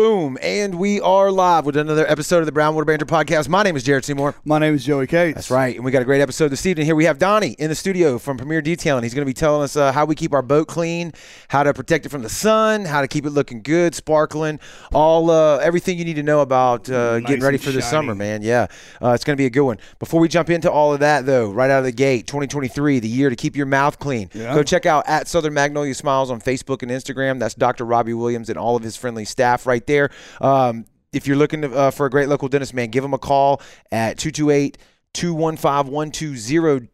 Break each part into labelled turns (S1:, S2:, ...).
S1: And we are live with another episode of the Brownwater Banter Podcast. My name is Jared Seymour.
S2: My name is Joey Cates.
S1: That's right. And we got a great episode this evening. Here we have Donnie in the studio from Premier Detailing. He's going to be telling us uh, how we keep our boat clean, how to protect it from the sun, how to keep it looking good, sparkling, all uh, everything you need to know about uh, getting
S2: Nice
S1: ready
S2: and
S1: for the
S2: shiny.
S1: summer, man. Yeah, uh, it's going to be a good one. Before we jump into all of that, though, right out of the gate, 2023, the year to keep your mouth clean.
S2: Yeah.
S1: Go check out at Southern Magnolia Smiles on Facebook and Instagram. That's Dr. Robbie Williams and all of his friendly staff right there. Um, if you're looking to, uh, for a great local dentist, man, give him a call at 228 215 1202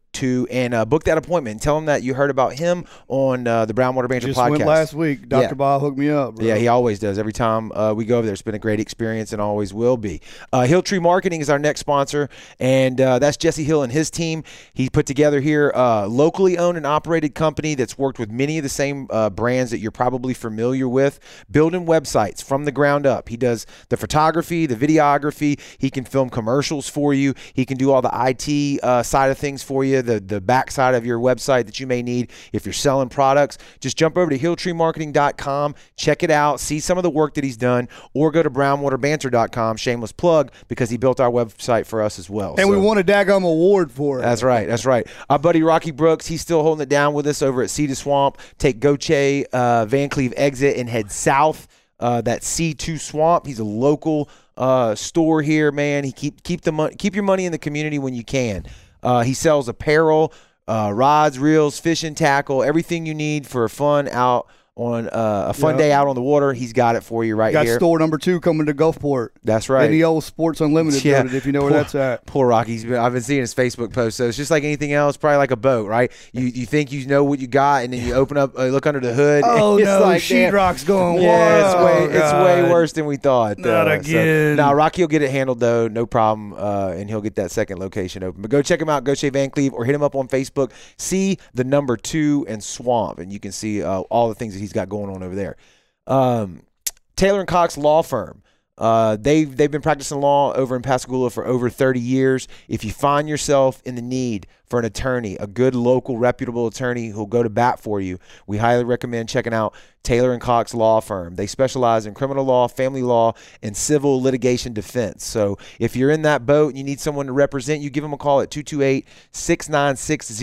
S1: and uh, book that appointment. Tell him that you heard about him on uh, the Brownwater Banter
S2: Just
S1: podcast.
S2: went last week. Dr.
S1: Yeah.
S2: Bob hooked me up. Bro.
S1: Yeah, he always does. Every time uh, we go over there, it's been a great experience and always will be. Uh, Hilltree Marketing is our next sponsor, and uh, that's Jesse Hill and his team. He put together here uh, locally owned and operated company that's worked with many of the same uh, brands that you're probably familiar with, building websites from the ground up. He does the photography, the videography. He can film commercials for you. He can do all the IT uh, side of things for you, the the backside of your website that you may need if you're selling products. Just jump over to hilltreemarketing.com, check it out, see some of the work that he's done, or go to brownwaterbanter.com. Shameless plug because he built our website for us as well.
S2: And we
S1: So-
S2: won a daggum award for it.
S1: that's right. That's right. Our buddy Rocky Brooks, he's still holding it down with us over at Cedar Swamp. Take Goche uh, Van Cleve exit and head south. Uh, that C2 Swamp. He's a local uh, store here, man. He keep keep the mon- keep your money in the community when you can. Uh, he sells apparel, uh, rods, reels, fishing tackle, everything you need for a fun out on uh, a fun
S2: Yep.
S1: day out on the water. He's got it for you right
S2: Got
S1: here.
S2: store number two coming to Gulfport.
S1: That's right.
S2: In the old Sports Unlimited
S1: Yeah.
S2: building, if you know where
S1: Poor-
S2: that's at.
S1: Poor Rocky's been, I've been seeing his Facebook posts. So it's just like anything else, probably like a boat, right? You you think you know what you got, and then you open up, uh, look under the hood.
S2: Oh,
S1: it's
S2: no.
S1: like, damn.
S2: sheetrock's going
S1: Yeah,
S2: wild. Oh,
S1: it's way it's way worse than we thought.
S2: Not again.
S1: now Rocky will get it handled though, no problem, uh, and he'll get that second location open. But go check him out, Goche Van Cleve, or hit him up on Facebook. See the number two and Swamp, and you can see uh, all the things that he's got going on over there. Um, Taylor and Cox Law Firm. Uh, they've they've been practicing law over in Pascagoula for over 30 years. If you find yourself in the need for an attorney, a good local reputable attorney who'll go to bat for you, we highly recommend checking out Taylor and Cox Law Firm. They specialize in criminal law, family law, and civil litigation defense. So if you're in that boat and you need someone to represent you, give them a call at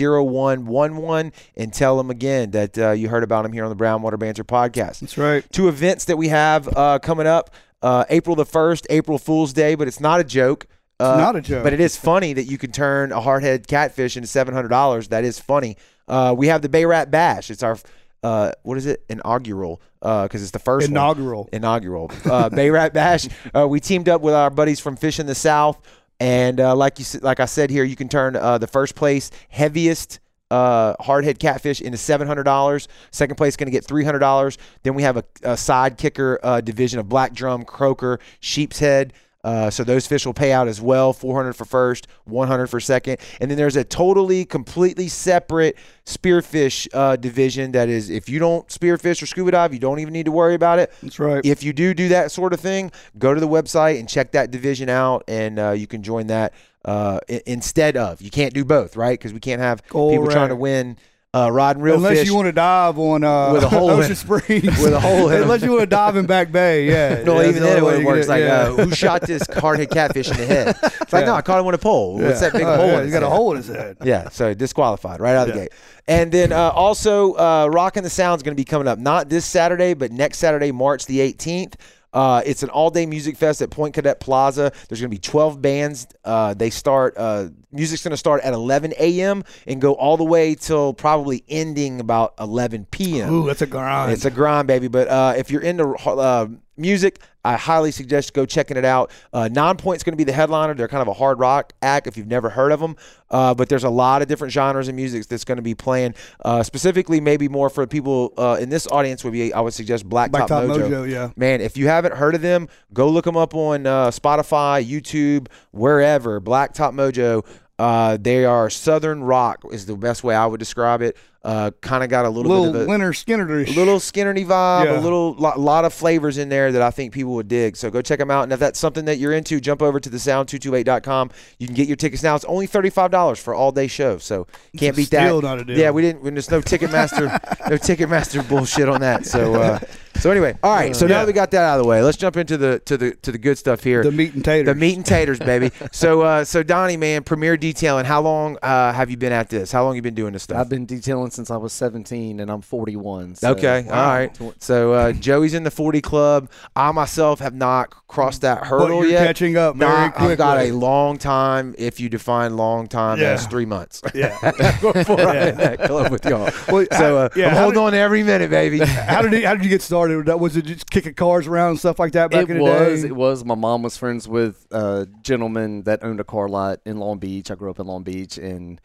S1: 228-696-0111 and tell them again that uh, you heard about them here on the Brownwater Banter podcast
S2: That's right.
S1: two events that we have uh, coming up uh, April the 1st, April Fool's Day, but it's not a joke. Uh,
S2: not a joke.
S1: But it is funny that you can turn a hardhead catfish into $700. That is funny. Uh, we have the Bay Rat Bash. It's our, uh, what is it? Inaugural, because it's the first one
S2: Inaugural.
S1: inaugural uh, Bay Rat Bash. Uh, we teamed up with our buddies from Fish in the South, and uh, like you s- like I said here, you can turn uh, the first place heaviest. Uh, hardhead catfish into seven hundred dollars. Second place going to get three hundred dollars. Then we have a, a side kicker uh, division of black drum, croaker, sheep's head. Uh, so those fish will pay out as well. Four hundred for first, one hundred for second, and then there's a totally, completely separate spearfish uh, division that is if you don't spearfish or scuba dive, you don't even need to worry about it.
S2: That's right.
S1: If you do do that sort of thing, go to the website and check that division out, and uh, you can join that uh, i- instead of. You can't do both, right? Because we can't have people
S2: Correct.
S1: trying to win uh, rod and reel
S2: Unless
S1: fish.
S2: you want to dive on uh,
S1: With a hole in
S2: Ocean
S1: it.
S2: Springs.
S1: With a hole in it.
S2: Unless you want to dive in Back Bay. Yeah.
S1: no,
S2: Yeah, that's
S1: even
S2: the
S1: then it
S2: only
S1: wouldn't
S2: way you
S1: work.
S2: get
S1: It's
S2: it.
S1: like,
S2: Yeah.
S1: uh, who shot this hard-head catfish in the head? It's like, no, I caught him with a pole. What's that big
S2: Oh,
S1: hole?
S2: yeah,
S1: in his
S2: He's got a
S1: head?
S2: hole in his head.
S1: Yeah, so disqualified right out of the gate. And then uh, also, uh, Rockin' the Sound's going to be coming up not this Saturday, but next Saturday, March the 18th. Uh, it's an all-day music fest at Point Cadet Plaza. There's going to be 12 bands. Uh, they start. Uh, music's going to start at 11 a.m. and go all the way till probably ending about 11 p.m.
S2: Ooh, that's a grind.
S1: It's a grind, baby. But uh, if you're into uh, music, I highly suggest go checking it out. Uh, Nine Point's going to be the headliner. They're kind of a hard rock act if you've never heard of them. Uh, but there's a lot of different genres of music that's going to be playing. Uh, specifically, maybe more for people uh, in this audience would be I would suggest Black,
S2: Black
S1: Top
S2: Top
S1: Mojo.
S2: Mojo, yeah.
S1: Man, if you haven't heard of them, go look them up on uh, Spotify, YouTube, wherever. Black Top Mojo. Uh, they are Southern rock is the best way I would describe it. Uh, kind of got a little,
S2: little
S1: bit of a,
S2: Leonard Skinner.
S1: a little Skinnery vibe, a
S2: Yeah.
S1: little lot, lot of flavors in there that I think people would dig. So go check them out. And if that's something that you're into, jump over to the sound228.com. You can get your tickets now. It's only $35 for all day show. So can't beat that.
S2: Still not a deal.
S1: Yeah, we didn't. There's no Ticketmaster, no Ticketmaster bullshit on that. So uh, So anyway, all right. So now that we got that out of the way, let's jump into the to the to the good stuff here.
S2: The meat and taters.
S1: The meat and taters, baby. so uh, so Donnie, man, Premier Detailing. How long uh, have you been at this? How long you been doing this stuff?
S3: I've been detailing since I was 17, and I'm 41. so-
S1: Okay, all right. So uh, Joey's in the 40 club. I myself have not crossed that hurdle
S2: you're
S1: yet.
S2: catching up
S1: No,
S2: very
S1: I- I've got a
S2: quickly.
S1: long time. If you define long time
S2: Yeah.
S1: as three months
S2: yeah.
S1: before I'm in that club with y'all.
S2: Well,
S1: so uh,
S2: I- yeah,
S1: I'm
S2: how
S1: holding
S2: did-
S1: on to every minute, baby.
S2: How did you, how did you get started? with that? Was it just kicking cars around and stuff like that back
S3: it
S2: in the
S3: was.
S2: day?
S3: It was. My mom was friends with a gentleman that owned a car lot in Long Beach. I grew up in Long Beach, and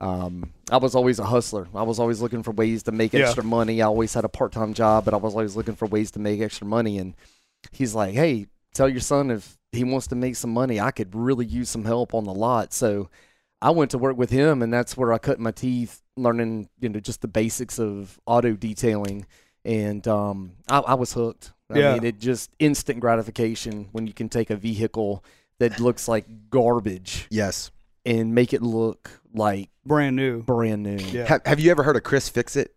S3: um, I was always a hustler. I was always looking for ways to make
S2: Yeah.
S3: extra money. I always had a part time job, but I was always looking for ways to make extra money. And he's like, "Hey, tell your son if he wants to make some money, I could really use some help on the lot." So. I went to work with him, and that's where I cut my teeth, learning you know just the basics of auto detailing, and um, I, I was hooked. I
S2: Yeah.
S3: mean, it just instant gratification when you can take a vehicle that looks like garbage
S1: yes.
S3: and make it look like
S2: Brand new.
S3: brand new.
S2: Yeah.
S1: Have, have you ever heard of Chris Fix It?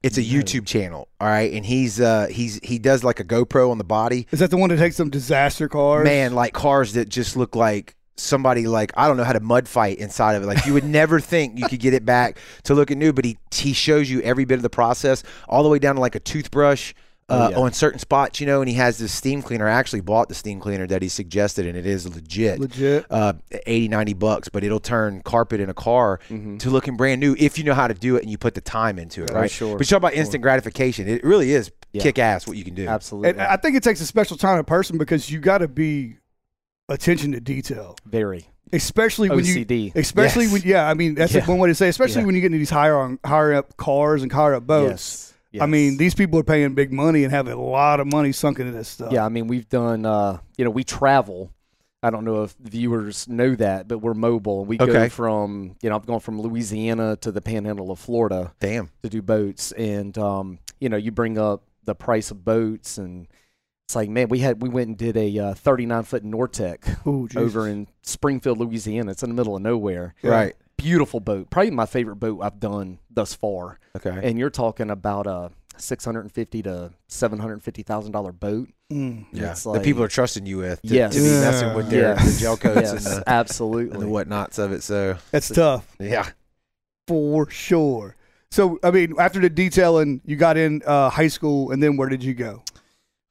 S1: It's a YouTube channel, all right, and he's uh he's he does like a GoPro on the body,
S2: Is that the one that takes some disaster cars?
S1: man, like cars that just look like somebody like I don't know how to mud fight inside of it. Like you would never think you could get it back to looking new, but he he shows you every bit of the process, all the way down to like a toothbrush. Uh,
S3: Oh, yeah.
S1: On certain spots, you know, and he has this steam cleaner. I actually bought the steam cleaner that he suggested, and it is legit.
S2: Legit.
S1: Uh, 80, 90 bucks, but it'll turn carpet in a car
S2: Mm-hmm.
S1: to looking brand new if you know how to do it and you put the time into it, right?
S3: Mm-hmm. Oh, sure,
S1: But you talk about instant gratification. It really is kick ass what you can do.
S3: Absolutely,
S2: And I think it takes a special kind of person because you got to be attention to detail,
S3: very
S1: Oh,
S2: especially when you.
S3: OCD.
S2: Especially
S1: Yes.
S2: when, yeah, I mean that's
S3: Yeah.
S2: one way to say. it. Especially
S3: Yeah.
S2: when you get into these higher on higher up cars and higher up boats.
S3: yes.
S2: Oh, I mean,
S3: Yes.
S2: these people are paying big money and have a lot of money sunk into this stuff.
S3: Yeah, I mean, we've done, uh, you know, we travel. I don't know if viewers know that, but we're mobile. We
S1: Okay.
S3: go from, you know, I've gone from Louisiana to the panhandle of Florida
S1: Damn.
S3: to do boats. And, um, you know, you bring up the price of boats and it's like, man, we had, we went and did a uh, 39 foot Nortec
S2: Ooh, Jesus.
S3: over in Springfield, Louisiana. It's in the middle of nowhere.
S2: Yeah.
S1: Right.
S3: Beautiful boat. Probably my favorite boat I've done thus far.
S1: Okay.
S3: And you're talking about a 650 to $750,000 boat.
S2: Mm.
S1: Yeah,
S3: It's
S1: the
S3: like-
S1: people are trusting you with to,
S3: Yes.
S1: to be messing
S2: Yeah.
S1: with their
S3: Yes.
S1: the gel coats
S3: yes,
S1: and, the,
S3: absolutely.
S1: and the whatnots of it. So
S2: that's tough.
S1: yeah,
S2: for sure. So, I mean, after the detailing, you got in uh, high school, and then where did you go?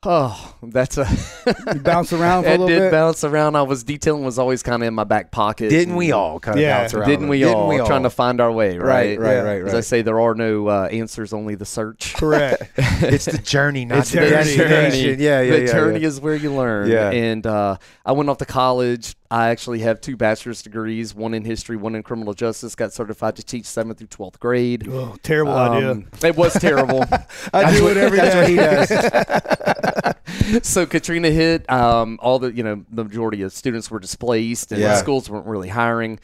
S3: Oh, that's a
S2: You bounce around for a
S3: that
S2: little
S3: did
S2: bit.
S3: bounce around. I was detailing was always kind of in my back pocket.
S1: didn't we
S3: and-
S1: all kind of
S2: Yeah.
S1: bounce around?
S3: Didn't we, all, Trying to find our way,
S1: right,
S3: right?
S1: right,
S2: Yeah.
S1: right,
S3: As I
S1: right.
S3: say, there are no uh, answers, only the search.
S2: Correct.
S1: it's the journey, not
S2: It's
S1: the
S2: the journey.
S1: destination. Yeah, yeah,
S3: the
S1: yeah.
S3: journey
S1: yeah.
S3: is where you learn.
S1: Yeah.
S3: And uh, I went off to college. I actually have two bachelor's degrees, one in history, one in criminal justice. Got certified to teach seventh through twelfth grade.
S2: oh, terrible idea.
S3: Um, It was terrible.
S2: I do it every
S1: That's what
S2: day.
S1: he does.
S3: so Katrina hit. Um, all the you know the majority of students were displaced, and
S1: Yeah.
S3: schools weren't really hiring.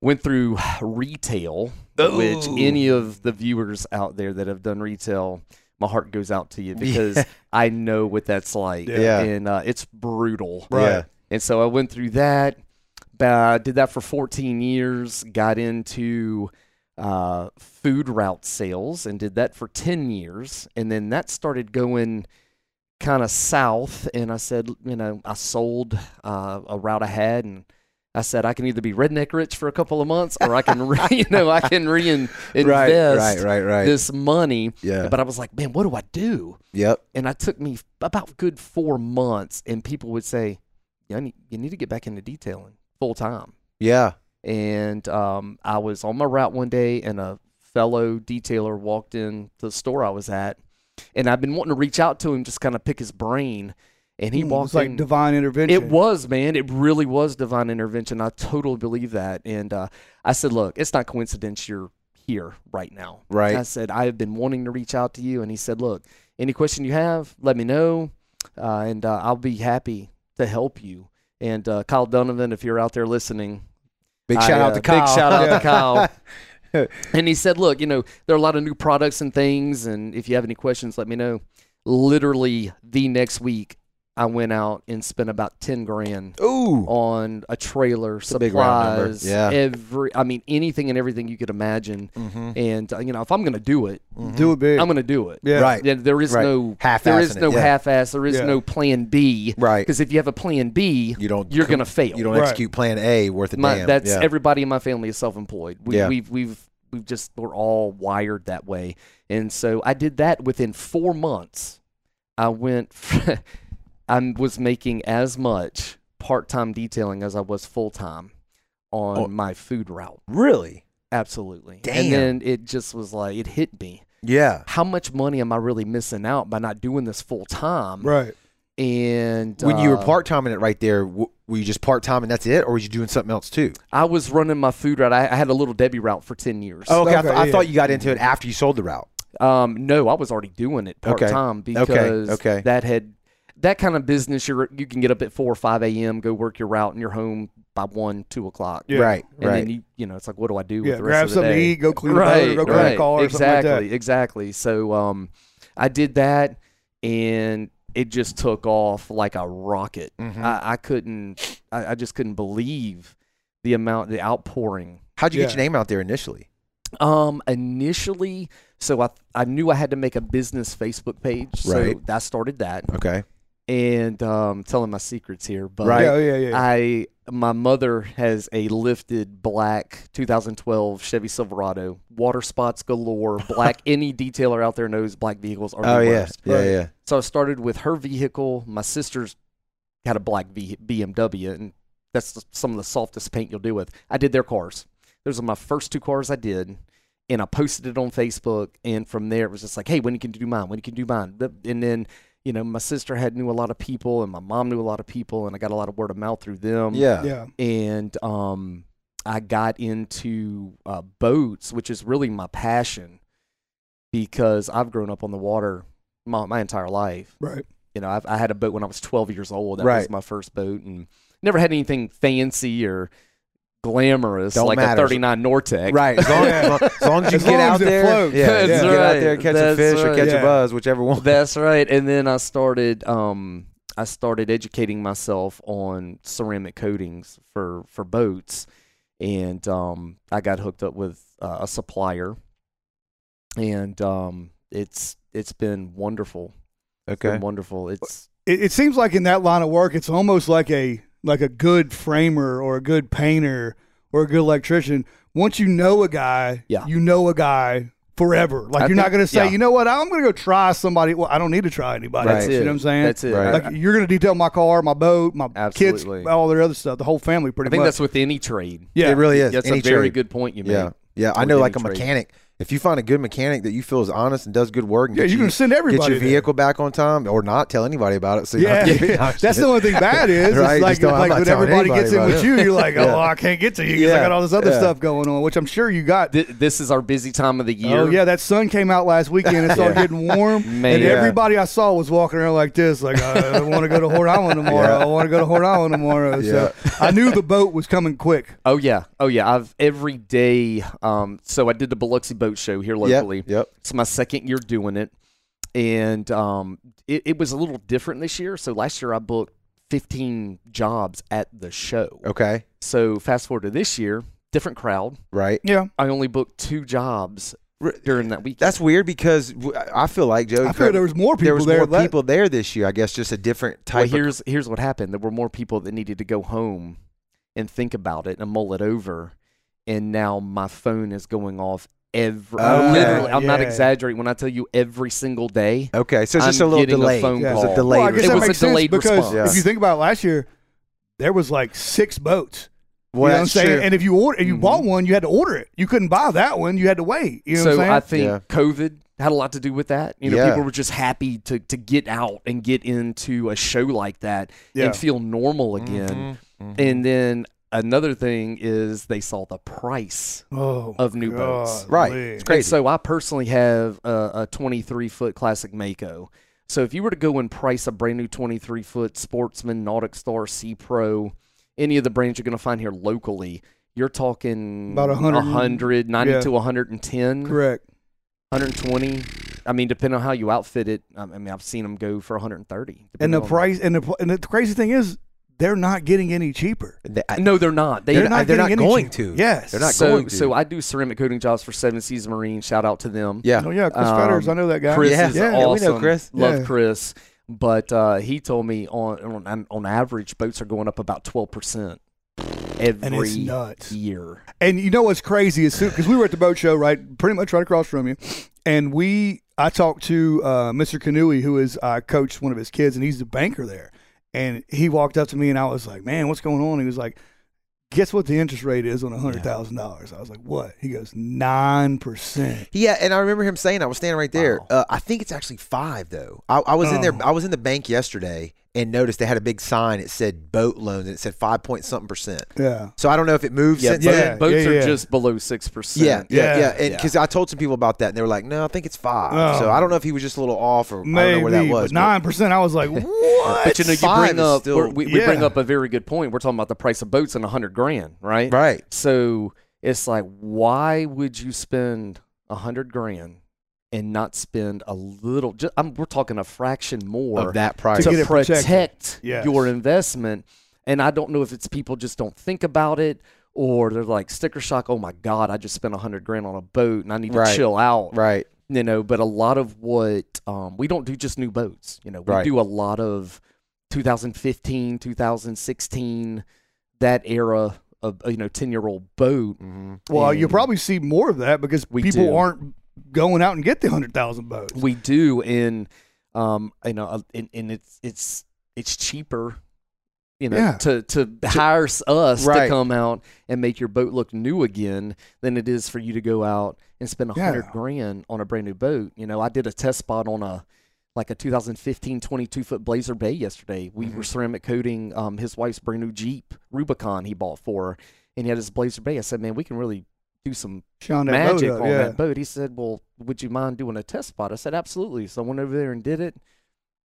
S3: Went through retail, which any of the viewers out there that have done retail, my heart goes out to you because I know what that's like,
S1: Yeah.
S3: and uh, it's brutal.
S2: Right.
S1: Yeah.
S3: And so I went through that. Uh, did that for 14 years. Got into uh, food route sales and did that for 10 years. And then that started going kind of south. And I said, you know, I sold uh, a route I had and I said I can either be redneck rich for a couple of months or I can, re- you know, I can reinvest
S1: Right, right, right, right.
S3: this money.
S1: Yeah.
S3: But I was like, man, what do I do?
S1: Yep.
S3: and I took me f- about good four months, and people would say, "You need, you need to get back into detailing full time."
S1: Yeah.
S3: And um, I was on my route one day, and a fellow detailer walked in the store I was at, and I've been wanting to reach out to him, just kind of pick his brain, and he
S2: It
S3: walked
S2: was Hmm, like
S3: in.
S2: divine intervention.
S3: It was, man. It really was divine intervention. I totally believe that. And uh, I said, look, it's not coincidence you're here right now.
S1: Right.
S3: I said, I have been wanting to reach out to you. And he said, look, any question you have, let me know. Uh, and uh, I'll be happy to help you. And uh, Kyle Donovan, if you're out there listening,
S1: Big
S3: I,
S1: shout out
S3: uh,
S1: to Kyle.
S3: Big shout out
S1: Yeah.
S3: to Kyle. and he said, "Look, you know, there are a lot of new products and things, and if you have any questions, let me know." Literally the next week, I went out and spent about ten grand
S1: Ooh.
S3: on a trailer,
S1: a big round number.
S3: supplies,
S1: Yeah. Mm-hmm.
S3: every I mean anything and everything you could imagine. And uh, you know, if I'm going to do it,
S2: Mm-hmm. Do it big.
S3: I'm going to do it.
S2: yeah.
S1: Right.
S3: Yeah, there is
S1: Right.
S3: no
S1: Half-assing
S3: There is no
S1: it, yeah.
S3: half-ass. There is
S2: Yeah.
S3: no plan B.
S1: Right.
S3: Because if you have a plan B,
S1: You don't
S3: You're
S1: com-
S3: going to fail.
S1: You don't
S2: Right.
S1: execute plan A worth a
S3: my,
S1: damn.
S3: that's
S1: yeah.
S3: everybody in my family is self-employed. We,
S1: Yeah.
S3: We've we've we've just we're all wired that way, and so I did that within four months. I went. I was making as much part-time detailing as I was full-time on
S1: Oh.
S3: my food route.
S1: really.
S3: Absolutely.
S1: Damn.
S3: And then it just was like it hit me.
S1: Yeah.
S3: How much money am I really missing out by not doing this full time?
S2: Right.
S3: And
S1: When you were
S3: uh,
S1: part timing it right there, w- were you just part time and that's it, or were you doing something else too?
S3: I was running my food route. I, I had a little Debbie route for ten years.
S1: Oh, okay. I,
S2: Okay,
S1: th- I
S2: yeah.
S1: thought you got into it after you sold the route.
S3: Um, no, I was already doing it part
S1: Okay.
S3: time because
S1: okay.
S3: that had that kind of business. You you can get up at four or five a.m., go work your route, and you're home by one, two o'clock.
S2: Yeah.
S1: Right.
S3: And
S1: right.
S3: then you you know it's like what do I do?
S2: Yeah.
S3: with the rest
S2: Grab
S3: of the
S2: something to
S3: day?
S2: eat. Go clean the
S3: right,
S2: motor, Go clean
S3: right.
S2: the car. or something like
S3: exactly,
S2: that.
S3: exactly. So um, I did that, and it just took off like a rocket.
S2: Mm-hmm.
S1: Mhm.
S3: I, I couldn't, I, I just couldn't believe the amount, the outpouring
S1: How'd you get
S2: Yeah.
S1: your name out there initially?
S3: um, initially, so I I knew I had to make a business Facebook page, so
S1: Right.
S3: I started that.
S1: Okay.
S3: And um, telling my secrets here, but
S1: Right.
S2: Yeah, oh, yeah, yeah. yeah.
S3: I my mother has a lifted black 2012 Chevy Silverado, water spots galore, black. any detailer out there knows black vehicles are
S1: Oh
S3: the
S1: yeah.
S3: worst.
S1: Yeah.
S2: Right.
S1: Yeah.
S3: So I started with her vehicle. My sister's had a black v- BMW, and that's the- some of the softest paint you'll do with. I did their cars. Those are my first two cars I did, and I posted it on Facebook. And from there, it was just like, hey, when can you do mine? When can you do mine? Th- And then, you know, my sister had knew a lot of people, and my mom knew a lot of people, and I got a lot of word of mouth through them
S1: Yeah.
S2: yeah.
S3: and um, I got into uh, boats, which is really my passion because I've grown up on the water my, my entire life.
S2: Right.
S3: You know, I've, I had a boat when I was 12 years old. That was
S1: Right.
S3: my first boat, and never had anything fancy or glamorous
S1: Don't
S3: like
S1: matter.
S3: a 39 Nortec.
S1: Right. As long as, as long as you
S2: As
S1: get
S2: long
S1: out
S2: as it
S1: there,
S2: floats.
S1: yeah,
S2: That's
S1: just get out
S3: right.
S1: there, and catch a
S3: That's
S1: fish or
S3: right.
S1: catch a
S2: Yeah.
S1: buzz, whichever one.
S3: That's right. And then I started um I started educating myself on ceramic coatings for for boats and um I got hooked up with uh, a supplier and um it's it's been wonderful. It's been
S1: okay.
S3: wonderful. It's
S2: It, it seems like in that line of work, it's almost like a like a good framer or a good painter or a good electrician. Once you know a guy,
S3: Yeah.
S2: you know a guy forever. Like
S3: I
S2: you're not
S3: think-
S2: going to say,
S3: yeah.
S2: you know what, I'm going to go try somebody. Well, I don't need to try anybody.
S1: That's
S2: you
S3: it.
S2: know what I'm saying?
S3: that's it.
S1: Right.
S3: I-
S2: like
S3: I,
S2: you're going to detail my car, my boat, my
S3: Absolutely.
S2: kids, all their other stuff, the whole family, pretty
S3: I think
S2: much.
S3: that's with any trade.
S2: yeah,
S1: It really is.
S3: That's
S1: Any
S3: a very
S1: trade.
S3: good point you made.
S1: Yeah. Yeah. I
S3: with
S1: know,
S3: any
S1: like a
S3: trade.
S1: mechanic. If you find a good mechanic that you feel is honest and does good work, and
S2: yeah.
S1: get
S2: You're
S1: you-
S2: going to send
S1: get
S2: everybody
S1: your
S2: there.
S1: vehicle back on time or not tell anybody about it. So you
S2: Yeah,
S1: don't have to- I'm
S2: that's
S1: just-
S2: the only thing bad is. It's
S1: Right,
S2: like,
S1: just don't- I'm
S2: like
S1: not
S2: when
S1: telling
S2: everybody
S1: anybody
S2: gets in
S1: about
S2: with
S1: it.
S2: you, you're like, oh,
S1: Yeah.
S2: I can't get to you because I
S1: Yeah,
S2: got all this other
S1: yeah.
S2: stuff going on, which I'm sure you got.
S3: Th- this is our busy time of the year.
S2: Oh yeah, that sun came out last weekend. It started getting warm,
S3: Man.
S2: and
S1: Yeah.
S2: everybody I saw was walking around like this, like I want to go to Horn Island
S1: Yeah.
S2: tomorrow. I want to go to Horn Island tomorrow. So I knew the boat was coming quick.
S3: Oh yeah. Oh yeah. I've every day um so I did the Biloxi boat show here
S1: Yep,
S3: locally.
S1: Yep.
S3: It's my second year doing it. And um, it, it was a little different this year. So last year I booked 15 jobs at the show.
S1: Okay.
S3: So fast forward to this year, different crowd.
S1: Right.
S2: Yeah,
S3: I only booked two jobs during that weekend.
S1: That's weird because w- I feel like Joe.
S2: I figured there was more people
S1: there was
S2: there.
S1: more
S2: le-
S1: people there this year. I guess just a different
S3: Well,
S1: type. of,
S3: here's here's what happened. There were more people that needed to go home and think about it and mull it over. And now my phone is going off every
S1: Oh,
S3: literally. I'm not
S2: yeah.
S3: exaggerating when I tell you every single day.
S1: okay, so it's just
S3: I'm
S1: a little
S3: getting a
S1: delay.
S3: phone
S1: It was a
S3: call.
S1: delay.
S2: Well, I guess
S3: It
S2: that
S3: was a
S2: makes sense
S3: delayed
S2: because
S3: response.
S1: Yeah.
S2: if you think about it, last year, there was like six boats.
S1: Well,
S2: you know
S1: that's
S2: what I'm saying?
S1: true. Mm-hmm.
S2: And if you order, if you bought one, you had to order it. You couldn't buy that one. You had to wait. You know
S3: so
S2: what I'm
S3: I
S2: saying?
S3: think
S1: Yeah.
S3: COVID had a lot to do with that. You know,
S1: Yeah.
S3: people were just happy to to get out and get into a show like that
S2: Yeah. Mm-hmm.
S3: and feel normal again.
S1: Mm-hmm.
S3: And then another thing is they saw the price.
S2: oh,
S3: of new boats.
S2: golly.
S1: right, it's
S3: And
S1: crazy.
S3: so I personally have a, a 23 foot classic Mako. So if you were to go and price a brand new 23 foot Sportsman, Nautic Star, Sea Pro, any of the brands you're going to find here locally, you're talking
S2: About 100
S3: 100 90
S2: yeah.
S3: to 110,
S2: Correct.
S3: 120. I mean, depending on how you outfit it, I mean, I've seen them go for 130.
S2: And the
S3: depending on-
S2: price and the pl- and the crazy thing is they're not getting any cheaper.
S1: They- I-
S3: No, they're not. They,
S2: They're
S1: They're
S2: not
S1: not, they're not
S2: getting any
S1: going
S2: cheaper.
S1: to.
S2: Yes.
S1: They're not
S3: so,
S1: going to.
S3: so I do ceramic coating jobs for Seven Seas Marine. Shout out to them.
S1: yeah.
S2: Oh yeah, Chris
S3: Um,
S2: Fetters, I know that guy.
S3: Chris
S1: Yeah.
S3: is
S1: Yeah, we know
S3: awesome.
S1: Chris.
S3: Love
S2: Yeah.
S3: Chris. But uh, he told me on, on on average boats are going up about twelve percent every
S2: and it's nuts.
S3: year.
S2: And you know what's crazy is because we were at the boat show, right, pretty much right across from you, and we I talked to uh, Mr. Canui, who is I coached one of his kids, and he's the banker there, and he walked up to me, and I was like, "Man, what's going on?" He was like, "Guess what the interest rate is on a hundred thousand dollars?" I was like, "What?" He goes, 9 percent."
S1: Yeah, and I remember him saying I was standing right there. Uh, I think it's actually five though. I, I was in
S2: Oh.
S1: there. I was in the bank yesterday and noticed they had a big sign. It said boat loans and it said five point something percent.
S2: Yeah,
S1: So I don't know if it moves
S3: Yeah,
S1: since
S3: boat-
S1: then.
S3: boats
S2: yeah,
S3: are
S2: yeah.
S3: just below six percent.
S1: Yeah, yeah,
S2: Yeah.
S1: yeah. And because I told some people about that, and they were like, "No, I think it's five.
S2: Oh.
S1: So I don't know if he was just a little off, or I don't know
S2: maybe
S1: where that was. but-
S2: nine percent. I was like, "What?"
S3: But you know, you
S1: Five
S3: bring
S1: is
S3: up
S1: still-
S3: we're- we, we bring
S2: Yeah.
S3: up a very good point. We're talking about the price of boats and a hundred grand, right?
S1: right?
S3: So it's like, why would you spend a hundred grand and not spend a little? Just I'm, we're talking a fraction more
S1: Of that price,
S2: To
S3: to
S2: get it protected.
S3: protect
S2: Yes.
S3: your investment. And I don't know if it's people just don't think about it or they're like sticker shock. Oh my God, I just spent a hundred grand on a boat and I need
S1: Right.
S3: to chill out
S1: right?
S3: you know but a lot of what um, we don't do just new boats you know we
S1: Right.
S3: do a lot of 2015 2016 that era of uh, you know 10 year old boat
S1: Mm-hmm.
S2: well,
S3: and
S2: you'll probably see more of that because
S3: We
S2: people
S3: do.
S2: aren't going out and get the hundred thousand boats.
S3: we do in um you know uh, and, and it's it's it's cheaper you know
S2: Yeah.
S3: to to hire s- us
S1: Right.
S3: to come out and make your boat look new again than it is for you to go out and spend a hundred
S2: Yeah.
S3: grand on a brand new boat you know i did a test spot on a like a 2015 22 foot blazer bay yesterday we were ceramic coating um, his wife's brand new jeep rubicon he bought for her and he had his blazer bay i said man we can really do some
S2: Sean, that boat
S3: magic
S2: up,
S3: on
S2: yeah.
S3: that boat. He said, "Well, would you mind doing a test spot?" I said, "Absolutely." So I went over there and did it.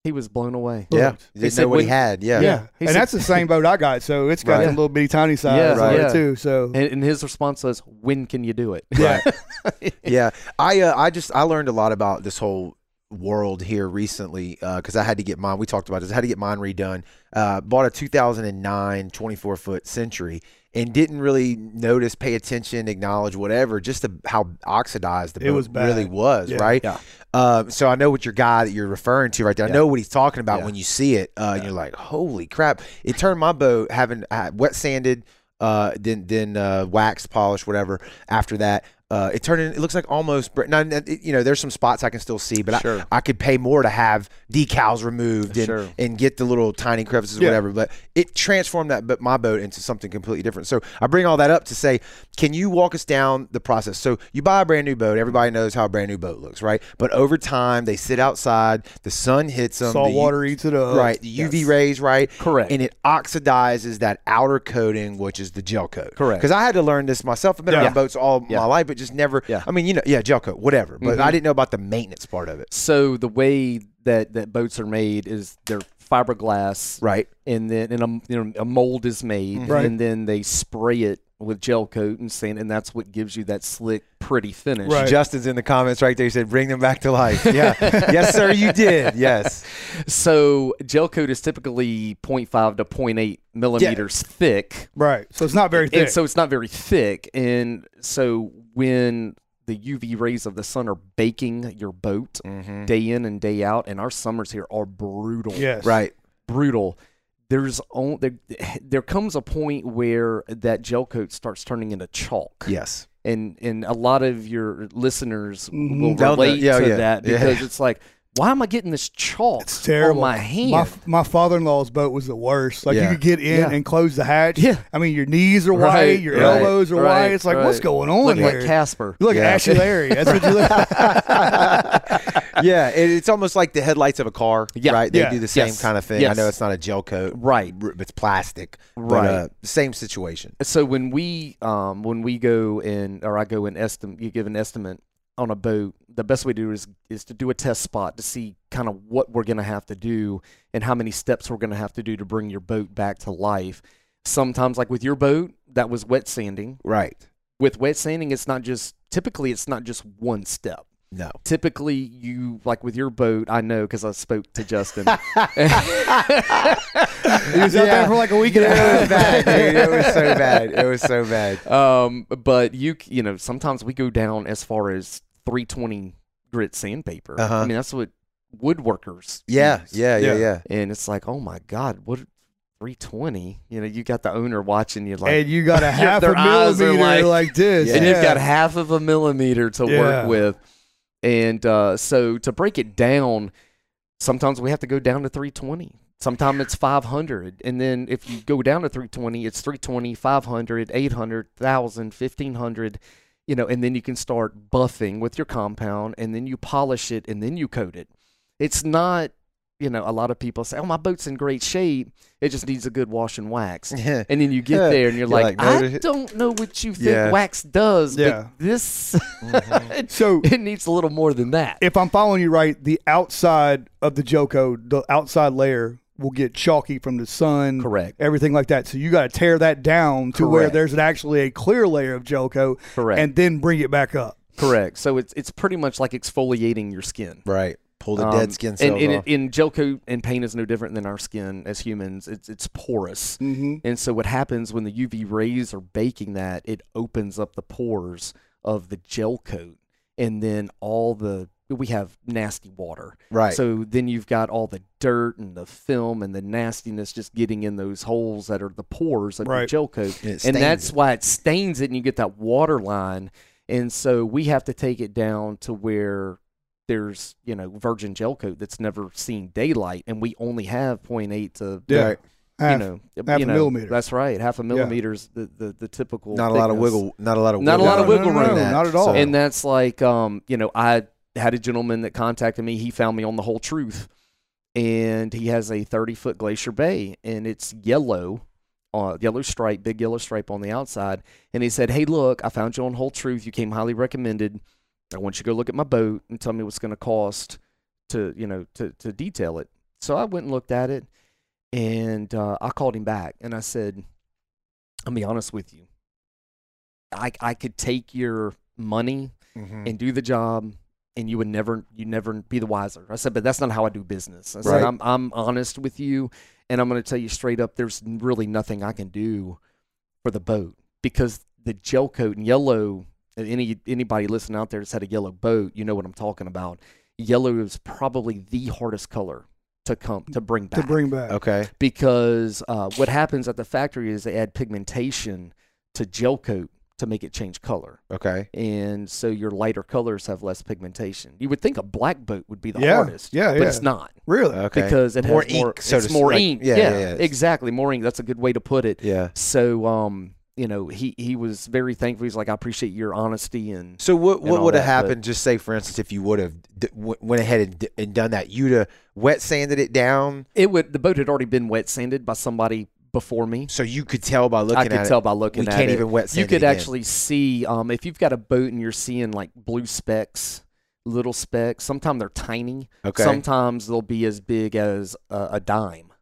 S3: He was blown away.
S1: Yeah,
S2: Look.
S1: they
S3: said
S1: know what he
S3: when-
S1: had. Yeah,
S2: Yeah.
S3: He
S2: And
S3: said-
S2: that's the same boat I got. So it's got
S1: Right.
S2: a little bitty tiny size
S3: Yeah,
S2: on
S1: right.
S2: it too. So
S3: And, and his response was, "When can you do it?"
S1: yeah, yeah. I uh, I just I learned a lot about this whole world here recently because I had to get mine. We talked about this. I had to get mine redone. Uh, bought a 2009 24 foot Century and didn't really notice, pay attention, acknowledge whatever, just the, how oxidized the
S2: It
S1: boat
S2: was bad.
S1: really was,
S2: Yeah.
S1: right?
S3: Yeah.
S1: Uh, so I know what your guy that you're referring to right there. I know what he's talking about
S3: Yeah.
S1: when you see it. Uh, and You're like, holy crap! It turned my boat having I had wet sanded, uh, then then uh, waxed, polished, whatever. After that, uh, it turned. In, it looks like almost. br- Now it- you know, there's some spots I can still see, but
S3: Sure.
S1: I, I could pay more to have decals removed and
S3: Sure.
S1: and get the little tiny crevices,
S2: Yeah.
S1: whatever. But it transformed that, but my boat into something completely different. So I bring all that up to say, can you walk us down the process? So you buy a brand new boat. Everybody knows how a brand new boat looks, right? But over time, they sit outside. The sun hits them.
S2: salt water eats it up.
S1: Right, the UV rays, right?
S3: Correct.
S1: And it oxidizes that outer coating, which is the gel coat.
S3: Correct.
S1: Because I had to learn this myself. I've been
S2: Yeah. Mm-hmm.
S1: around boats all
S3: Yeah.
S1: my life, but just never.
S3: Yeah.
S1: I mean, you know, yeah, gel coat, whatever. But I didn't know about the maintenance part of it.
S3: So the way that that boats are made is they're fiberglass,
S1: Right.
S3: and then and a you know, a mold is made,
S2: Mm-hmm. Right.
S3: and then they spray it with gel coat and sand, and that's what gives you that slick, pretty finish.
S2: Right.
S1: Justin's in the comments right there. He said, "Bring them back to life." Yeah, yes, sir, you did. Yes,
S3: So gel coat is typically 0.5 to 0.8 millimeters thick.
S2: Right. So it's not very thick.
S3: And so it's not very thick. And so when the UV rays of the sun are baking your boat
S1: Mm-hmm.
S3: day in and day out, and our summers here are brutal,
S2: yes.
S1: right.
S3: brutal. There's on, there, there comes a point where that gel coat starts turning into chalk,
S1: Yes,
S3: and and a lot of your listeners
S2: Mhm.
S3: will
S1: Mm-hmm. They'll know-
S3: relate
S1: yeah,
S3: to
S1: yeah,
S3: that
S1: yeah.
S3: because it's like, why am I getting this chalk
S2: It's terrible.
S3: on oh, my hand?
S2: My, my father-in-law's boat was the worst. Like
S1: Yeah.
S2: you could get in
S3: Yeah.
S2: and close the hatch.
S3: Yeah.
S2: I mean, your knees are wide,
S3: Right,
S2: your
S3: right,
S2: elbows are
S3: right,
S2: wide. It's like, what's
S3: right.
S2: going on
S3: Look
S2: here?
S3: like Casper.
S2: you look
S1: Yeah.
S2: at Ashley Larry. That's what you look.
S1: yeah. It, it's almost like the headlights of a car,
S3: Yeah.
S1: right? They
S2: Yeah.
S1: do the same
S3: Yes.
S1: kind of thing. I
S3: Yes.
S1: know it's not a gel coat,
S3: Right.
S1: r- It's plastic, But,
S3: Right.
S1: uh, same situation.
S3: so when we um when we go in or I go and estimate you give an estimate on a boat, the best way to do is is to do a test spot to see kind of what we're gonna have to do and how many steps we're gonna have to do to bring your boat back to life. Sometimes like with your boat, that was wet sanding.
S1: Right.
S3: With wet sanding it's not just typically it's not just one step.
S1: No.
S3: Typically, you like with your boat. I know because I spoke to Justin.
S2: He was out there for like a week and a
S4: it
S2: half.
S4: was bad, dude. It was so bad. It was so bad.
S3: um, but you c- you know sometimes we go down as far as 320 grit sandpaper.
S1: Uh-huh.
S3: I mean that's what woodworkers.
S1: Yeah,
S3: use.
S1: yeah, yeah,
S2: Yeah.
S1: yeah.
S3: And it's like, oh my god, what 320? You know, you got the owner watching you like.
S2: And you got a half a
S3: their eyes are
S2: millimeter
S3: like-
S2: like, this.
S3: and
S2: yeah.
S3: you've got half of a millimeter to
S2: Yeah.
S3: work with. And uh, so to break it down, sometimes we have to go down to 320. Sometimes it's 500. And then if you go down to 320, it's 320, 500, 800, 1,000, 1,500. You know, and then you can start buffing with your compound, and then you polish it, and then you coat it. It's not, you know, a lot of people say, "Oh, my boat's in great shape. It just needs a good wash and wax." And then you get
S1: Yeah.
S3: there and you're
S1: You're
S3: like,
S1: like,
S3: I
S1: "Notice it."
S3: don't know what you think
S1: Yeah.
S3: wax does,
S2: Yeah.
S3: but this it,
S2: so
S3: it needs a little more than that.
S2: if I'm following you right, the outside of the Joko, the outside layer will get chalky from the sun,
S3: Correct.
S2: Everything like that. So you got to tear that down to where
S3: Correct.
S2: there's an, actually a clear layer of Joko,
S3: Correct.
S2: and then bring it back up.
S3: Correct. So it's it's pretty much like exfoliating your skin.
S1: Right. Pull the
S3: Um,
S1: dead skin cells
S3: and, and,
S1: off.
S3: and gel coat and paint is no different than our skin as humans. It's it's porous,
S1: Mm-hmm.
S2: Mhm.
S3: and so what happens when the UV rays are baking that, it opens up the pores of the gel coat, and then all the we have nasty water.
S1: Right.
S3: So then you've got all the dirt and the film and the nastiness just getting in those holes that are the pores of your
S2: Right.
S3: gel coat.
S1: And it
S3: and
S1: stains
S3: that's why it stains it and you get that water line. And so we have to take it down to where there's, you know, virgin gel coat that's never seen daylight and we only have 0.8 to
S1: Right.
S2: Half-
S3: you know,
S2: half
S3: you
S2: a
S3: know,
S2: millimeter.
S3: That's right. Half a millimeter's the, the the typical
S1: Not a lot of
S3: thickness.
S1: wiggle. Not a lot of.
S3: Not a
S1: wiggle
S3: lot of
S1: room.
S3: wiggle room.
S1: in that,
S2: Not at all.
S1: so-
S3: And that's like, um, you know, I had a gentleman that contacted me. He found me on the whole truth, and he has a 30 foot glacier bay, and it's yellow, uh, yellow stripe, big yellow stripe on the outside. And he said, "Hey, look, I found you on whole truth. You came highly recommended. I want you to go look at my boat and tell me what's going to cost to, you know, to to detail it." So I went and looked at it, and uh, I called him back, and I said, "I'll be honest with you." I, I could take your money
S2: Mm-hmm.
S1: Mhm.
S3: and do the job and you would never you never be the wiser i said but that's not how i do business i
S1: Right.
S3: said I'm, I'm honest with you and i'm going to tell you straight up there's really nothing i can do for the boat because the gel coat and yellow and any anybody listening out there that's had a yellow boat you know what i'm talking about yellow is probably the hardest color to come to bring back
S2: to bring back.
S1: Okay.
S3: because uh, what happens at the factory is they add pigmentation to gel coat to make it change color
S1: Okay.
S3: and so your lighter colors have less pigmentation. You would think a black boat would be the
S2: Yeah,
S3: hardest,
S2: yeah,
S3: but
S2: yeah.
S3: it's not
S2: Really?
S1: Okay.
S3: because it
S1: More
S3: has more
S1: ink, so
S3: it's
S1: to
S3: more
S1: speak.
S3: ink.
S1: Yeah, yeah, yeah.
S3: exactly. More ink. That's a good way to put it.
S1: yeah.
S3: So, um, you know, he he was very thankful. He's like, I appreciate your honesty and
S1: So what
S3: and
S1: what
S3: all
S1: would have
S3: that, but-
S1: happened? Just say, for instance, if you would have d- w- went ahead and, d- and done that, you'd have wet sanded it down,
S3: it would the boat had already been wet sanded by somebody before me.
S1: so you could tell by looking
S3: I could
S1: at
S3: tell
S1: it.
S3: by looking
S1: we
S3: at
S1: can't
S3: it.
S1: even wet sand.
S3: you
S1: it
S3: could
S1: again.
S3: actually see um, if you've got a boat and you're seeing like blue specks, little specks. Sometimes they're tiny.
S1: Okay.
S3: Sometimes they'll be as big as a, a dime,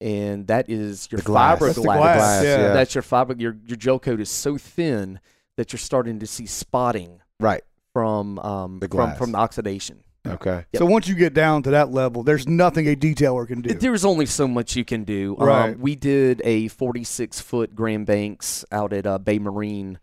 S3: and that is your
S1: The glass.
S3: fiberglass.
S1: That's
S2: the glass, Glass, yeah. yeah.
S3: That's your fiber. Your your gel coat is so thin that you're starting to see spotting
S1: right.
S3: from um
S1: The
S3: from
S1: glass.
S3: from the oxidation.
S1: Okay.
S3: Yep.
S2: So once you get down to that level, there's nothing a detailer can do.
S3: There's only so much you can do.
S2: Right.
S3: Um, we did a 46 foot Grand Banks out at uh, Bay Marine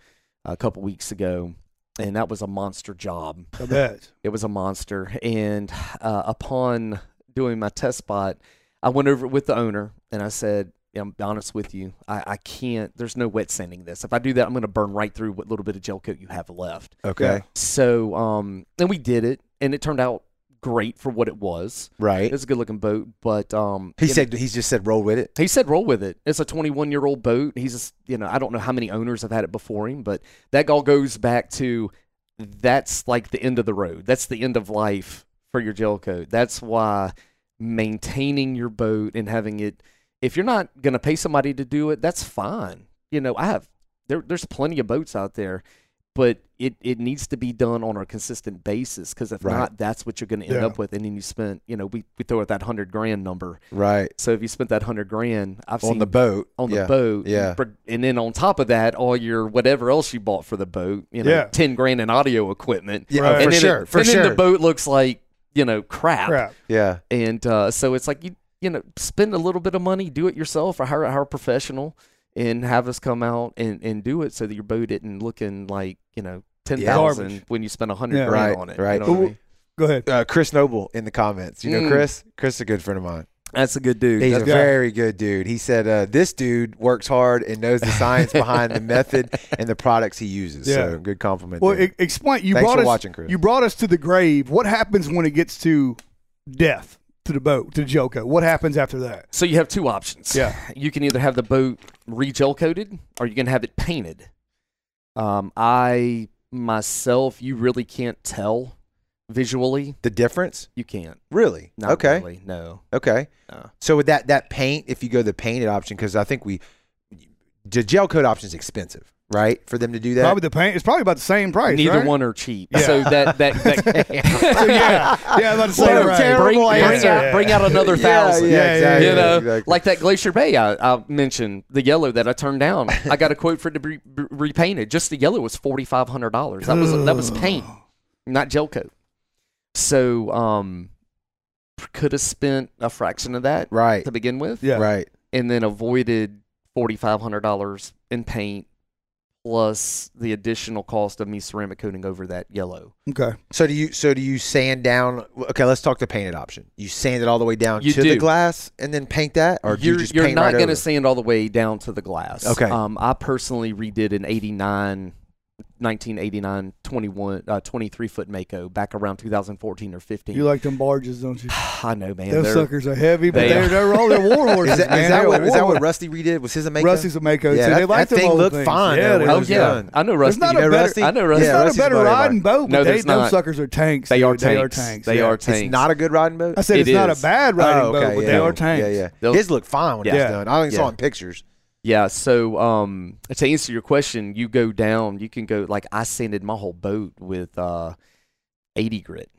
S3: a couple weeks ago, and that was a monster job.
S2: I bet.
S3: It was a monster. And uh, upon doing my test spot, I went over it with the owner and I said, I'm honest with you. I, I can't, there's no wet sanding this. If I do that, I'm going to burn right through what little bit of gel coat you have left.
S1: Okay.
S2: Yeah.
S3: So, um, and we did it, and it turned out great for what it was.
S1: Right.
S3: It's a good looking boat, but um,
S1: He
S3: you know-
S1: said he's just said roll with it.
S3: he said roll with it. It's a 21 year old boat. He's just, you know, I don't know how many owners have had it before him, but that all goes back to that's like the end of the road. That's the end of life for your gel coat. That's why maintaining your boat and having it, if you're not going to pay somebody to do it, that's fine. You know, I have, there, there's plenty of boats out there. but it, it needs to be done on a consistent basis because if
S1: Right.
S3: not, that's what you're going to end
S2: Yeah.
S3: up with. And then you spent, you know, we, we throw out that hundred grand number.
S1: Right.
S3: So if you spent that hundred grand, I've
S1: On
S3: seen
S1: the boat.
S3: on the
S1: yeah.
S3: boat,
S1: Yeah.
S3: br- and then on top of that, all your whatever else you bought for the boat, you know,
S2: Yeah.
S3: ten grand in audio equipment,
S1: Yeah,
S2: Right.
S1: for
S3: and then it-
S1: sure. for
S3: and
S1: sure.
S3: then the boat looks like you know crap,
S2: Crap.
S1: yeah.
S3: and uh, so it's like you you know spend a little bit of money, do it yourself, or hire hire a professional, and have us come out and, and do it so that your boat isn't looking like you know ten thousand
S2: Garbage.
S3: when you spend a hundred
S2: Yeah.
S3: grand
S1: Right,
S3: on it,
S1: right.
S3: You know what I
S2: Who-
S3: mean?
S2: Go ahead.
S1: Uh, Chris Noble in the comments. You know
S3: Mm.
S1: Chris? Chris is a good friend of mine.
S3: That's a good dude.
S1: He's a
S3: That's-
S2: guy.
S1: very good dude. He said, uh, "This dude works hard and knows the science behind the method and the products he uses."
S2: Yeah.
S1: So, good compliment.
S2: Well,
S1: there.
S2: e- explain. You
S1: Thanks
S2: brought
S1: for
S2: us.
S1: watching, Chris.
S2: You brought us to the grave. What happens when it gets to death to the boat to Joko? What happens after that?
S3: So you have two options.
S2: Yeah.
S3: You can either have the boat re-gel coated or you can have it painted. Um, I myself, you really can't tell visually.
S1: the difference,
S3: You can't.
S1: really?
S3: Not
S1: okay,
S3: really, no.
S1: okay.
S3: Uh.
S1: so with that that paint, if you go the painted option, because I think we the gel coat option is expensive, right? For them to do that,
S2: Probably the paint. It's probably about the same price.
S3: Neither
S2: right?
S3: one are cheap.
S2: Yeah.
S3: So that that, that
S2: So, yeah, yeah. I'm about to say
S1: What a
S2: right.
S1: terrible
S3: bring, bring
S1: answer.
S3: out bring out another
S1: Yeah,
S3: thousand.
S1: Yeah,
S2: Yeah,
S1: exactly.
S3: you know,
S1: exactly.
S3: like that Glacier Bay I, I mentioned, the yellow that I turned down. I got a quote for it to be re- repainted. Just the yellow was forty five hundred dollars. That was that was paint, not gel coat. So um, could have spent a fraction of that
S1: right,
S3: to begin with,
S2: Yeah.
S1: right.
S3: and then avoided forty five hundred dollars in paint plus the additional cost of me ceramic coating over that yellow.
S2: Okay.
S1: So do you? So do you sand down? Okay, let's talk the painted option. You sand it all the way down
S3: You
S1: to the
S3: do.
S1: glass and then paint that, or do
S3: you're,
S1: you just
S3: you're
S1: paint
S3: not
S1: right
S3: going to
S1: over?
S3: sand all the way down to the glass.
S1: Okay.
S3: Um, I personally redid an 89, 1989, 21, uh, 23 foot Mako back around 2014 or 15.
S2: You like them barges, don't you?
S3: I know, man.
S2: Those
S3: They're-
S2: suckers are heavy, but
S3: they
S2: they're,
S3: are.
S2: they're all they're war horses.
S1: Is that,
S2: man.
S1: is that
S2: They're
S1: what,
S2: war
S1: is that what
S2: horses.
S1: Rusty redid? Was his a makeup?
S2: Rusty's a Mako?
S1: Yeah,
S2: so they
S1: that-
S2: like
S1: that
S2: them
S1: thing
S2: old
S1: looked
S2: things.
S1: fine,
S2: Yeah,
S1: though,
S2: they
S1: when it
S3: oh,
S2: look
S1: was
S3: yeah.
S1: done.
S3: I know Rusty.
S2: not a
S3: You know
S2: better-
S3: Rusty. I know Rusty.
S1: Yeah,
S2: There's not
S1: Rusty's
S2: a better
S1: buddy of
S2: riding
S1: mine.
S2: boat.
S3: No,
S2: but they,
S3: there's
S2: them
S3: not.
S2: suckers are tanks.
S3: They are
S2: dude. They are
S3: tanks.
S2: tanks.
S3: They
S2: yeah.
S3: are
S1: It's
S3: tanks.
S1: not a good riding boat.
S2: I said
S3: It
S2: it's not a
S3: is.
S2: bad
S3: Oh,
S2: riding boat, but they are tanks.
S1: Yeah, yeah.
S3: They'll-
S1: His looked fine when it was
S2: Yeah.
S1: done. I only saw
S3: Yeah.
S1: in pictures.
S3: Yeah. So um, to answer your question, you go down. You can go like I sanded my whole boat with uh, 80 grit,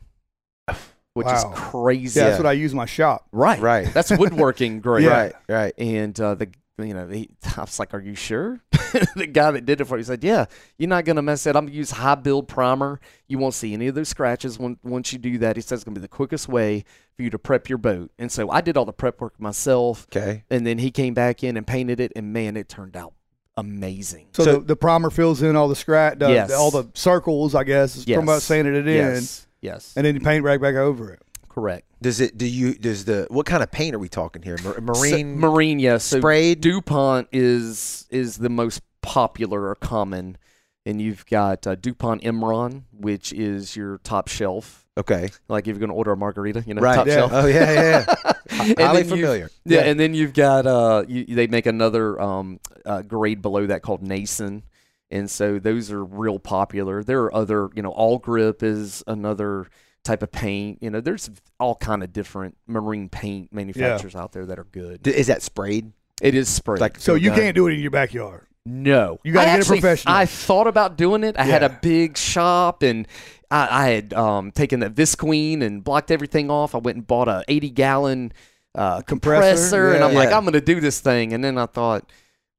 S3: which is
S2: Wow.
S3: crazy.
S2: Yeah,
S1: Yeah.
S2: that's what I use in my shop.
S3: Right.
S1: Right.
S3: That's woodworking grade.
S2: Yeah.
S1: Right, right.
S3: And uh, the you know he, I was like, "Are you sure?" the guy that did it for me said, "Yeah, you're not gonna mess it. I'm gonna use high build primer. You won't see any of those scratches when, once you do that." He says it's gonna be the quickest way for you to prep your boat. And so I did all the prep work myself,
S1: Okay.
S3: and then he came back in and painted it, and man, it turned out amazing.
S2: So,
S1: So-
S2: the, the primer fills in all the scratch, the,
S3: Yes.
S2: all the circles, I guess, is from
S3: Yes.
S2: about sanding it in,
S3: yes, yes,
S2: and then you paint right back over it.
S3: correct.
S1: Does it? Do you? Does the? What kind of paint are we talking here? Mar-
S3: So-
S1: Marine
S3: marine, yes. So
S1: sprayed.
S3: Dupont is is the most popular or common, and you've got uh, Dupont Imron, which is your top shelf.
S1: okay.
S3: Like if you're going to order a margarita, you know,
S1: Right.
S3: top
S2: yeah.
S3: shelf.
S1: Oh yeah, yeah. yeah.
S3: And
S1: Highly
S3: then you-
S1: familiar.
S3: Yeah,
S2: Yeah.
S3: and then you've got uh, you, they make another um, uh, grade below that called Nason, and so those are real popular. There are other, you know, All Grip is another type of paint. You know, there's all kind of different marine paint manufacturers out there that are good.
S1: D- Is that sprayed?
S3: It is spray.
S1: Like
S2: So you
S1: done?
S2: can't do it in your backyard.
S3: No,
S2: You gotta
S3: I
S2: get a
S3: actually-
S2: professional.
S3: I thought about doing it. I had a
S2: Yeah.
S3: big shop, and I, I had um, taken that Visqueen and blocked everything off. I went and bought a 80 gallon uh, compressor,
S2: Compressor, yeah.
S3: and
S2: Mm.
S3: I'm like,
S1: Yeah.
S3: I'm gonna do this thing. And then I thought,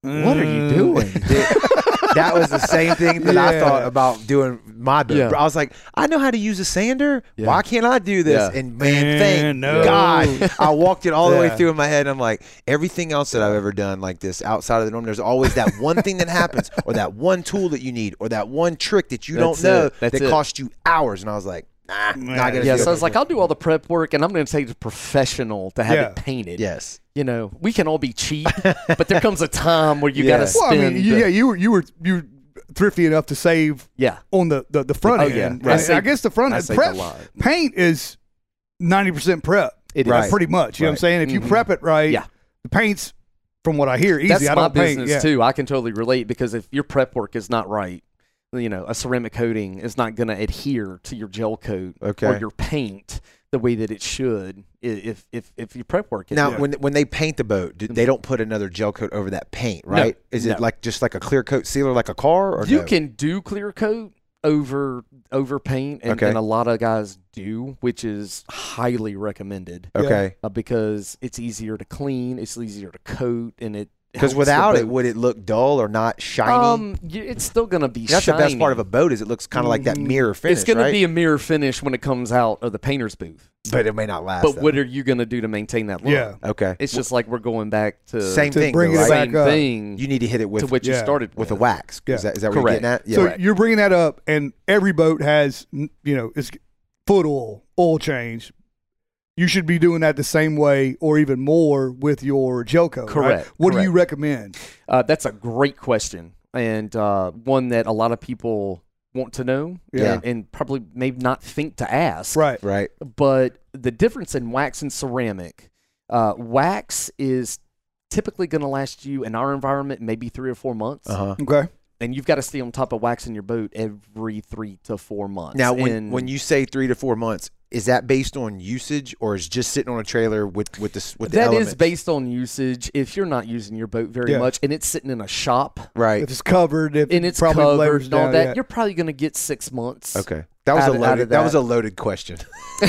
S3: what are you doing?
S1: that was the same thing that I
S2: Yeah.
S1: thought about doing my boat.
S3: Yeah.
S1: I was like, I know how to use a sander.
S3: Yeah.
S1: Why can't I do this?
S3: Yeah.
S1: And man,
S2: Man,
S1: thank
S2: no.
S1: God, I walked it all the way
S2: Yeah.
S1: through in my head. And I'm like, everything else that I've ever done like this outside of the norm, there's always that one thing that happens, or that one tool that you need, or that one trick that you
S3: That's
S1: don't know
S3: it. That's
S1: that
S3: it.
S1: costs you hours. And I was like, nah, not gonna
S3: yeah,
S1: do
S3: so I
S1: it.
S3: was like, I'll do all the prep work, and I'm gonna take a professional to have
S2: Yeah.
S3: it painted.
S1: yes,
S3: You know, we can all be cheap, but there comes a time where you
S1: Yeah.
S3: gotta
S2: Well,
S3: spend.
S2: I mean, you,
S3: the-
S2: yeah, you were you were you were thrifty enough to save
S3: yeah,
S2: on the the, the front
S3: Oh,
S2: end.
S3: yeah.
S2: And
S3: Right.
S2: I,
S3: I saved-
S2: guess the front
S3: I
S2: end
S3: saved a
S2: prep
S3: lot.
S2: paint is ninety percent prep.
S3: It
S1: Right.
S2: Uh, pretty much. You know what I'm
S1: Right.
S2: saying? If you prep it right,
S3: Mm-hmm. Yeah.
S2: the paint's from what I hear easy.
S3: That's
S2: I
S3: my
S2: don't paint.
S3: business
S2: yeah.
S3: too. I can totally relate because if your prep work is not right, you know, a ceramic coating is not going to adhere to your gel coat
S1: Okay.
S3: or your paint the way that it should i- if if if you prep work it.
S1: Now,
S2: Yeah.
S1: when when they paint the boat, do, they don't put another gel coat over that paint, right? Is it
S3: no.
S1: like just like a clear coat sealer, like a car, or
S3: you
S1: no?
S3: can do clear coat over over paint and,
S1: Okay.
S3: and a lot of guys do, which is highly recommended.
S1: okay?
S3: uh, because it's easier to clean, it's easier to coat, and it
S1: Because
S3: helps the
S1: without it,
S3: boat.
S1: would it look dull or not shiny?
S3: um, y- it's still gonna be
S1: That's
S3: shiny. Mm.
S1: the best part of a boat is it looks kind of like that
S2: Mhm.
S1: mirror finish,
S3: it's gonna
S1: right?
S3: be a mirror finish when it comes out of the painter's booth.
S1: but it may not last.
S3: But
S1: though.
S3: what are you gonna do to maintain that look?
S2: Yeah.
S1: okay,
S3: it's just like we're going back to
S1: same
S2: to
S1: thing.
S2: bring
S1: though, right?
S2: it back
S3: same
S2: up.
S3: thing
S1: You need to hit it with
S3: to what you
S2: Yeah.
S3: started
S1: with
S3: with.
S1: a wax.
S2: Yeah.
S1: Is that is that what you're getting at? Yeah.
S2: so
S1: Right.
S2: you're bringing that up, and every boat has, n- you know, it's foot oil, oil change. You should be doing that the same way or even more with your gel coat. right?
S3: Correct,
S2: What do
S3: correct.
S2: you recommend?
S3: Uh, that's a great question and uh, one that a lot of people want to know
S1: Yeah.
S3: and, and probably maybe not think to ask.
S2: Right.
S1: Right.
S3: but the difference in wax and ceramic, uh, wax is typically going to last you in our environment maybe three or four months,
S1: Uh huh.
S2: Okay.
S3: and you've got to stay on top of wax in your boat every three to four months.
S1: Now, when
S3: And
S1: when you say three to four months, is that based on usage or is just sitting on a trailer with with this with the
S3: that
S1: elements?
S3: is based on usage. If you're not using your boat very
S2: Yeah.
S3: much and it's sitting in a shop
S1: right.
S2: If it's covered, if
S3: and it's
S2: probably
S3: covered
S2: layers
S3: and all
S2: down,
S3: that,
S2: yeah.
S3: you're probably going to get six months.
S1: Okay. That was
S3: out
S1: a
S3: of- out
S1: loaded that.
S3: of
S1: was
S3: that.
S1: a loaded question.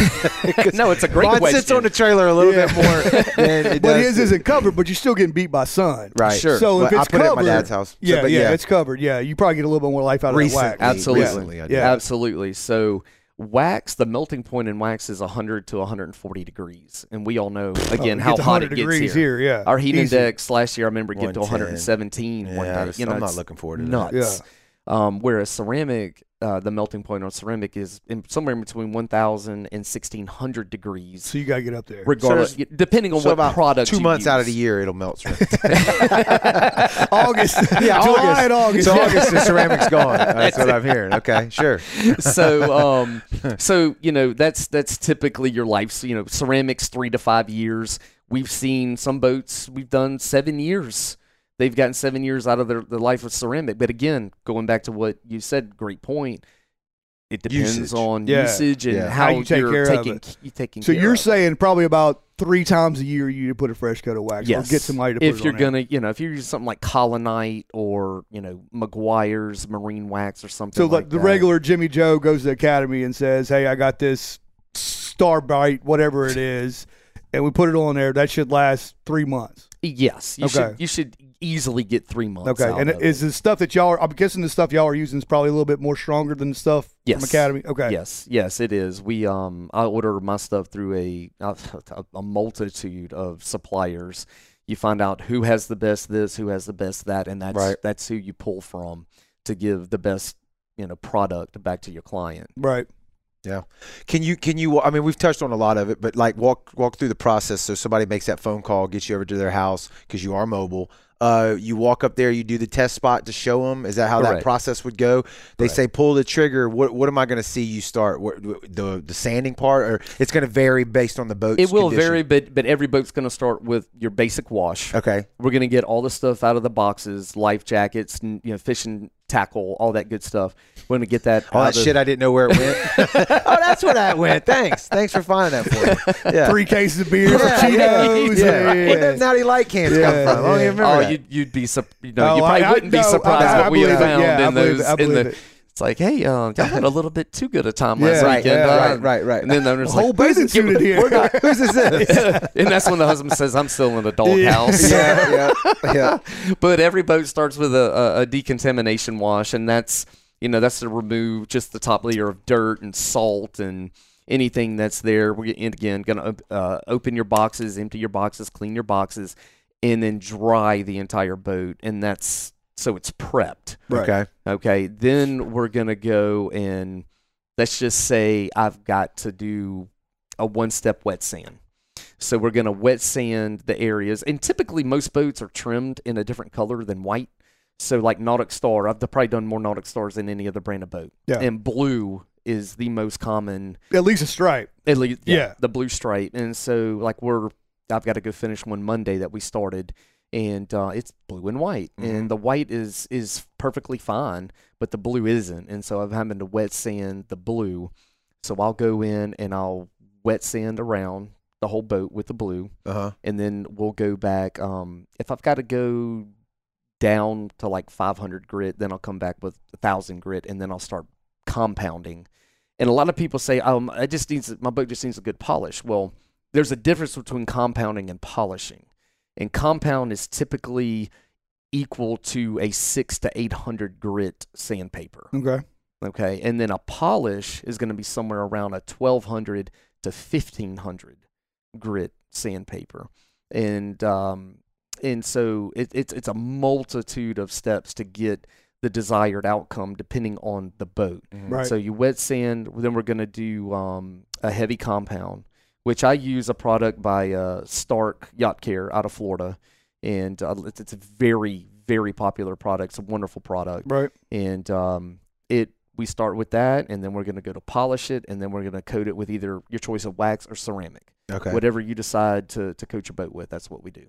S3: no, it's a great
S1: Mine
S3: question.
S1: sits on the trailer a little bit more than it
S2: But
S1: does-
S2: his isn't covered, but you're still getting beat by sun.
S1: Right.
S3: Sure.
S2: So if
S1: Well,
S2: it's
S1: I put it at
S2: covered,
S1: my dad's house. So,
S2: Yeah,
S1: but
S2: yeah,
S1: yeah.
S2: it's covered. Yeah, you probably get a little bit more life out
S1: Recently.
S2: of that wax.
S3: Absolutely.
S1: Recently, I did.
S2: Yeah.
S3: Absolutely. So wax, the melting point in wax is 100 to 140 degrees, and we all know
S1: Oh,
S3: again
S2: It
S3: how
S2: gets
S3: hot
S2: 100
S3: it gets
S2: degrees
S3: here.
S2: here. Yeah.
S3: Our heat
S2: Easy.
S3: index last year, I remember, get to 117 one
S1: Yeah,
S3: day.
S1: it's-
S3: You know,
S1: I'm not
S3: it's
S1: looking forward to that.
S3: nuts. Um, whereas ceramic, uh, the melting point on ceramic is in somewhere between 1,000 and 1,600 degrees,
S2: So you gotta get up there.
S3: regardless,
S1: So
S3: depending on
S1: So
S3: what
S1: about
S3: product
S1: two
S3: you
S1: months out of the
S3: use.
S1: year, it'll melt. Right?
S2: August. yeah,
S1: August.
S2: July and August.
S1: so August, the ceramic's gone. That's what I'm hearing. Okay, sure.
S3: so um so you know that's that's typically your life so, you know ceramics three to five years we've seen some boats we've done seven years they've gotten seven years out of their the life of ceramic but again going back to what you said great point it depends
S1: Usage.
S3: on
S2: Yeah.
S3: usage and
S1: Yeah.
S3: how,
S2: How you take
S3: are
S2: care of
S3: taking
S2: it.
S3: you taking
S2: So
S3: care
S2: you're
S3: of it.
S2: saying probably about three times a year you need to put a fresh coat of wax
S3: Yes.
S2: or get somebody to put
S3: if
S2: it
S3: you're
S2: on there.
S3: gonna, you know, if you're using something like Colonite or you know McGuire's Marine Wax or something.
S2: So
S3: like
S2: like the
S3: that.
S2: regular Jimmy Joe goes to the academy and says, "Hey, I got this Starbite, whatever it is," and we put it on there. That should last three months.
S3: yes, you
S2: Okay.
S3: should you should easily get three months.
S2: Okay,
S3: out
S2: and
S3: of it.
S2: is the stuff that y'all are? I'm guessing the stuff y'all are using is probably a little bit more stronger than the stuff
S3: Yes.
S2: from academy. Okay,
S3: Yes, yes, it is. We um, I order my stuff through a a, a multitude of suppliers. You find out who has the best this, who has the best that, and that's
S1: Right.
S3: that's who you pull from to give the best you know product back to your client.
S2: right.
S1: Can you can you? I mean, we've touched on a lot of it, but like walk walk through the process. So somebody makes that phone call, gets you over to their house because you are mobile. Uh, you walk up there, you do the test spot to show them. Is that how that
S3: Correct.
S1: process would go? They
S3: Correct.
S1: say pull the trigger. What what am I going to see you start? What, the the sanding part, or it's going to vary based on the boat.
S3: It will vary, but but every boat's going to start with your basic wash.
S1: Okay,
S3: We're going to get all the stuff out of the boxes, life jackets, n- you know, fishing tackle, all that good stuff. We're going to get that
S1: all
S3: out
S1: that
S3: of-
S1: shit I didn't know where it went. oh, that's where that went. Thanks, thanks for finding that for me. Yeah.
S2: Three cases of beer,
S1: Yeah,
S2: some
S1: yeah,
S2: Cheetos.
S1: yeah.
S2: and-
S1: Where them Natty Light cans come
S2: Yeah,
S1: from? I don't
S2: yeah.
S1: even remember
S3: Oh,
S1: that.
S3: you'd, you'd be sur- you know,
S2: Oh,
S3: you probably
S2: I- I-
S3: wouldn't
S2: no,
S3: be surprised
S2: I- I
S3: what we
S2: believe
S3: have
S2: it.
S3: found
S2: Yeah, I
S3: in
S2: believe
S3: those.
S2: it. I
S3: in
S2: believe
S3: the,
S2: it.
S3: it's like, hey, uh, y'all had a little bit too good a time last
S2: Yeah,
S3: weekend,
S1: yeah,
S3: uh,
S1: right, right, right.
S3: And then the owner's
S2: Whole
S3: like,
S2: boat included here.
S1: We're not- who's this? is?
S3: and that's when the husband says, "I'm still in the doghouse."
S1: yeah, yeah, yeah.
S3: but every boat starts with a, a, a decontamination wash, and that's you know that's to remove just the top layer of dirt and salt and anything that's there. We're and again gonna uh, open your boxes, empty your boxes, clean your boxes, and then dry the entire boat, and that's so it's prepped.
S2: Right.
S1: Okay.
S3: Okay, then we're gonna go and let's just say I've got to do a one step wet sand. So we're gonna wet sand the areas, and typically most boats are trimmed in a different color than white. So like Nautic Star, I've probably done more Nautic Stars than any other brand of boat.
S2: Yeah.
S3: And blue is the most common,
S2: At least a stripe.
S3: at least
S2: Yeah.
S3: the blue stripe. And so like we're I've got to go finish one Monday that we started, and uh, it's blue and white, and the white is is perfectly fine, but the blue isn't, and so I'm having to wet sand the blue. So I'll go in and I'll wet sand around the whole boat with the blue,
S1: Uh-huh.
S3: and then we'll go back. Um, if I've got to go down to like 500 grit, then I'll come back with 1,000 grit, and then I'll start compounding. And a lot of people say, um, I just needs my boat just needs a good polish. Well, there's a difference between compounding and polishing, and compound is typically equal to a six to 800 grit sandpaper.
S2: Okay.
S3: Okay. And then a polish is going to be somewhere around a 1200 to 1500 grit sandpaper. And, um, and so it, it's, it's a multitude of steps to get the desired outcome depending on the boat.
S2: Right.
S3: So you wet sand, then we're going to do um, a heavy compound, which I use a product by uh, Stark Yacht Care out of Florida. And uh, it's, it's a very, very popular product. It's a wonderful product
S2: right.
S3: and um, it we start with that and then we're going to go to polish it and then we're going to coat it with either your choice of wax or ceramic
S1: Okay.
S3: whatever you decide to, to coat your boat with that's what we do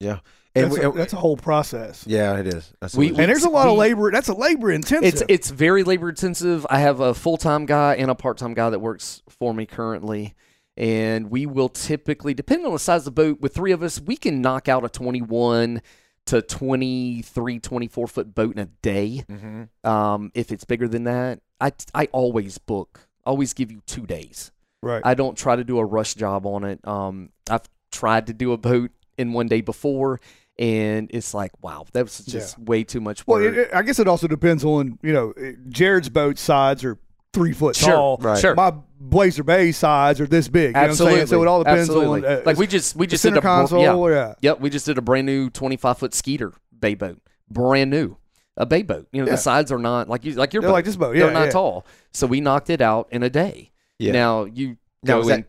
S1: and
S2: That's,
S1: we-
S2: a, that's a whole process.
S1: yeah, it is. That's what
S3: We-
S1: it is.
S2: And there's a lot of
S3: we-
S2: labor. That's a labor intensive.
S3: it's it's very labor intensive i have a full-time guy and a part-time guy that works for me currently and we will typically depending on the size of the boat with three of us we can knock out a 21 to 23 24 foot boat in a day
S1: Mhm.
S3: um, if it's bigger than that i i always book always give you two days
S2: right.
S3: I don't try to do a rush job on it. Um, I've tried to do a boat in one day before, and it's like, wow, that was just way too much
S2: well,
S3: work.
S2: it, it- I guess it also depends on you know it- Jared's boat sides are three foot
S3: Sure,
S2: tall.
S1: right.
S3: sure.
S2: My Blazer Bay sides are this big. You know what I'm saying?
S3: Absolutely.
S2: So it all depends
S3: Absolutely.
S2: on uh,
S3: like we just we
S2: the
S3: just did
S2: center
S3: a br-
S2: console.
S3: yeah.
S2: yeah.
S3: Yep, we just did a brand new 25 foot Skeeter bay boat, brand new, a bay boat. You know,
S2: Yeah.
S3: the sides are not like you like your
S2: They're
S3: boat.
S2: like this boat.
S3: They're
S2: Yeah,
S3: not
S2: yeah.
S3: tall, so we knocked it out in a day.
S1: Yeah.
S3: Now you
S1: Now,
S3: go
S1: is that-
S3: and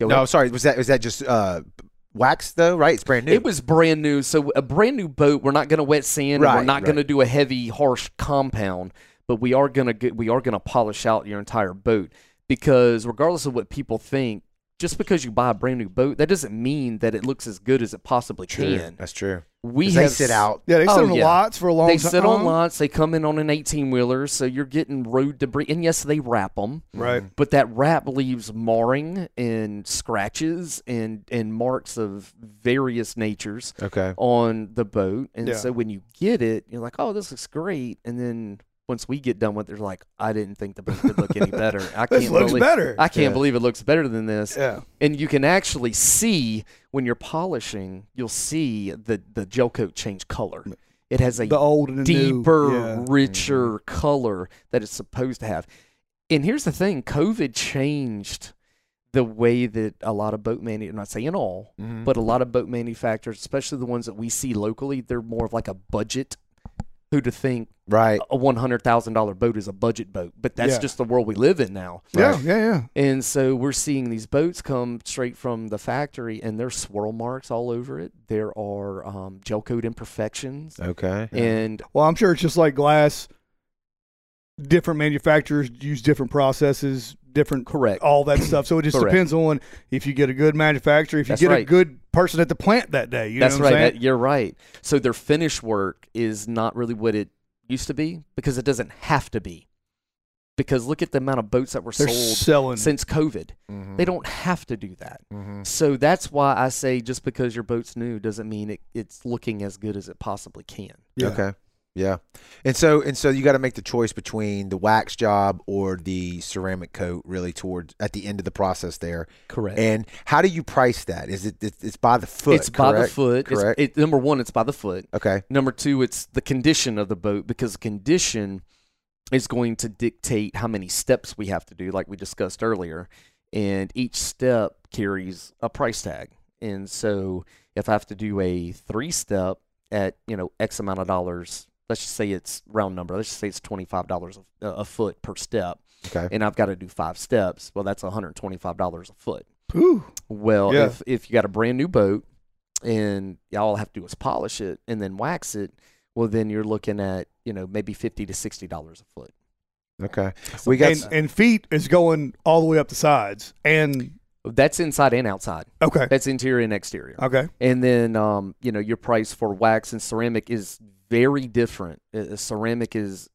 S3: go
S1: No, sorry. Was that was that just uh, wax though? Right, it's brand new.
S3: It was brand new. So a brand new boat. We're not going to wet sand. and we're
S1: Right,
S3: not going to
S1: right.
S3: do a heavy, harsh compound. But we are going to we are going to polish out your entire boat because regardless of what people think, just because you buy a brand new boat, that doesn't mean that it looks as good as it possibly
S1: true.
S3: can.
S1: That's true.
S3: We
S1: 'Cause they
S3: have
S1: sit
S3: s-
S1: out.
S2: Yeah, they sit
S3: Oh,
S2: on
S3: yeah.
S2: lots for a long Uh-huh.
S3: They
S2: time.
S3: sit on lots. They come in on an eighteen wheeler, so you're getting road debris. And yes, they wrap them
S2: Right.
S3: but that wrap leaves marring and scratches and and marks of various natures
S1: Okay.
S3: on the boat and
S2: Yeah.
S3: so when you get it you're like oh this looks great and then once we get done with it they're like i didn't think the boat could look any better i
S2: This
S3: can't
S2: looks
S3: believe
S2: better.
S3: i can't
S1: Yeah.
S3: believe it looks better than this
S2: yeah.
S3: and you can actually see when you're polishing you'll see the the gel coat change color it has a
S2: The old and the new.
S3: deeper,
S2: Yeah.
S3: richer color that it's supposed to have. And here's the thing: COVID changed the way that a lot of boat manu I'm not saying all,
S2: Mm-hmm.
S1: Mhm.
S3: but a lot of boat manufacturers, especially the ones that we see locally, they're more of like a budget. Who to think
S1: Right.
S3: a one hundred thousand dollar boat is a budget boat? But that's
S2: Yeah.
S3: just the world we live in now.
S2: Yeah, yeah, yeah.
S3: And so we're seeing these boats come straight from the factory, and there's swirl marks all over it. There are um, gel coat imperfections,
S1: Okay.
S3: and
S2: Well, I'm sure it's just like glass. Different manufacturers use different processes, different
S3: correct.
S2: all that stuff. So it just
S3: Correct.
S2: depends on if you get a good manufacturer, if you
S3: That's
S2: get a
S3: right.
S2: good person at the plant that day. You
S3: That's
S2: know what
S3: right.
S2: I'm saying?
S3: That- you're right. So their finish work is not really what it used to be because it doesn't have to be. Because look at the amount of boats that were
S2: They're Mm-hmm.
S3: sold
S2: selling.
S3: since COVID.
S1: Mhm.
S3: They don't have to do that.
S2: Mm-hmm.
S1: Mhm.
S3: So that's why I say just because your boat's new doesn't mean it, it's looking as good as it possibly can.
S2: Yeah.
S1: Okay. Yeah. And so and so you got to make the choice between the wax job or the ceramic coat really towards at the end of the process there.
S3: Correct.
S1: And how do you price that? Is it it's, it's by the foot?
S3: it's by the
S1: correct?
S3: foot. It's-
S1: Correct.
S3: it, number one, it's by the foot.
S1: Okay.
S3: Number two, it's the condition of the boat because the condition is going to dictate how many steps we have to do, like we discussed earlier. And each step carries a price tag. And so if I have to do a three step at, you know, X amount of dollars, let's just say it's round number, let's just say it's $25 a, a foot per step.
S1: Okay.
S3: And I've got to do five steps. Well, that's $125 a foot.
S2: Ooh,
S3: Well,
S2: Yeah.
S3: if if you got a brand new boat and all I have to do is polish it and then wax it, well then you're looking at, you know, maybe fifty to sixty dollars a foot.
S1: Okay. We got
S2: and, and feet is going all the way up the sides and
S3: That's inside and outside.
S2: Okay.
S3: That's interior and exterior.
S2: Okay.
S3: And then, um, you know, your price for wax and ceramic is very different. Uh, uh, ceramic is,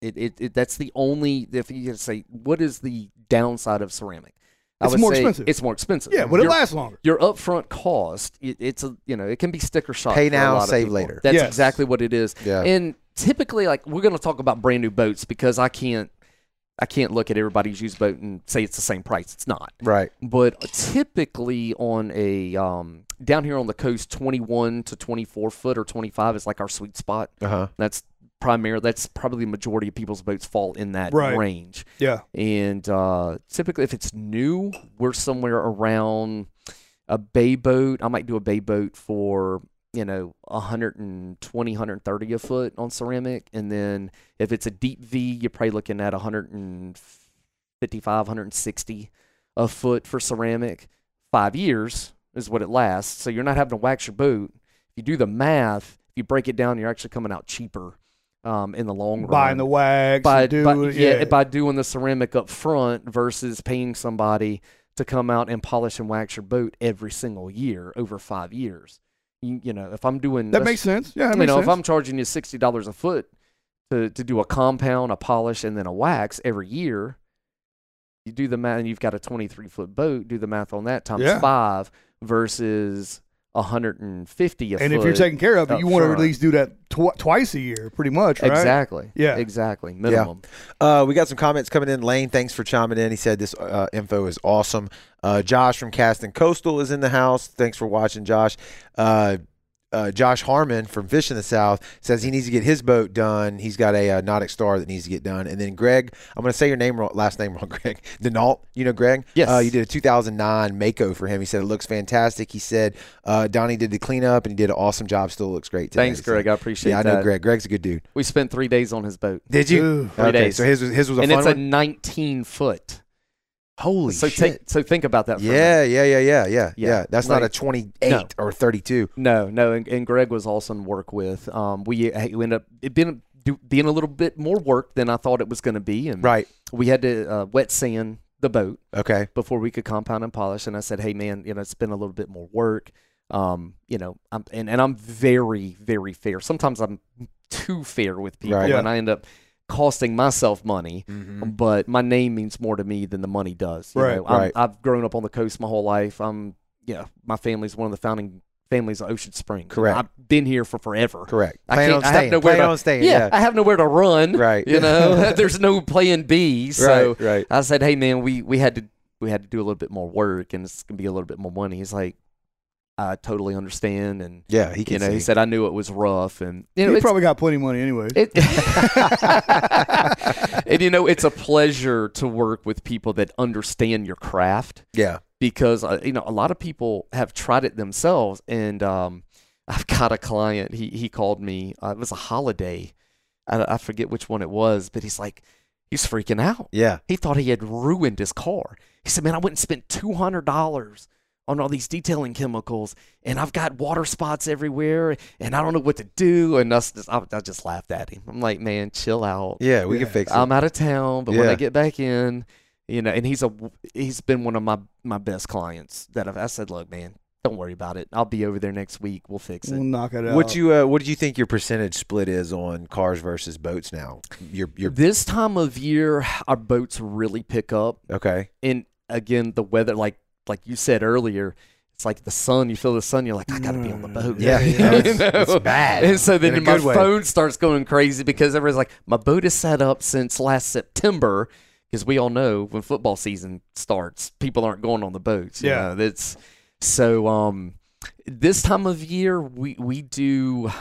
S3: it, it, it that's the only, if you could say, what is the downside of ceramic?
S2: It's more expensive.
S3: It's more expensive.
S2: Yeah, but it
S3: Your-
S2: lasts longer.
S3: Your upfront cost, it, it's a, you know, it can be sticker shock.
S4: Pay
S3: for a
S4: now,
S3: lot of
S4: save
S3: people.
S4: later.
S3: That's
S2: Yes.
S3: exactly what it is.
S4: Yeah.
S3: And typically, like we're going to talk about brand new boats because I can't, I can't look at everybody's used boat and say it's the same price. It's not
S4: Right.
S3: but typically on a um, down here on the coast 21 to 24 foot or 25 is like our sweet spot
S1: Uh huh.
S3: that's primary that's probably the majority of people's boats fall in that
S2: Right.
S3: range
S2: Yeah.
S3: and uh, typically if it's new we're somewhere around a bay boat i might do a bay boat for you know 120 130 a foot on ceramic and then if it's a deep v you're probably looking at 155 160 a foot for ceramic five years is what it lasts so you're not having to wax your boat if you do the math if you break it down you're actually coming out cheaper um, in the long run
S2: Buying the wax.
S3: by,
S2: and do
S3: by-
S2: it,
S3: yeah, by doing the ceramic up front versus paying somebody to come out and polish and wax your boat every single year over five years. You, you know, if I'm doing
S2: that
S3: let's-
S2: makes sense. Yeah. That
S3: you
S2: makes
S3: know,
S2: sense.
S3: if I'm charging you sixty dollars a foot to to do a compound, a polish, and then a wax every year, you do the math, and you've got a twenty three foot boat. Do the math on that times
S2: Yeah.
S3: five versus hundred and fifty a
S2: and
S3: foot.
S2: if you're taking care of it,
S3: up
S2: you want to at
S3: front.
S2: least do that tw- twice a year, pretty much, right?
S3: exactly,
S2: Yeah.
S3: exactly, minimum.
S1: Uh, we got some comments coming in. Lane, thanks for chiming in. He said this uh, info is awesome. Uh, Josh from Cast and Coastal is in the house. Thanks for watching, Josh. Uh, uh, Josh Harmon from Fish in the South says he needs to get his boat done. He's got a uh, Nautic Star that needs to get done. And then Greg, I'm going to say your name wrong, last name wrong, Greg. Denault, you know Greg?
S3: Yes.
S1: Uh, you did a 2009 Mako for him. He said it looks fantastic. He said uh, Donnie did the cleanup and he did an awesome job. Still looks great today.
S3: Thanks,
S1: So-
S3: Greg. I appreciate
S1: Yeah, I
S3: that.
S1: know Greg. Greg's a good dude.
S3: We spent three days on his boat.
S1: Did you?
S2: Ooh.
S3: Three
S1: okay,
S3: days.
S1: so his was his was a
S3: and
S1: fun
S3: it's
S1: one.
S3: a 19 foot.
S1: Holy
S3: so take so think about that. For a minute.
S1: yeah, yeah, yeah, yeah, yeah, Mm-hmm.
S3: Yeah,
S1: yeah. That's not a
S3: like-
S1: 28
S3: No.
S1: or 32.
S3: No, no, and, and Greg was awesome to work with. Um, we uh, we ended up it been do, being a little bit more work than I thought it was going to be, and
S1: Right.
S3: we had to uh, wet sand the boat
S1: Okay.
S3: before we could compound and polish. And I said, hey man, you know, it's been a little bit more work. Um, you know, I'm and, and I'm very very fair. Sometimes I'm too fair with people,
S1: Right.
S2: Yeah.
S3: and I end up costing myself money.
S1: Mm-hmm.
S3: but my name means more to me than the money does. you
S2: Right,
S3: know. I'm-
S1: right.
S3: I've grown up on the coast my whole life. I'm, you know, my family's one of the founding families of Ocean Spring.
S1: Correct.
S3: I've been here for forever.
S1: Correct.
S3: I
S1: Plan
S3: can't-
S1: on
S3: I have
S1: staying.
S3: nowhere
S1: Plan
S3: to-
S1: on staying.
S3: Yeah,
S1: Yeah.
S3: I have nowhere to run.
S1: Right.
S3: You know, there's no plan B. So
S1: right. Right.
S3: I said, hey man, we we had to we had to do a little bit more work, and it's gonna be a little bit more money. He's like, I totally understand, and
S1: Yeah. He can.
S3: you know, he
S1: see.
S3: said I knew it was rough, and you know,
S2: You
S3: it's-
S2: probably got plenty of money anyway.
S3: it, and you know, it's a pleasure to work with people that understand your craft
S1: yeah.
S3: because uh, you know a lot of people have tried it themselves. And um, I've got a client. He he called me. Uh, it was a holiday. I, I forget which one it was, but he's like, he's freaking out.
S1: Yeah.
S3: He thought he had ruined his car. He said, "Man, I went and spent two hundred dollars on all these detailing chemicals, and I've got water spots everywhere, and I don't know what to do." And us, I, I just laughed at him. I'm like, "Man, chill out.
S1: Yeah. um, We can
S2: Yeah.
S1: fix it.
S3: I'm out of town, but when
S1: Yeah.
S3: I get back in, you know." And he's a he's been one of my my best clients that I've. I said, "Look, man, don't worry about it. I'll be over there next week. We'll fix it."
S2: We'll knock it out.
S1: what you uh, What do you think your percentage split is on cars versus boats now? Your your
S3: This time of year, our boats really pick up.
S1: okay.
S3: and again the weather like like you said earlier it's like the sun you feel the sun you're like i gotta be on the boat
S1: Mm. Yeah.
S3: You
S1: Yeah, it's-
S3: know?
S1: it's bad.
S3: and so then
S1: In a
S3: my
S1: good way.
S3: phone starts going crazy because everyone's like my boat is set up since last september because we all know when football season starts people aren't going on the boats you
S2: Yeah.
S3: know? that's so um this time of year we we do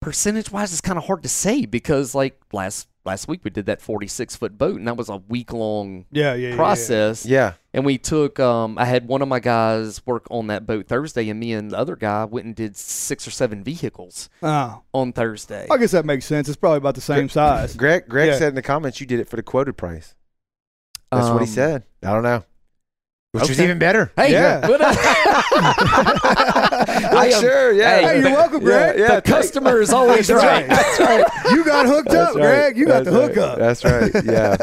S3: percentage wise it's kind of hard to say because like last last week we did that 46 foot boat and that was a week long
S2: yeah, yeah, yeah, yeah.
S3: process
S1: Yeah.
S3: and we took um i had one of my guys work on that boat thursday and me and the other guy went and did six or seven vehicles
S2: Oh,
S3: on thursday
S2: I guess that makes sense. It's probably about the same size.
S1: Greg Greg
S2: Yeah.
S1: said in the comments you did it for the quoted price. That's what he
S3: Um,
S1: said. I don't know. Which was
S3: okay.
S1: even better.
S3: hey
S2: Yeah.
S3: what up? I am-
S1: sure. Yeah.
S3: Hey,
S2: Hey, you're
S3: the-
S2: welcome, Greg.
S1: Yeah,
S3: the customer is always
S2: That's right.
S3: right,
S2: That's right. You got hooked up, Greg. You got the
S1: That's right.
S2: hookup.
S1: That's right. Yeah.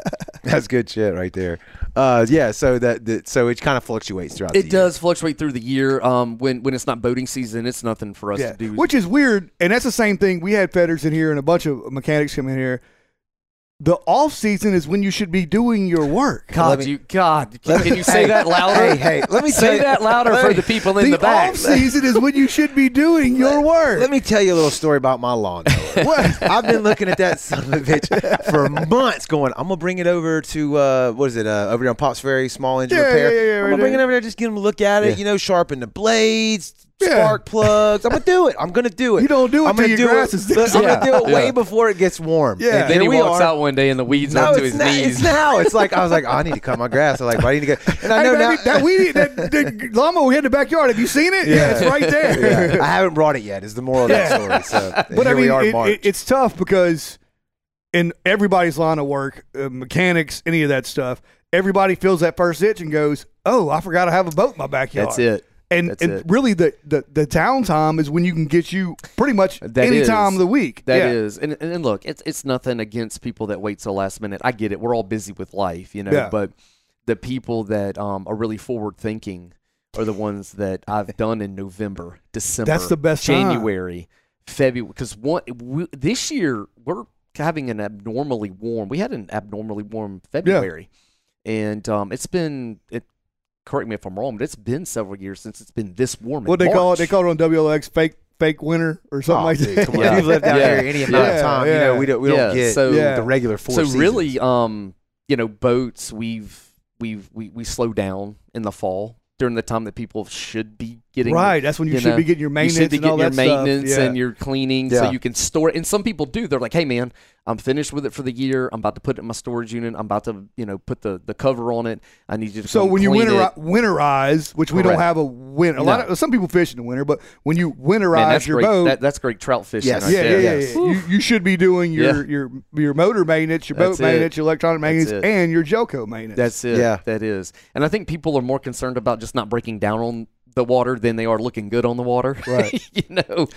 S1: That's good shit right there. Uh, yeah, so that, that so it kind of fluctuates throughout. the
S3: It
S1: year.
S3: does fluctuate through the year. Um, when when it's not boating season, it's nothing for us
S2: Yeah.
S3: to do.
S2: Which is weird, and that's the same thing. We had fetters in here and a bunch of mechanics come in here. The off season is when you should be doing your work.
S3: God,
S1: Let me-
S3: you God, can, you say
S4: Hey,
S3: that louder?
S4: Hey, hey, let me
S3: say
S4: tell-
S3: that louder for the people in the, back.
S2: off season is when you should be doing your work.
S1: Let me tell you a little story about my lawnmower.
S2: What?
S1: I've been looking at that son of a bitch for months, going, I'm gonna bring it over to uh, what is it? Uh, over there on Pops Ferry, small engine
S2: Yeah,
S1: repair.
S2: yeah, yeah,
S1: I'm
S2: right
S1: gonna bring
S2: there.
S1: it over there, just give them a look at it. You know, sharpen the blades,
S2: Yeah.
S1: spark plugs. I'm gonna do it. I'm gonna do it.
S2: You don't do it
S1: I'm
S2: till
S1: gonna
S2: your
S1: do
S2: grass
S1: it.
S2: is dead.
S1: I'm gonna do it
S3: Yeah.
S1: way
S3: Yeah.
S1: before it gets warm.
S2: Yeah.
S1: And
S3: Then
S1: here
S3: he
S1: we
S3: walks
S1: are.
S3: out one day and the weeds
S1: No,
S3: are up to
S1: it's,
S3: his
S1: now, it's
S3: knees.
S1: now. It's like I was like, oh, I need to cut my grass. I'm like, I need to go. And I
S2: Hey,
S1: know
S2: baby,
S1: now.
S2: that weed, that, that llama we had in the backyard. Have you seen it? Yeah, it's right there.
S1: Yeah. I haven't brought it yet. Is the moral of that story? So
S2: But
S1: here
S2: I mean,
S1: we are, in
S2: it-
S1: March.
S2: it- it's tough because in everybody's line of work, uh, mechanics, any of that stuff, everybody feels that first itch and goes, "Oh, I forgot I have a boat in my backyard."
S3: That's it.
S2: And,
S3: That's
S2: and
S3: it.
S2: really, the, the the downtime is when you can get you pretty much
S3: That
S2: any
S3: is.
S2: time of the week.
S3: That
S2: Yeah.
S3: is, and, and and look, it's it's nothing against people that wait till last minute. I get it. We're all busy with life, you know.
S2: Yeah.
S3: But the people that um, are really forward thinking are the ones that I've done in November, December.
S2: the best time.
S3: January, February, because one we, this year we're having an abnormally warm. We had an abnormally warm February, and um, it's been it. Correct me if I'm wrong, but it's been several years since it's been this warm. in
S2: What they call it? They
S3: March.
S2: call it on WLX fake fake winter or something
S1: Oh,
S2: like
S1: dude,
S2: that.
S1: Come on.
S3: Yeah.
S1: If you've lived out
S3: Yeah.
S1: here any amount
S2: Yeah.
S1: of time,
S2: Yeah.
S1: you know, we don't, we
S3: Yeah.
S1: don't get
S3: So-
S2: Yeah.
S1: the regular four
S3: so
S1: seasons.
S3: really um you know boats we've we've we, we slow down in the fall during the time that people should be getting
S2: Right, that's when you,
S3: you
S2: should
S3: know,
S2: be getting your
S3: you
S2: maintenance
S3: should be
S2: and all
S3: getting your
S2: that stuff.
S3: maintenance
S2: Yeah.
S3: and your cleaning
S1: Yeah.
S3: so you can store it and some people do they're like hey man i'm finished with it for the year i'm about to put it in my storage unit i'm about to you know put the the cover on it i need you to
S2: So
S3: come
S2: when you
S3: clean
S2: winterize,
S3: it.
S2: winterize, which we don't
S3: Correct.
S2: have a win, a lot
S3: No.
S2: of some people fish in the winter, but when you
S3: Man,
S2: winterize
S3: that's
S2: your
S3: great
S2: boat,
S3: that, that's great trout fishing
S1: Yes.
S3: right
S2: yeah, yeah,
S3: there
S2: yeah,
S1: Yes.
S2: yeah. You, you should be doing your your your motor maintenance, your boat
S3: That's it.
S2: maintenance, your electronic maintenance,
S3: it.
S2: and your Joco maintenance.
S3: That's it.
S1: Yeah.
S3: That is. And I think people are more concerned about just not breaking down on the water than they are looking good on the water. Right. you know.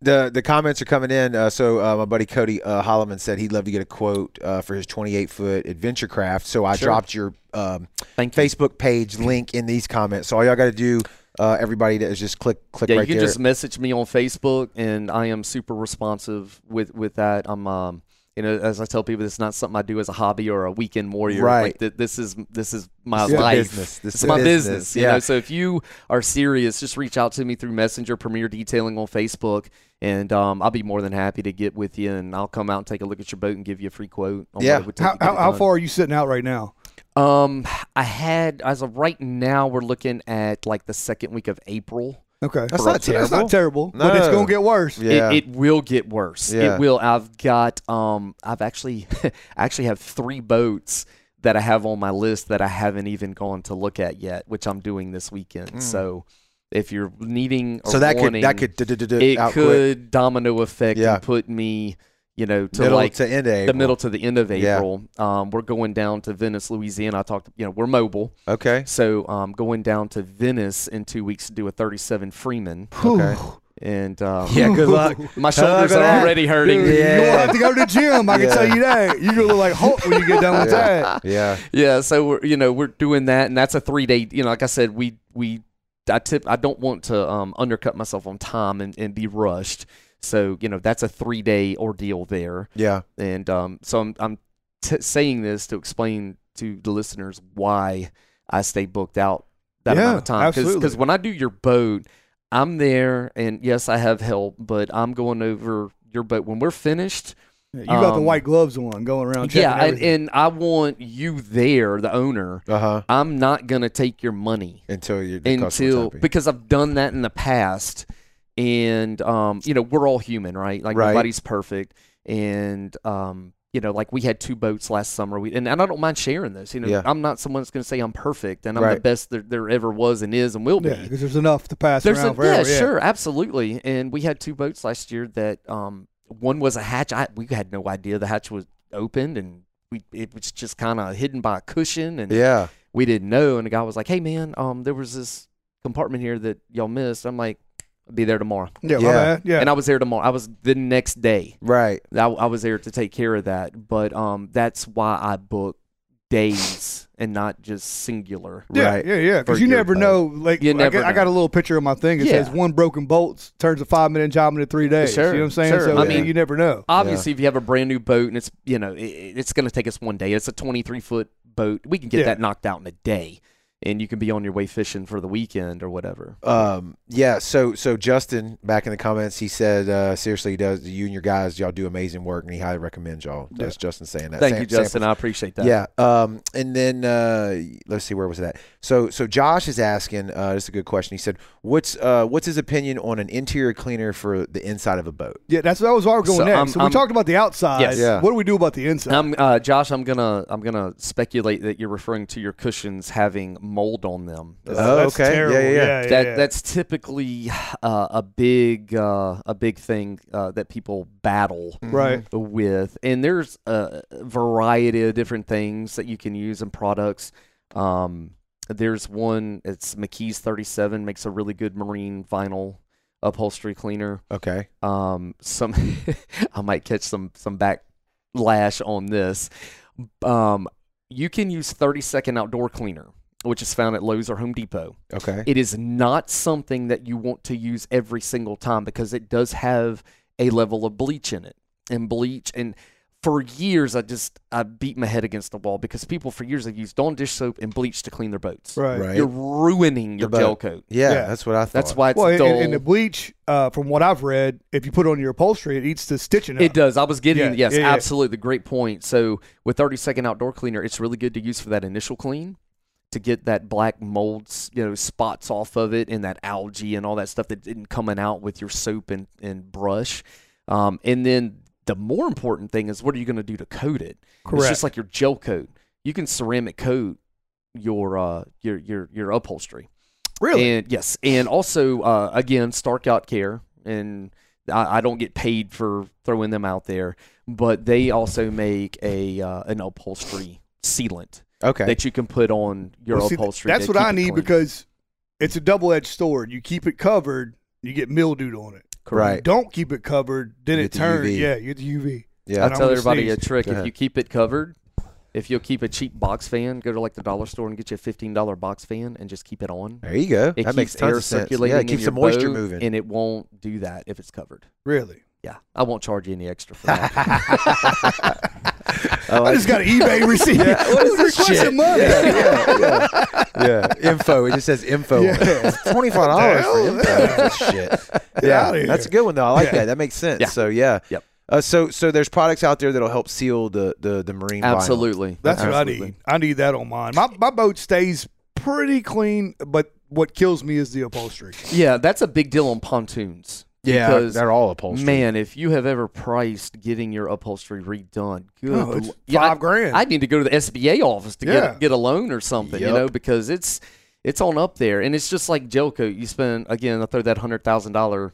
S1: the the comments are coming in. Uh, so uh, my buddy Cody uh, Holloman said he'd love to get a quote uh, for his 28 foot adventure craft. So I dropped your um,
S3: Thank you.
S1: Facebook page link in these comments. So all y'all got to do, uh, everybody, is just click click
S3: Yeah,
S1: right
S3: you can
S1: there.
S3: just message me on Facebook, and I am super responsive with with that. I'm, um, you know, as I tell people, it's not something I do as a hobby or a weekend warrior.
S1: Right.
S3: Like th- this is this is my
S1: This is a
S3: life.
S1: business. This
S3: This
S1: is
S3: is
S1: a
S3: my business.
S1: business,
S3: you
S1: yeah.
S3: know? So if you are serious, just reach out to me through Messenger, Premier Detailing on Facebook, and um, I'll be more than happy to get with you, and I'll come out and take a look at your boat and give you a free quote. On
S1: Yeah.
S3: What it would take
S2: how,
S3: to get
S2: how,
S3: it
S2: how
S3: done.
S2: far are you sitting out right now?
S3: Um, I had as of right now, we're looking at like the second week of April.
S2: Okay,
S1: That's not
S2: That's
S1: terrible.
S2: not terrible, but it's
S1: No.
S2: gonna get worse.
S1: yeah.
S3: It, it will get worse.
S1: Yeah.
S3: It will. I've got um I've actually I actually have three boats that I have on my list that I haven't even gone to look at yet, which I'm doing this weekend. So if you're needing
S1: Hmm.
S3: or
S1: so that could
S3: wanting,
S1: that could duh, duh, duh, duh,
S3: it
S1: out quick.
S3: could domino effect
S1: Yeah.
S3: and put me, you know, to
S1: middle
S3: like
S1: to end of
S3: the
S1: April.
S3: middle to the end of
S1: Yeah.
S3: April. Um, we're going down to Venice, Louisiana. I talked, you know, we're mobile.
S1: Okay.
S3: So um, going down to Venice in two weeks to do a 37 Freeman.
S1: Okay.
S3: And um,
S1: Yeah. Good luck.
S3: my
S1: Look
S3: shoulders
S1: at
S3: are
S1: that.
S3: already hurting.
S2: Dude,
S1: Yeah.
S2: You won't have to go to the gym. I can tell you that. You're gonna look like Hulk when you get done with that.
S1: Yeah.
S3: Yeah, so we're you know we're doing that, and that's a three day. You know, like I said, we we I tip. I don't want to um, undercut myself on time and, and be rushed. So you know that's a three day ordeal there,
S1: Yeah.
S3: and um, so I'm I'm t- saying this to explain to the listeners why I stay booked out that
S2: Yeah,
S3: amount of time
S2: absolutely.
S3: because when I do your boat, I'm there, and yes, I have help, but I'm going over your boat when we're finished.
S2: You got the
S3: Um,
S2: white gloves on, going around. Checking
S3: Yeah, and,
S2: everything.
S3: and I want you there, the owner.
S1: Uh huh.
S3: I'm not gonna take your money
S1: Until you're the customer's
S3: until
S1: happy.
S3: because I've done that in the past, and um, you know we're all human, right? Like
S1: Right.
S3: nobody's perfect, and um, you know like we had two boats last summer, we, and, and I don't mind sharing this. You know,
S1: Yeah.
S3: I'm not someone that's gonna say I'm perfect, and I'm the
S1: Right.
S3: best there, there ever was and is and will be.
S2: yeah, because there's enough to pass
S3: There's
S2: around.
S3: a, yeah,
S2: forever,
S3: sure, absolutely. And we had two boats last year that um, one was a hatch. I, we had no idea the hatch was opened, and we it was just kind of hidden by a cushion, and
S1: yeah.
S3: we didn't know. And the guy was like, "Hey, man, um, there was this compartment here that y'all missed." I'm like, "I'll "Be there tomorrow,"
S2: Yeah, my
S1: Yeah.
S2: bad. yeah.
S3: and I was there tomorrow. I was the next day.
S1: Right.
S3: I, I was there to take care of that, but um, that's why I book days and not just singular.
S2: Yeah,
S1: right?
S2: yeah, yeah. Because
S1: For
S2: you
S1: your
S2: never
S1: boat.
S2: know. Like
S3: You
S2: I
S3: never
S2: got- I, got a
S3: know.
S2: little picture of my thing. It
S3: Yeah.
S2: says one broken bolt turns a five minute job into three days. you
S3: Sure,
S2: know what I'm saying?
S3: sure.
S2: So
S3: I
S2: yeah,
S3: mean-
S2: you never know.
S3: Obviously, if you have a brand new boat and it's you know it, it's going to take us one day. It's a 23 foot boat. We can get
S2: Yeah.
S3: that knocked out in a day, and you can be on your way fishing for the weekend or whatever.
S1: Um, yeah. So, so Justin back in the comments, he said, uh, seriously, he does you and your guys, y'all do amazing work, and he highly recommends y'all. That's Justin saying that.
S3: Thank
S1: Sam-
S3: you,
S1: Sam-
S3: Justin. I appreciate that.
S1: Yeah. Um, and then uh, let's see, where was that? So, so Josh is asking. Uh, this is a good question. He said, "What's uh, what's his opinion on an interior cleaner for the inside of a boat?"
S2: Yeah, that's that was our going
S3: So
S2: next.
S3: I'm-
S2: so we
S3: I'm-
S2: talked about the outside.
S3: Yes.
S1: Yeah.
S2: What do we do about the inside?
S3: I'm, uh, Josh, I'm gonna I'm gonna speculate that you're referring to your cushions having mold on them.
S1: Oh, okay. Yeah, yeah, yeah.
S3: that that's typically uh, a big uh, a big thing uh, that people battle
S2: Right.
S3: with, and there's a variety of different things that you can use in products. Um, there's one it's McKee's 37 makes a really good marine vinyl upholstery cleaner.
S1: Okay.
S3: Um, some I might catch some some backlash on this. Um, you can use 30 second outdoor cleaner, which is found at Lowe's or Home Depot.
S1: Okay.
S3: It is not something that you want to use every single time because it does have a level of bleach in it. And bleach and for years I just I beat my head against the wall because people for years have used Dawn dish soap and bleach to clean their boats.
S2: Right.
S1: Right.
S3: uh, You're ruining your
S1: boat.
S3: gel coat.
S1: Yeah,
S2: Yeah.
S1: That's what I thought.
S3: That's why it's
S2: Well, and,
S3: dull.
S2: and the bleach, uh, from what I've read, if you put it on your upholstery, it eats the stitching.
S3: It
S2: up.
S3: does. I was getting
S2: Yeah,
S3: yes,
S2: yeah, yeah.
S3: absolutely. Great point. So with 30 second outdoor cleaner, it's really good to use for that initial clean to get that black mold, s- you know, spots off of it and that algae and all that stuff that didn't coming out with your soap and, and brush. Um, and then the more important thing is what are you going to do to coat it? It's
S2: Correct.
S3: just like your gel coat. You can ceramic coat your uh your your your upholstery.
S2: Really?
S3: And yes, and also uh, again, Stark Out Care, and I, I don't get paid for throwing them out there, but they also make a uh, an upholstery sealant
S1: Okay.
S3: that you can put on your
S2: Well, see,
S3: upholstery.
S2: That's
S3: to
S2: what I
S3: keep it
S2: need
S3: clean.
S2: because it's a double edged sword. You keep it covered, you get mildewed on it.
S1: Right.
S2: You don't keep it covered, then
S1: You get
S2: it
S1: the
S2: turns.
S1: UV.
S2: Yeah, you get the UV.
S1: yeah.
S3: I
S2: don't
S3: tell
S2: wanna
S3: everybody
S2: sneeze.
S3: a trick:
S1: Go
S3: if
S1: ahead.
S3: you keep it covered, if you'll keep a cheap box fan, go to like the dollar store and get you a fifteen dollar box fan and just keep it on.
S1: There you go.
S3: It
S1: that
S3: keeps
S1: makes tons
S3: air
S1: of sense.
S3: circulating.
S1: Yeah,
S3: in
S1: it keeps
S3: your
S1: the moisture
S3: boat,
S1: moving.
S3: and it won't do that if it's covered.
S2: Really?
S3: Yeah, I won't charge you any extra for that.
S2: I just got an eBay receipt.
S1: What is this
S2: Requested
S1: shit?
S2: money.
S1: yeah, yeah, yeah. Info. It just says info.
S2: Yeah.
S1: Twenty five dollars for info. That's shit. Yeah,
S2: outta here.
S1: that's a good one though. I like
S2: Yeah.
S1: that. That makes sense.
S3: Yeah.
S1: So yeah.
S3: Yep.
S1: Uh, so so there's products out there that'll help seal the the, the marine. vinyl.
S3: Absolutely.
S2: That's what I
S3: Absolutely.
S2: need. I need that on mine. My, my boat stays pretty clean, but what kills me is the upholstery.
S3: Yeah, that's a big deal on pontoons.
S1: Yeah,
S3: because
S1: they're all upholstery.
S3: man, if you have ever priced getting your upholstery redone, good.
S2: Oh, it's
S3: l- yeah, I-
S2: five grand.
S3: I need to go to the SBA office to
S2: Yeah.
S3: get get a loan or something, you know,
S1: Yup.
S3: because it's it's on up there, and it's just like gel coat. You spend again, I throw that hundred thousand dollar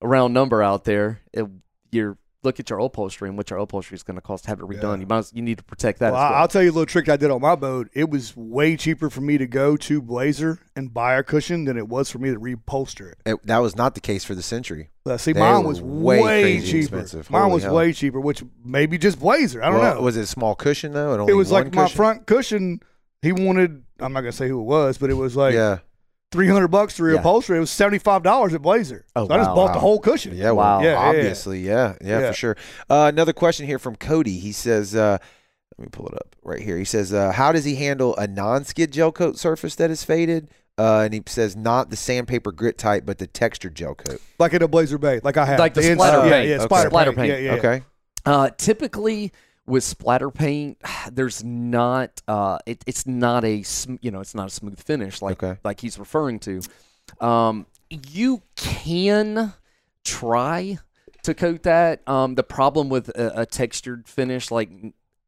S3: round number out there. It, you're look at your upholstery and what your upholstery is going to cost to have it redone. You might as, you need to protect that.
S2: Well,
S3: as
S2: I-
S3: well.
S2: I'll tell you a little trick I did on my boat. It was way cheaper for me to go to Blazer and buy a cushion than it was for me to repolster it.
S1: It- that was not the case for the century.
S2: Uh, see,
S1: They
S2: mine
S1: were
S2: was
S1: way
S2: way,
S1: crazy
S2: cheaper.
S1: expensive.
S2: Mine
S1: Holy
S2: was
S1: hell.
S2: way cheaper, which maybe just Blazer. I don't
S1: Well,
S2: know.
S1: Was it a small cushion though? And only
S2: it was like
S1: one
S2: my
S1: cushion?
S2: front cushion. He wanted. I'm not gonna say who it was, but it was like
S1: Yeah.
S2: three hundred bucks to
S3: Yeah.
S2: reupholster. It was seventy five dollars at Blazer.
S3: Oh,
S2: so I just
S3: wow.
S2: bought the whole cushion.
S1: Yeah, wow.
S3: Wow.
S2: Yeah, yeah, yeah.
S1: obviously, yeah, yeah,
S2: Yeah.
S1: for sure. Uh, another question here from Cody. He says, uh, "Let me pull it up right here." He says, uh, "How does he handle a non-skid gel coat surface that is faded?" Uh, and he says, "Not the sandpaper grit type, but the textured gel coat."
S2: Like at a Blazer Bay, like I had.
S3: Like the
S2: inside-
S1: splatter
S2: yeah,
S1: paint.
S2: Yeah,
S1: Okay.
S2: spider
S3: Splatter
S2: paint.
S3: paint.
S2: Yeah, yeah.
S1: Okay,
S3: Uh, typically with splatter paint, there's not uh, it, it's not a sm- you know it's not a smooth finish like
S1: Okay.
S3: like he's referring to. Um, you can try to coat that. Um, the problem with a, a textured finish like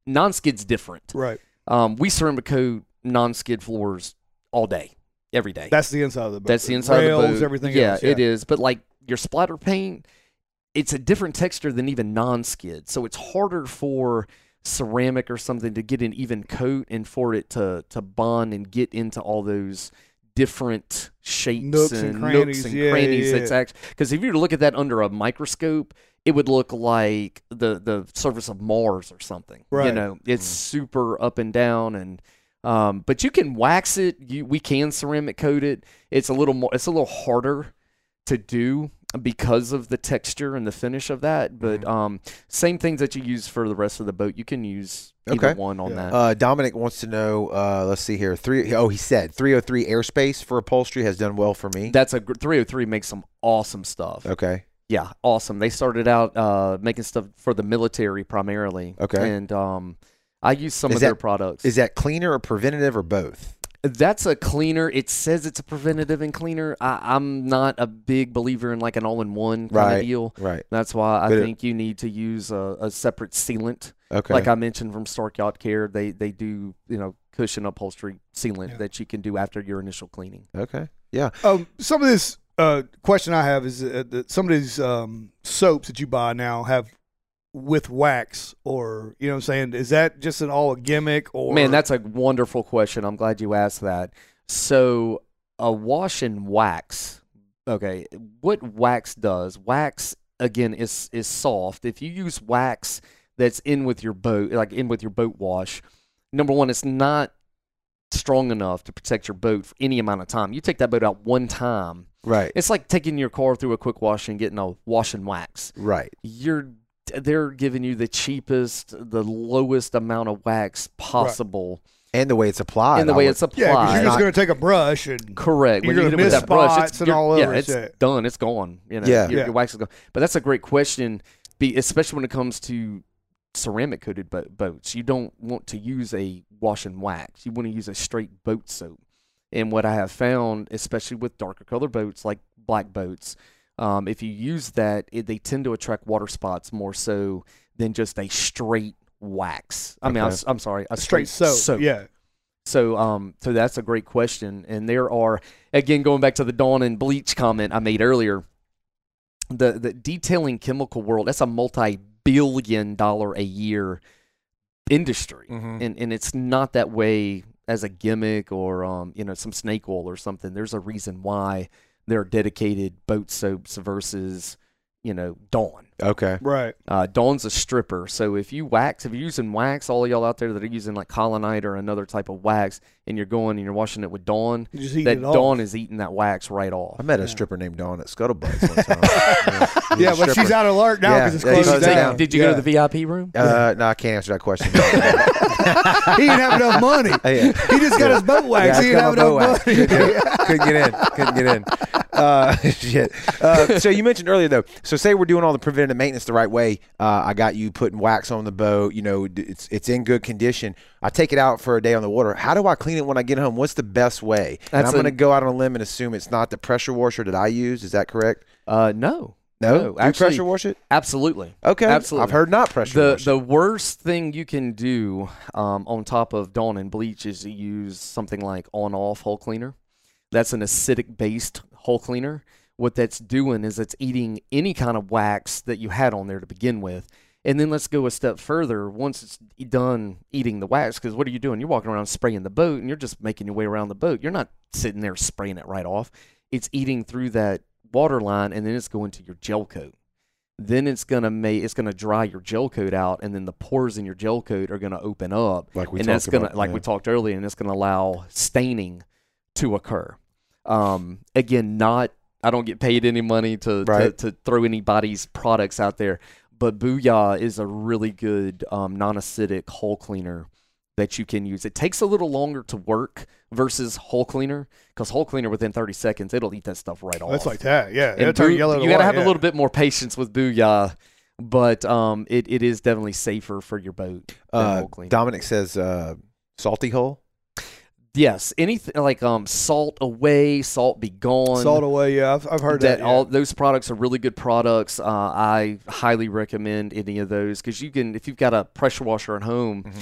S3: non-skid's different.
S2: Right.
S3: Um, we ceramic coat non-skid floors all day, every day.
S2: That's the inside of the boat.
S3: That's the inside
S2: Rails,
S3: of the boat.
S2: everything
S3: yeah,
S2: else.
S3: it is. But like your splatter paint, it's a different texture than even non-skid. So it's harder for ceramic or something to get an even coat and for it to to bond and get into all those different shapes
S2: Nooks and
S3: and,
S2: crannies.
S3: nooks and
S2: Yeah, yeah,
S3: crannies.
S2: yeah.
S3: That's actually because if you were to look at that under a microscope, it would look like the the surface of Mars or something. You
S2: Right. Mm.
S3: know, it's super up and down and. Um, but you can wax it. You, we can ceramic coat it. It's a little more. It's a little harder to do because of the texture and the finish of that. But
S1: Mm-hmm.
S3: um, same things that you use for the rest of the boat, you can use either
S1: Okay.
S3: one on
S2: Yeah.
S3: that.
S1: Uh, Dominic wants to know. Uh, let's see here. Three. Oh, he said 303 airspace for upholstery has done well for me.
S3: That's a gr- 303 makes some awesome stuff.
S1: okay.
S3: Yeah, awesome. They started out uh, making stuff for the military primarily.
S1: Okay.
S3: and um, I use some
S1: Is
S3: of their
S1: that-
S3: products.
S1: Is that cleaner or preventative or both?
S3: That's a cleaner. It says it's a preventative and cleaner. I, I'm not a big believer in like an all-in-one kind
S1: Right.
S3: of deal.
S1: Right.
S3: That's why I
S1: But it-
S3: think you need to use a, a separate sealant.
S1: Okay.
S3: Like I mentioned from Stark Yacht Care, they they do you know cushion upholstery sealant
S2: Yeah.
S3: that you can do after your initial cleaning.
S1: okay.
S2: Um, some of this uh, question I have is uh, that some of these um, soaps that you buy now have with wax, or you know, what I'm saying, is that just an all a gimmick? Or
S3: Man, that's a wonderful question. I'm glad you asked that. So, a wash and wax. Okay, what wax does? Wax again is is soft. If you use wax that's in with your boat, like in with your boat wash, number one, it's not strong enough to protect your boat for any amount of time. You take that boat out one time.
S1: Right.
S3: It's like taking your car through a quick wash and getting a wash and wax
S1: Right.
S3: you're they're giving you the cheapest, the lowest amount of wax possible,
S1: And the way it's applied.
S3: and the
S1: I
S3: way
S1: would-
S3: it's
S2: yeah,
S3: applied.
S2: because you're just
S1: Not-
S2: going to take a brush and
S3: Correct.
S2: You're
S3: you
S2: gonna
S3: hit it with
S2: miss
S3: that brush, it's,
S2: spots and
S3: you're-
S2: all
S3: yeah,
S2: over it,
S3: it's
S2: yeah.
S3: done. It's gone. You know,
S1: Yeah.
S3: Your,
S2: Yeah.
S3: your wax is gone. But that's a great question, be, especially when it comes to ceramic coated bo- boats. You don't want to use a wash and wax. You want to use a straight boat soap. And what I have found, especially with darker color boats like black boats, um, if you use that, it, they tend to attract water spots more so than just a straight wax. I mean, I
S1: Okay.
S3: am sorry, a
S2: straight soap. Yeah,
S3: so, um, so that's a great question. And there are, again, going back to the Dawn and Bleach comment I made earlier, the, the detailing chemical world, that's a multi billion dollar a year industry.
S2: Mm-hmm.
S1: Mhm.
S3: And, and it's not that way as a gimmick or, um, you know, some snake oil or something. There's a reason why there are dedicated boat soaps versus, you know, Dawn.
S1: okay.
S2: right.
S3: Uh, Dawn's a stripper, so if you wax, if you're using wax, all y'all out there that are using like Colonite or another type of wax, and you're going and you're washing it with Dawn,
S2: You just eat
S3: that
S2: it all.
S3: Dawn is eating that wax right off.
S1: I met a stripper named Dawn at Scuttlebutt one time. yeah,
S2: yeah, but she's out of lark now
S1: Yeah,
S2: because it's
S1: yeah,
S2: closed
S1: she's
S2: down.
S1: down.
S3: Did you go to the VIP room?
S1: Uh, no, I can't answer that question.
S2: the? He didn't have enough money.
S1: Yeah.
S2: He just got his boat waxed.
S4: I
S2: he
S4: got
S2: didn't have
S4: my
S2: enough
S4: bow
S2: money.
S4: out. Couldn't get- couldn't get in. Couldn't get in.
S1: uh, shit. Uh, so you mentioned earlier though. So say we're doing all the preventative maintenance the right way. Uh, I got you putting wax on the boat. You know, d- it's it's in good condition. I take it out for a day on the water. How do I clean it when I get home? What's the best way? and
S3: That's
S1: I'm going to
S3: a-
S1: go out on a limb and assume it's not the pressure washer that I use. Is that correct?
S3: Uh, no,
S1: No,
S3: no,
S1: Do you
S3: actually,
S1: pressure wash it.
S3: absolutely.
S1: Okay,
S3: absolutely.
S1: I've heard not pressure
S3: the
S1: wash. it.
S3: the worst thing you can do um, on top of Dawn and bleach is to use something like on off hull cleaner. That's an acidic based hull cleaner. What that's doing is it's eating any kind of wax that you had on there to begin with. And then let's go a step further. Once it's e, done eating the wax, because what are you doing? You're walking around spraying the boat and you're just making your way around the boat. You're not sitting there spraying it right off. It's eating through that water line and then it's going to your gel coat then it's gonna make it's gonna dry your gel coat out, and then the pores in your gel coat are gonna open up,
S1: Like we
S3: and
S1: talked
S3: that's gonna
S1: about,
S3: like we
S1: yeah.
S3: talked earlier, and it's gonna allow staining to occur. Um, again, not I don't get paid any money to
S1: Right.
S3: to, to throw anybody's products out there, but Booyah is a really good um, non-acidic hull cleaner that you can use. It takes a little longer to work versus hull cleaner because hull cleaner within 30 seconds it'll eat that stuff right off.
S2: That's like that. Yeah,
S3: And
S2: it'll turn
S3: Boo-
S2: yellow to
S3: you gotta
S2: white,
S3: have
S2: yeah.
S3: a little bit more patience with Booyah, but um, it, it is definitely safer for your boat. than
S1: Uh,
S3: Hull Cleaner.
S1: Dominic says uh, salty hole.
S3: yes, anything like um, salt away, salt be gone.
S2: Salt away. Yeah, I've, I've heard that. yeah.
S3: all those products are really good products. Uh,
S2: Mm-hmm.
S3: I highly recommend any of those because you can if you've got a pressure washer at home.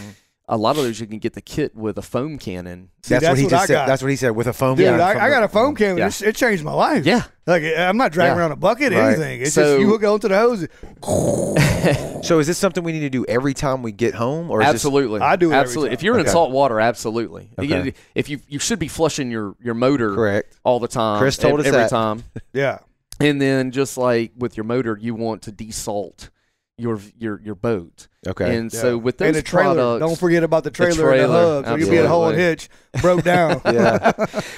S3: a lot of those you can get the kit with a foam cannon.
S2: See,
S4: that's, what he
S2: I
S4: just said.
S2: got.
S4: That's what he said with a foam.
S2: Dude,
S4: gun from
S2: I, I
S4: the-
S2: got a phone camera.
S3: Yeah.
S2: This- It changed my life.
S3: Yeah.
S2: Like, I'm not dragging
S3: Yeah.
S2: around a bucket or
S4: Right.
S2: anything. It's
S3: So-
S2: just you hook it onto the hose.
S1: So is this something we need to do every time we get home, or is this-
S3: Absolutely,
S2: I do it every
S3: Absolutely,
S2: time.
S3: if you're in
S1: Okay.
S3: salt water, absolutely. You-
S1: Okay.
S3: If you you should be flushing your your motor
S1: Correct.
S3: all the time.
S1: Chris told us
S3: every
S1: that.
S3: time.
S2: Yeah.
S3: And then just like with your motor, you want to desalt your your your boat.
S1: okay?
S3: And so
S2: Yeah.
S3: with those
S2: and the trailer.
S3: products,
S2: Don't forget about the trailer, and the
S3: trailer,
S2: hub. So you be at hole and
S3: absolutely.
S2: hitch, broke down.
S1: yeah,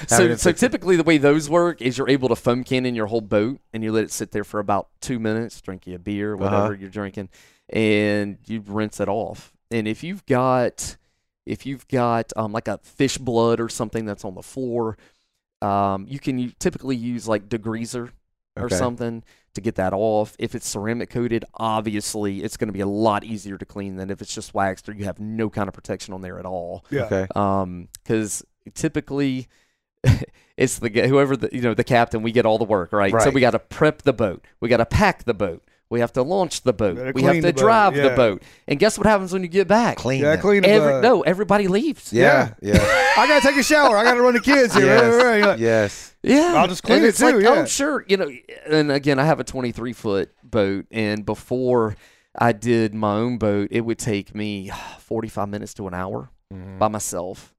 S3: so,
S1: Having to
S3: so
S1: fix it.
S3: typically the way those work is you're able to foam cannon your whole boat and you let it sit there for about two minutes, drink you a beer,
S1: Uh-huh.
S3: whatever you're drinking, and you rinse it off. And if you've got if you've got um, like a fish blood or something that's on the floor, um, you can u- typically use like degreaser or
S1: Okay.
S3: something to get that off. If it's ceramic coated, obviously it's going to be a lot easier to clean than if it's just waxed or you have no kind of protection on there at all
S2: Yeah.
S1: okay.
S3: um because typically it's the guy- whoever the you know the captain we get all the work right, so
S1: Right.
S3: we got to prep the boat we got to pack the boat we have to launch the
S2: Gotta
S3: boat we
S2: clean
S3: have
S2: the
S3: to
S2: boat,
S3: drive the
S2: yeah.
S3: boat and guess what happens when you get back
S1: Clean.
S2: Yeah,
S1: that.
S2: clean up.
S3: Every,
S2: uh,
S3: no everybody leaves
S1: Yeah, yeah,
S2: I gotta take a shower. I gotta run the kids here.
S1: Yes.
S2: Right, right, right. Like,
S1: yes.
S3: yeah
S2: I'll just clean
S3: and
S2: it
S3: it's like,
S2: too, yeah.
S3: oh sure you know and again i have a 23 foot boat and before i did my own boat it would take me 45 minutes to an hour
S1: Mhm.
S2: Mm.
S3: by myself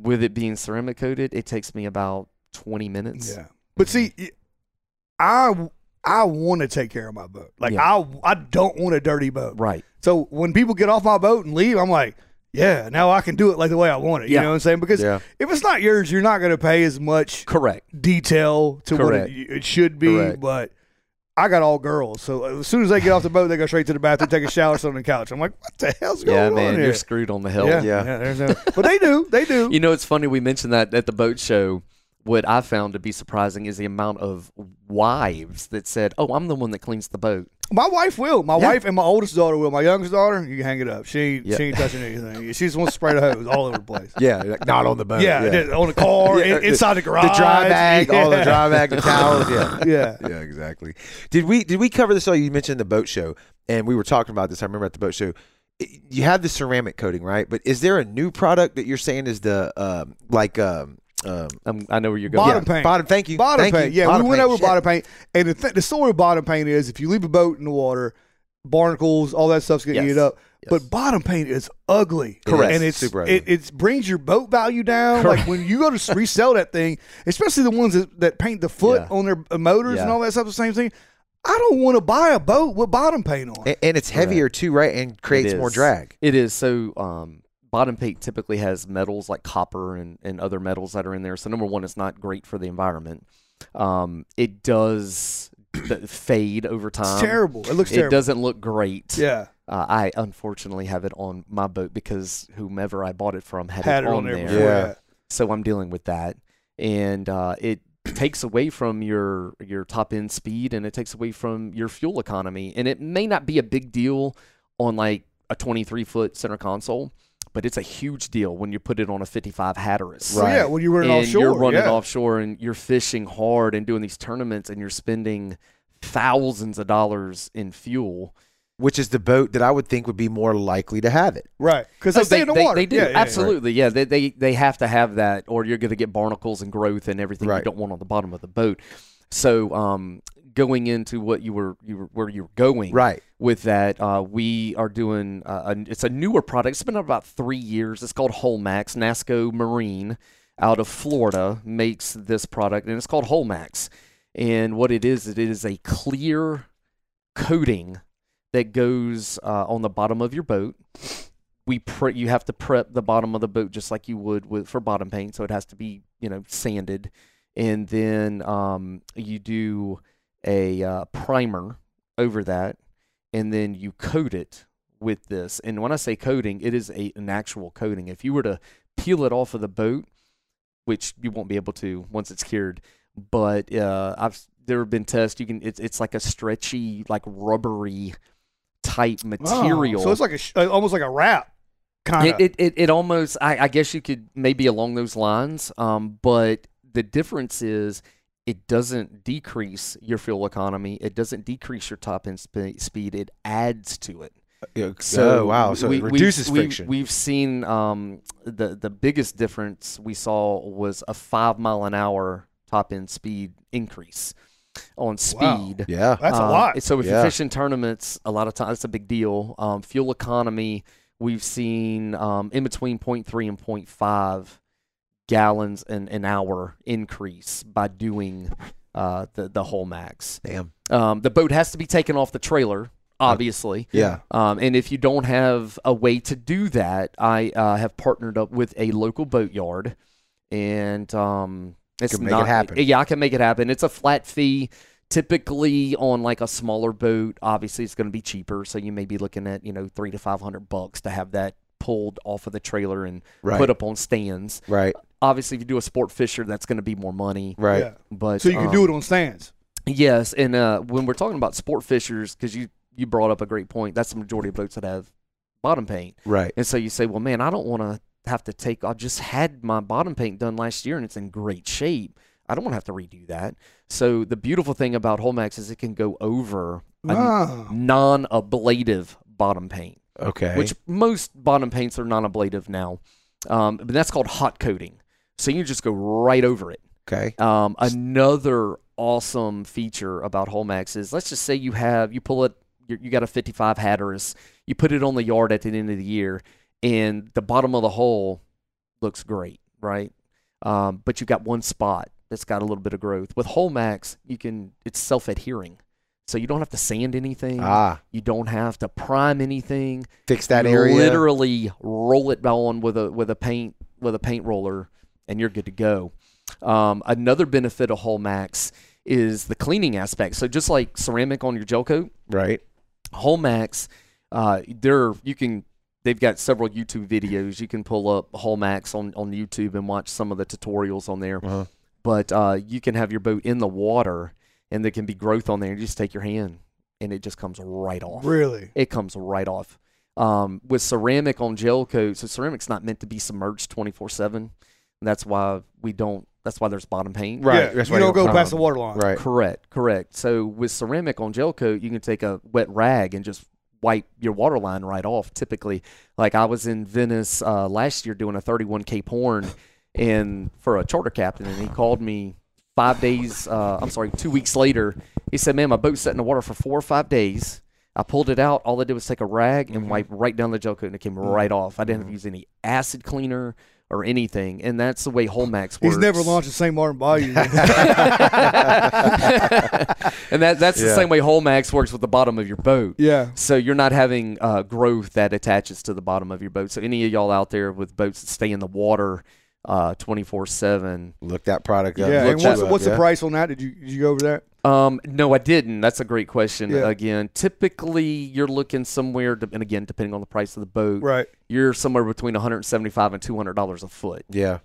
S3: with it being ceramic coated it takes me about 20 minutes
S2: Yeah. But see, I I want to take care of my boat. Like
S3: Yeah.
S2: I I don't want a dirty boat.
S3: right
S2: So when people get off my boat and leave, I'm like, yeah, now I can do it like the way I want it. You
S3: Yeah.
S2: know what I'm saying? Because
S1: Yeah.
S2: if it's not yours, you're not gonna pay as much
S3: correct
S2: detail to
S3: Correct.
S2: what it, it should be.
S3: Correct.
S2: But I got all girls, so as soon as they get off the boat, they go straight to the bathroom, take a shower, sit on the couch. I'm like, what the hell's going
S3: yeah,
S2: on
S3: man,
S2: here?
S3: you're screwed on the hill.
S2: yeah,
S1: Yeah.
S2: yeah, there's no, but they do, they do.
S3: You know, it's funny we mentioned that at the boat show. What I found to be surprising is the amount of wives that said, "Oh, I'm the one that cleans the boat."
S2: My wife will. My
S3: Yeah.
S2: wife and my oldest daughter will. My youngest daughter, you can hang it up. She ain't,
S3: Yeah.
S2: she ain't touching anything. She just wants to spray the hose all over the place.
S4: Yeah, like not on the
S1: Uh,
S4: boat.
S2: Yeah, on the car, in- inside the garage,
S4: The dry bag, all the
S2: Yeah.
S4: dry bag, the towels. Yeah.
S2: Yeah,
S4: yeah, exactly.
S1: Did we did we cover this? All you mentioned the boat show, and we were talking about this. I remember at the boat show, I- you have the ceramic coating, right? But is there a new product that you're saying is the um, like um, um,
S3: Um, I know where you're going.
S2: bottom paint.
S1: bottom? Thank you,
S2: Bottom
S1: Thank you.
S2: paint. Yeah,
S1: Bottom
S2: we went
S1: paint.
S2: over
S1: Shit.
S2: bottom paint. And the, th- the story of bottom paint is if you leave a boat in the water, barnacles, all that stuff's going to
S3: Yes.
S2: eat up.
S3: Yes.
S2: But bottom paint is ugly.
S1: Correct.
S2: And it's
S1: Super ugly.
S2: it, it brings your boat value down. Like when you go to s- resell that thing, especially the ones that, that paint the foot
S3: Yeah.
S2: on their uh, motors and
S3: Yeah.
S2: all that stuff, the same thing. I don't want to buy a boat with bottom paint on.
S1: and, and it's heavier too, right? And creates more
S3: is.
S1: drag.
S3: It is so. Um, bottom paint typically has metals like copper and, and other metals that are in there. So number one, it's not great for the environment. Um, it does th- fade over time.
S2: it's terrible. It looks
S3: um, It
S2: terrible.
S3: doesn't look great.
S2: yeah.
S3: Uh, I unfortunately have it on my boat because whomever I bought it from had,
S2: Had it on there before.
S1: Yeah.
S2: Yeah.
S3: So I'm dealing with that, and uh, it takes away from your your top end speed, and it takes away from your fuel economy. And it may not be a big deal on like a 23 foot center console, but it's a huge deal when you put it on a 55 Hatteras.
S2: So yeah, when you run it
S3: And
S2: offshore.
S3: you're running
S2: yeah.
S3: offshore and you're fishing hard and doing these tournaments and you're spending thousands of dollars in fuel.
S1: Which is the boat that I would think would be more likely to have it.
S2: Right. Because
S3: Oh,
S2: they stay in the water.
S3: They do.
S2: Yeah, yeah, yeah.
S3: Absolutely. Yeah. They, they, they have to have that, or you're going to get barnacles and growth and everything
S1: Right.
S3: you don't want on the bottom of the boat. So, um, going into what you were, you were where you were going
S1: Right.
S3: with that, uh, we are doing uh, a, it's a newer product. It's been out about three years. It's called Holmax. Nasco Marine out of Florida makes this product, and it's called Holmax. And what it is, it is a clear coating that goes uh, on the bottom of your boat. We pre- you have to prep the bottom of the boat just like you would with for bottom paint, so it has to be you know sanded, and then um, you do a uh, primer over that, and then you coat it with this. And when I say coating, it is a, an actual coating. If you were to peel it off of the boat, which you won't be able to once it's cured, but uh, I've s- there have been tests. You can it's it's like a stretchy, like rubbery type
S2: Oh,
S3: material.
S2: So it's like a sh- uh, almost like a wrap kind of.
S3: It, it, it, it almost, I, I guess you could maybe along those lines, um, but the difference is it doesn't decrease your fuel economy. It doesn't decrease your top end spe- speed. It adds to it.
S1: Yeah,
S3: So
S1: oh, wow. So
S3: we-
S1: it
S3: we-
S1: reduces
S3: we-
S1: friction.
S3: We've seen um, the the biggest difference we saw was a five mile an hour top end speed increase on speed.
S1: yeah.
S2: That's a
S3: Um,
S2: lot.
S3: So if
S1: Yeah.
S3: you fish in tournaments, a lot of times it's a big deal. Um, fuel economy, we've seen um, in between 0.3 and 0.5 gallons an, an hour increase by doing uh, the, the whole max.
S1: Damn.
S3: Um, the boat has to be taken off the trailer, obviously.
S1: Yeah.
S3: Um, and if you don't have a way to do that, I uh, have partnered up with a local boat yard, and um, it's
S1: Can make it
S3: not,
S1: happen.
S3: Yeah, I can make it happen. It's a flat fee. Typically, on like a smaller boat, obviously it's going to be cheaper. So you may be looking at you know three to five hundred bucks to have that pulled off of the trailer and
S1: Right.
S3: put up on stands.
S1: Right.
S3: Obviously, if you do a sport fisher, that's going to be more money.
S1: Right.
S2: Yeah.
S3: But
S2: So you can
S3: um,
S2: do it on stands.
S3: Yes, and uh, when we're talking about sport fishers, because you you brought up a great point. That's the majority of boats that have bottom paint,
S1: Right.
S3: and so you say, well, man, I don't want to have to take. I just had my bottom paint done last year, and it's in great shape. I don't want to have to redo that. So the beautiful thing about Holmax is it can go over a
S2: Wow.
S3: non-ablative bottom paint,
S1: Okay.
S3: which most bottom paints are non-ablative now, um, but that's called hot coating. So you just go right over it.
S1: okay.
S3: Um, another awesome feature about Holmax is let's just say you have you pull it you you got a 55 Hatteras, you put it on the yard at the end of the year, and the bottom of the hole looks great, right? Um, but you got one spot that's got a little bit of growth. With Holmax, you can it's self adhering, so you don't have to sand anything,
S1: Ah,
S3: you don't have to prime anything.
S1: fix that
S3: You
S1: area.
S3: Literally roll it on with a with a paint with a paint roller, and you're good to go. Um, another benefit of Holmax is the cleaning aspect. So just like ceramic on your gel coat,
S1: Right.
S3: Holmax, uh, there you can. They've got several YouTube videos. You can pull up Holmax on on YouTube and watch some of the tutorials on there.
S1: Uh-huh.
S3: But uh, you can have your boat in the water, and there can be growth on there. You just take your hand, and it just comes right off
S2: Really?
S3: it comes right off. Um, with ceramic on gel coat, so ceramic's not meant to be submerged 24 7. That's why we don't, that's why there's bottom paint.
S1: Right.
S2: Yeah,
S1: That's
S2: you
S1: why
S2: don't
S1: you
S2: go
S1: don't
S2: past the
S3: come.
S2: water line.
S1: Right.
S3: Correct, correct. So with ceramic on gel coat, you can take a wet rag and just wipe your water line right off. Typically, like I was in Venice uh, last year doing a 31 Cape Horn and for a charter captain, and he called me five days, uh, I'm sorry, two weeks later. He said, Man, my boat sat in the water for four or five days. I pulled it out. All I did was take a rag
S2: Mm-hmm.
S3: and wipe right down the gel coat, and it came right off. I didn't have to use any acid cleaner or anything. And that's the way Holmax works.
S2: He's never launched the same Martin Bayou. yeah.
S3: and that that's the same way Holmax works with the bottom of your boat.
S2: Yeah.
S3: So you're not having uh, growth that attaches to the bottom of your boat. So any of y'all out there with boats that stay in the water twenty four seven.
S1: Look that product up. Look
S2: And
S1: that
S2: what's,
S1: up,
S2: what's
S1: yeah.
S2: the price on that? Did you did you go over that?
S3: Um, no, I didn't. That's a great question.
S2: Yeah.
S3: Again, typically you're looking somewhere, to, and again, depending on the price of the boat,
S2: Right.
S3: you're somewhere between one hundred seventy five and two hundred dollars a foot.
S1: Yeah.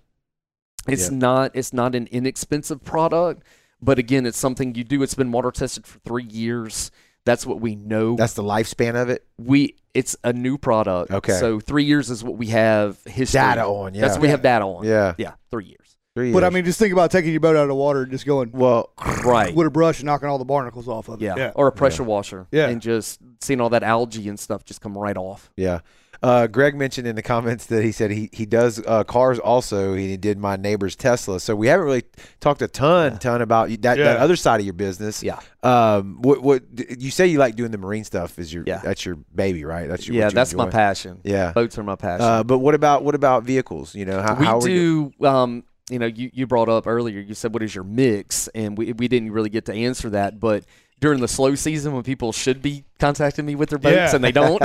S3: It's
S1: Yeah.
S3: not it's not an inexpensive product, but again, it's something you do. It's been water tested for three years. That's what we know.
S1: That's the lifespan of it.
S3: we it's a new product.
S1: Okay.
S3: So three years is what we have history.
S1: Data on. Yeah.
S3: That's what we have data on.
S1: Yeah.
S3: Yeah. Three years.
S1: Three
S2: But I
S1: years.
S2: mean, just think about taking your boat out of the water and just going
S1: well,
S3: Right.
S2: with a brush and knocking all the barnacles off of it.
S3: Yeah.
S2: Yeah.
S3: Or a pressure washer.
S2: Yeah.
S3: And just seeing all that algae and stuff just come right off.
S1: yeah. Uh, Greg mentioned in the comments that he said he, he does uh, cars also. He did my neighbor's Tesla. So we haven't really talked a ton, ton about that,
S2: Yeah.
S1: that other side of your business.
S3: Yeah.
S1: Um, what, what you say you like doing the marine stuff is your,
S3: Yeah.
S1: that's your baby, right? That's your,
S3: yeah.
S1: what you
S3: That's my
S1: enjoy.
S3: passion.
S1: Yeah.
S3: Boats are my passion.
S1: Uh, but what about, what about vehicles? You know, how,
S3: we
S1: how are you-
S3: do um you know you, you brought up earlier you said what is your mix and we, we didn't really get to answer that but during the slow season when people should be contacting me with their boats
S2: Yeah.
S3: and they don't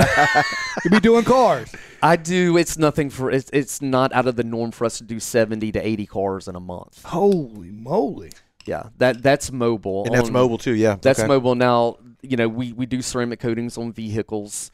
S2: You'd be doing cars.
S3: i do it's nothing for it's, it's not out of the norm for us to do 70 to 80 cars in a month
S2: Holy moly.
S3: yeah that that's mobile
S1: and that's
S3: On-
S1: mobile too. Yeah.
S3: that's
S1: okay.
S3: mobile now you know we, we do ceramic coatings on vehicles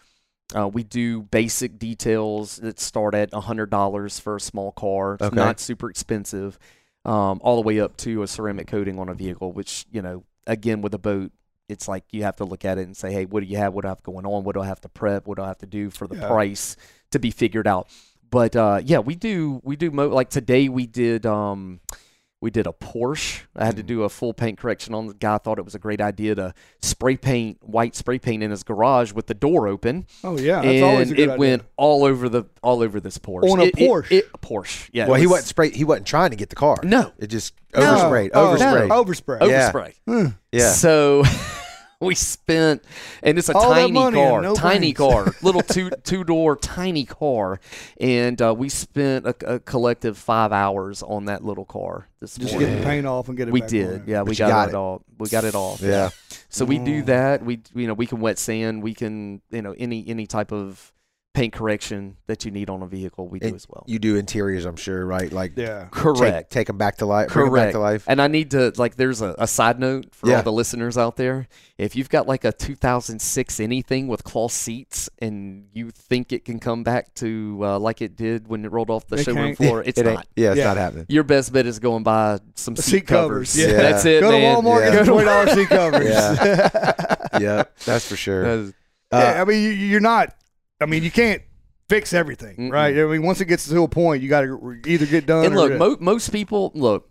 S3: uh, we do basic details that start at $100 for a small car it's
S1: Okay.
S3: not super expensive um, all the way up to a ceramic coating on a vehicle which you know again with a boat it's like you have to look at it and say hey what do you have what do i have going on what do i have to prep what do i have to do for the
S2: Yeah.
S3: price to be figured out but uh, yeah we do we do mo- like today we did um, We did a Porsche. I
S2: Mm.
S3: had to do a full paint correction on the guy. Thought it was a great idea to spray paint white spray paint in his garage with the door open.
S2: Oh, yeah, that's
S3: and
S2: always a good
S3: it
S2: idea.
S3: went all over the all over this Porsche
S2: On a
S3: It- it-
S2: Porsche?
S3: It, Porsche, yeah. it
S1: Well, he
S3: was
S1: wasn't spray. He wasn't trying to get the car.
S3: No.
S1: it just
S3: No.
S1: oversprayed.
S2: Oh,
S1: oversprayed.
S2: no. Overspray.
S1: Yeah.
S3: overspray.
S1: Yeah.
S3: So we spent, and it's a
S2: All that
S3: tiny
S2: money
S3: car,
S2: and no
S3: tiny
S2: brains.
S3: car, little two two door tiny car, and uh, we spent a, a collective five hours on that little car this
S2: Just
S3: morning.
S2: get the paint off and get it
S3: we
S2: back
S3: did,
S2: on there.
S3: yeah. We
S1: you
S3: got,
S1: got
S3: it
S1: it.
S3: all. We got it all.
S1: Yeah.
S3: So we
S2: Mm.
S3: do that. We you know we can wet sand. We can you know any any type of paint correction that you need on a vehicle. We do
S1: And
S3: as well.
S1: You do interiors, I'm sure, right? Like
S2: Yeah.
S1: Take, take them back to life. Bring 'em back to life.
S3: And I need to like there's a, a side note for
S1: Yeah.
S3: all the listeners out there. If you've got like a 2006 anything with cloth seats and you think it can come back to uh, like it did when it rolled off the
S2: It
S3: showroom
S2: can't.
S3: floor, it's
S1: it ain't-
S3: not.
S1: Yeah, it's
S2: Yeah.
S1: not happening.
S3: Your best bet is going buy some seat,
S2: seat
S3: covers.
S2: covers, yeah.
S1: Yeah.
S3: That's it,
S2: Go to
S3: man.
S2: Walmart
S1: Yeah.
S2: and get twenty dollars seat covers.
S1: Yeah. yeah, that's for sure.
S3: That's-
S1: Uh,
S2: yeah, I mean, you, you're not. I mean, you can't fix everything, right? I mean, once it gets to a point, you got to either get done.
S3: And
S2: or
S3: look,
S2: it-
S3: mo- most people look.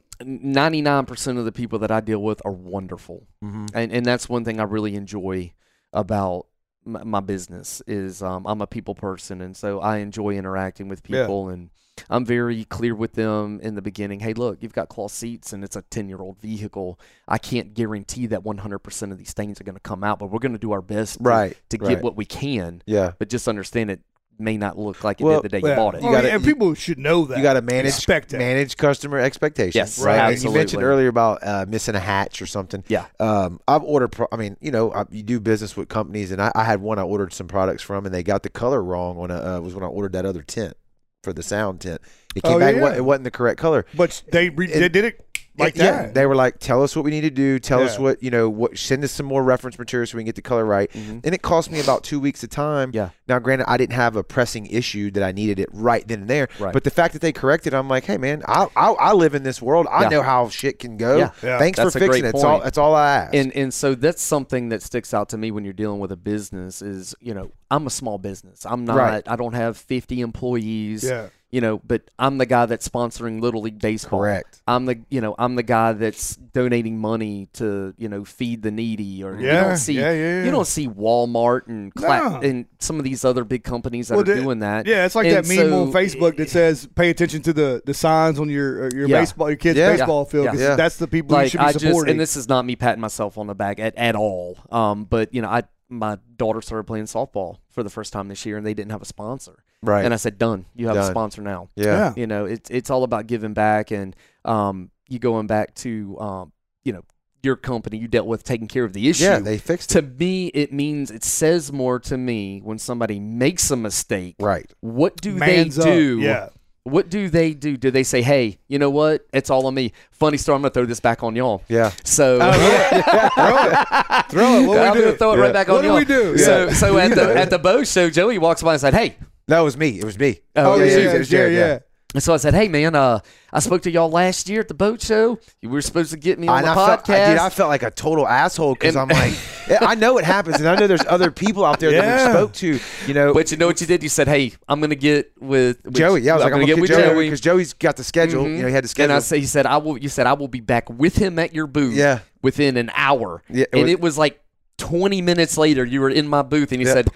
S3: 99% of the people that I deal with are wonderful.
S1: mm-hmm.
S3: and and that's one thing I really enjoy about my, my business is um, I'm a people person, and so I enjoy interacting with
S2: Yeah.
S3: people, and I'm very clear with them in the beginning. Hey, look, you've got cloth seats, and it's a 10 year old vehicle. I can't guarantee that 100% of these things are going to come out, but we're going to do our best, to-
S1: Right,
S3: to,
S1: right.
S3: get what we can.
S1: yeah.
S3: But just understand it may not look like it
S1: Well,
S3: did the day
S2: Yeah.
S3: you bought it.
S1: You
S2: Well,
S1: gotta-
S2: yeah, Oh, and
S1: you-
S2: people should know that.
S1: You got to manage
S2: expect that.
S1: manage customer expectations.
S3: Yes,
S1: right. And you
S3: absolutely.
S1: mentioned earlier about uh, missing a hatch or something.
S3: Yeah.
S1: Um, I've ordered. Pro- I mean, you know, I, you do business with companies, and I, I had one I ordered some products from, and they got the color wrong on a uh, was when I ordered that other tent for the sound tent. It came
S2: Oh,
S1: back. it
S2: yeah.
S1: wa- It wasn't the correct color.
S2: but they, re-
S1: And-
S2: they did it like
S1: Yeah,
S2: that.
S1: They were like, "Tell us what we need to do. Tell us
S2: Yeah.
S1: what you know. What send us some more reference material so we can get the color right."
S3: Mm-hmm.
S1: And it cost me about two weeks of time.
S3: Yeah.
S1: Now, granted, I didn't have a pressing issue that I needed it right then and there.
S3: Right.
S1: But the fact that they corrected, I'm like, "Hey, man, I I, I live in this world. I
S3: Yeah.
S1: know how shit can go.
S3: Yeah.
S2: Yeah.
S1: Thanks
S3: That's
S1: for
S3: a great
S1: fixing it. That's all.
S3: point.
S1: That's all I ask."
S3: and and so that's something that sticks out to me when you're dealing with a business is you know I'm a small business I'm not
S1: Right.
S3: I don't have 50 employees
S2: Yeah.
S3: you know but I'm the guy that's sponsoring Little League baseball
S1: Correct.
S3: I'm the you know I'm the guy that's donating money to you know feed the needy or you
S2: Yeah,
S3: don't see
S2: yeah, yeah,
S3: you
S2: yeah.
S3: don't see Walmart and Cla-
S2: No.
S3: and some of these other big companies that
S2: Well,
S3: are
S2: the-
S3: doing that
S2: Yeah, it's like
S3: And
S2: that meme on
S3: so-
S2: Facebook that says, "Pay attention to the, the signs on your uh, your
S3: Yeah.
S2: baseball your kids'
S1: Yeah.
S2: baseball field 'cause
S1: Yeah.
S2: that's the people you
S3: like
S2: should be
S3: I just
S2: supporting."
S3: and this is not me patting myself on the back at, at all. Um, but you know, I my daughter started playing softball for the first time this year, and they didn't have a sponsor.
S1: Right.
S3: And I said, "Done. You have
S1: Done.
S3: a sponsor now."
S1: yeah.
S3: You know, it's it's all about giving back, and um, you going back to um, you know, your company you dealt with taking care of the issue.
S1: Yeah, they fixed it.
S3: to me, it means it says more to me when somebody makes a mistake.
S1: Right.
S3: What do
S2: Man's
S3: they
S2: up.
S3: do?
S2: Yeah.
S3: What do they do? Do they say, "Hey, you know what? It's all on me." Funny story. I'm gonna throw this back on y'all.
S1: Yeah.
S3: So
S2: Throw it. What
S3: I'm
S2: do we
S3: gonna
S2: do?
S3: throw it right back
S2: What
S3: on
S2: do
S3: y'all.
S2: we do?
S3: So,
S2: Yeah.
S3: so at the at the bow show, Joey walks by and said, "Hey."
S1: No, it was me. It was me.
S2: Oh
S1: yeah, yeah,
S2: yeah, yeah,
S1: yeah,
S2: yeah,
S1: yeah.
S2: yeah.
S3: And so I said, "Hey, man, uh, I spoke to y'all last year at the boat show. You were supposed to get me on
S1: And
S3: the
S1: I
S3: podcast.
S1: felt, I, dude, I felt like a total asshole because I'm
S3: And-
S1: like, I know it happens, and I know there's other people out there that we
S2: Yeah.
S1: spoke to. You know,
S3: but you know what you did? You said, "Hey, I'm gonna get with, with
S1: Joey. Yeah, I was like, I'm gonna get
S3: with
S1: Joey because Joey's got the schedule.
S3: Mhm.
S1: You know, he had the
S3: And
S1: schedule.
S3: I said, he said, I will. You said I will be back with him at your booth.
S1: Yeah.
S3: within an hour.
S1: Yeah, it
S3: and
S1: was-
S3: it was like 20 minutes later. You were in my booth, and you
S1: Yeah.
S3: said,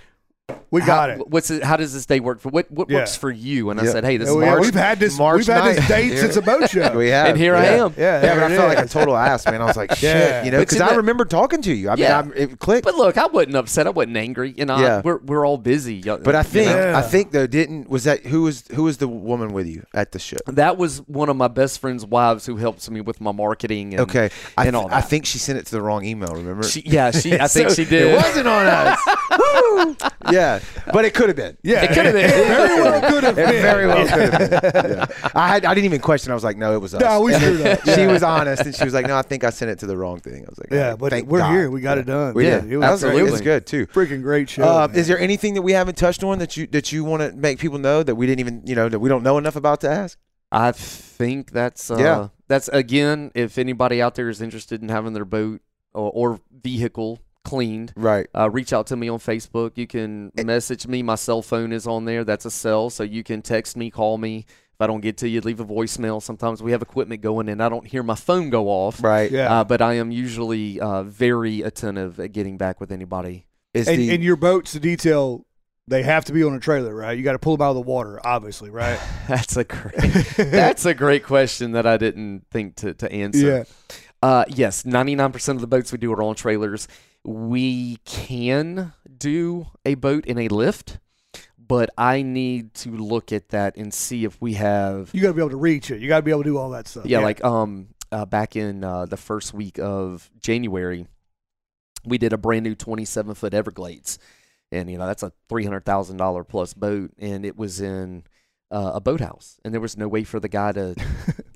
S2: We got it.
S3: "How- What's it, how does this day work for? What what
S2: Yeah.
S3: works for you?" And I
S1: Yeah.
S3: said, "Hey, this
S2: Oh,
S3: is
S2: yeah,
S3: March.
S2: we've had this.
S1: March
S2: we've had this
S1: 9th.
S2: date since a boat show.
S1: we have,
S3: And here
S1: yeah.
S3: I am.
S1: Yeah,
S2: Yeah,
S1: but I
S2: there it
S1: felt like a
S2: is.
S1: total ass, man. I was like, shit,
S2: Yeah.
S1: you know,
S3: But
S1: because
S3: you
S1: I
S3: know-
S1: remember talking to you. I mean,
S3: Yeah.
S1: I'm, it clicked.
S3: But look, I wasn't upset. I wasn't angry. You know,
S1: Yeah.
S3: I, we're we're all busy. y'all-
S1: But I
S3: you
S1: think,
S3: know.
S1: I think though, didn't was that who was who was the woman with you at the show?
S3: that was one of my best friend's wives who helps me with my marketing. And,
S1: Okay, I,
S3: and
S1: th-
S3: all that.
S1: I think she sent it to the wrong email. Remember?
S3: she, yeah, she. I think she
S1: it
S3: did.
S1: wasn't on us. Woo! Yeah, but it could have been.
S2: Yeah,
S3: It could have been.
S2: very well could have
S1: It
S2: been.
S1: very well could have been. Yeah. I had, I didn't even question. I was like, no, it was us.
S2: No, we screwed up.
S1: she was honest, and she was like, "No, I think I sent it to the wrong thing." I was like,
S2: Yeah,
S1: "Oh,
S2: but
S1: thank
S2: we're
S1: God."
S2: here. We got it done.
S1: We
S2: Yeah,
S1: did.
S2: it
S1: that was,
S2: was
S1: it was
S3: absolutely.
S1: good too.
S2: freaking great show.
S3: Uh,
S1: Um,
S2: man.
S1: is there anything that we haven't touched on that you that you want to make people know that we didn't even you know that we don't know enough about to ask?
S3: I think that's uh,
S1: Yeah.
S3: That's again, if anybody out there is interested in having their boat or, or vehicle cleaned,
S1: Right.
S3: uh, reach out to me on Facebook. You can message me. My cell phone is on there. That's a cell, so you can text me, call me. If I don't get to you, leave a voicemail. Sometimes we have equipment going and I don't hear my phone go off.
S1: Right.
S2: Yeah.
S3: Uh, but I am usually uh, very attentive at getting back with anybody.
S1: Is
S2: and,
S1: the
S2: and your boats, the detail, they have to be on a trailer, right? You got to pull them out of the water, obviously, right?
S3: That's a great. that's a great question that I didn't think to to answer.
S2: yeah.
S3: Uh, yes, 99% of the boats we do are on trailers. We can do a boat in a lift, but I need to look at that and see if we have.
S2: You got to be able to reach it. You got to be able to do all that stuff.
S3: Yeah, like um, uh, back in uh, the first week of January, we did a brand new 27 foot Everglades, and you know that's a $300,000 plus boat, and it was in. Uh, a boathouse, and there was no way for the guy to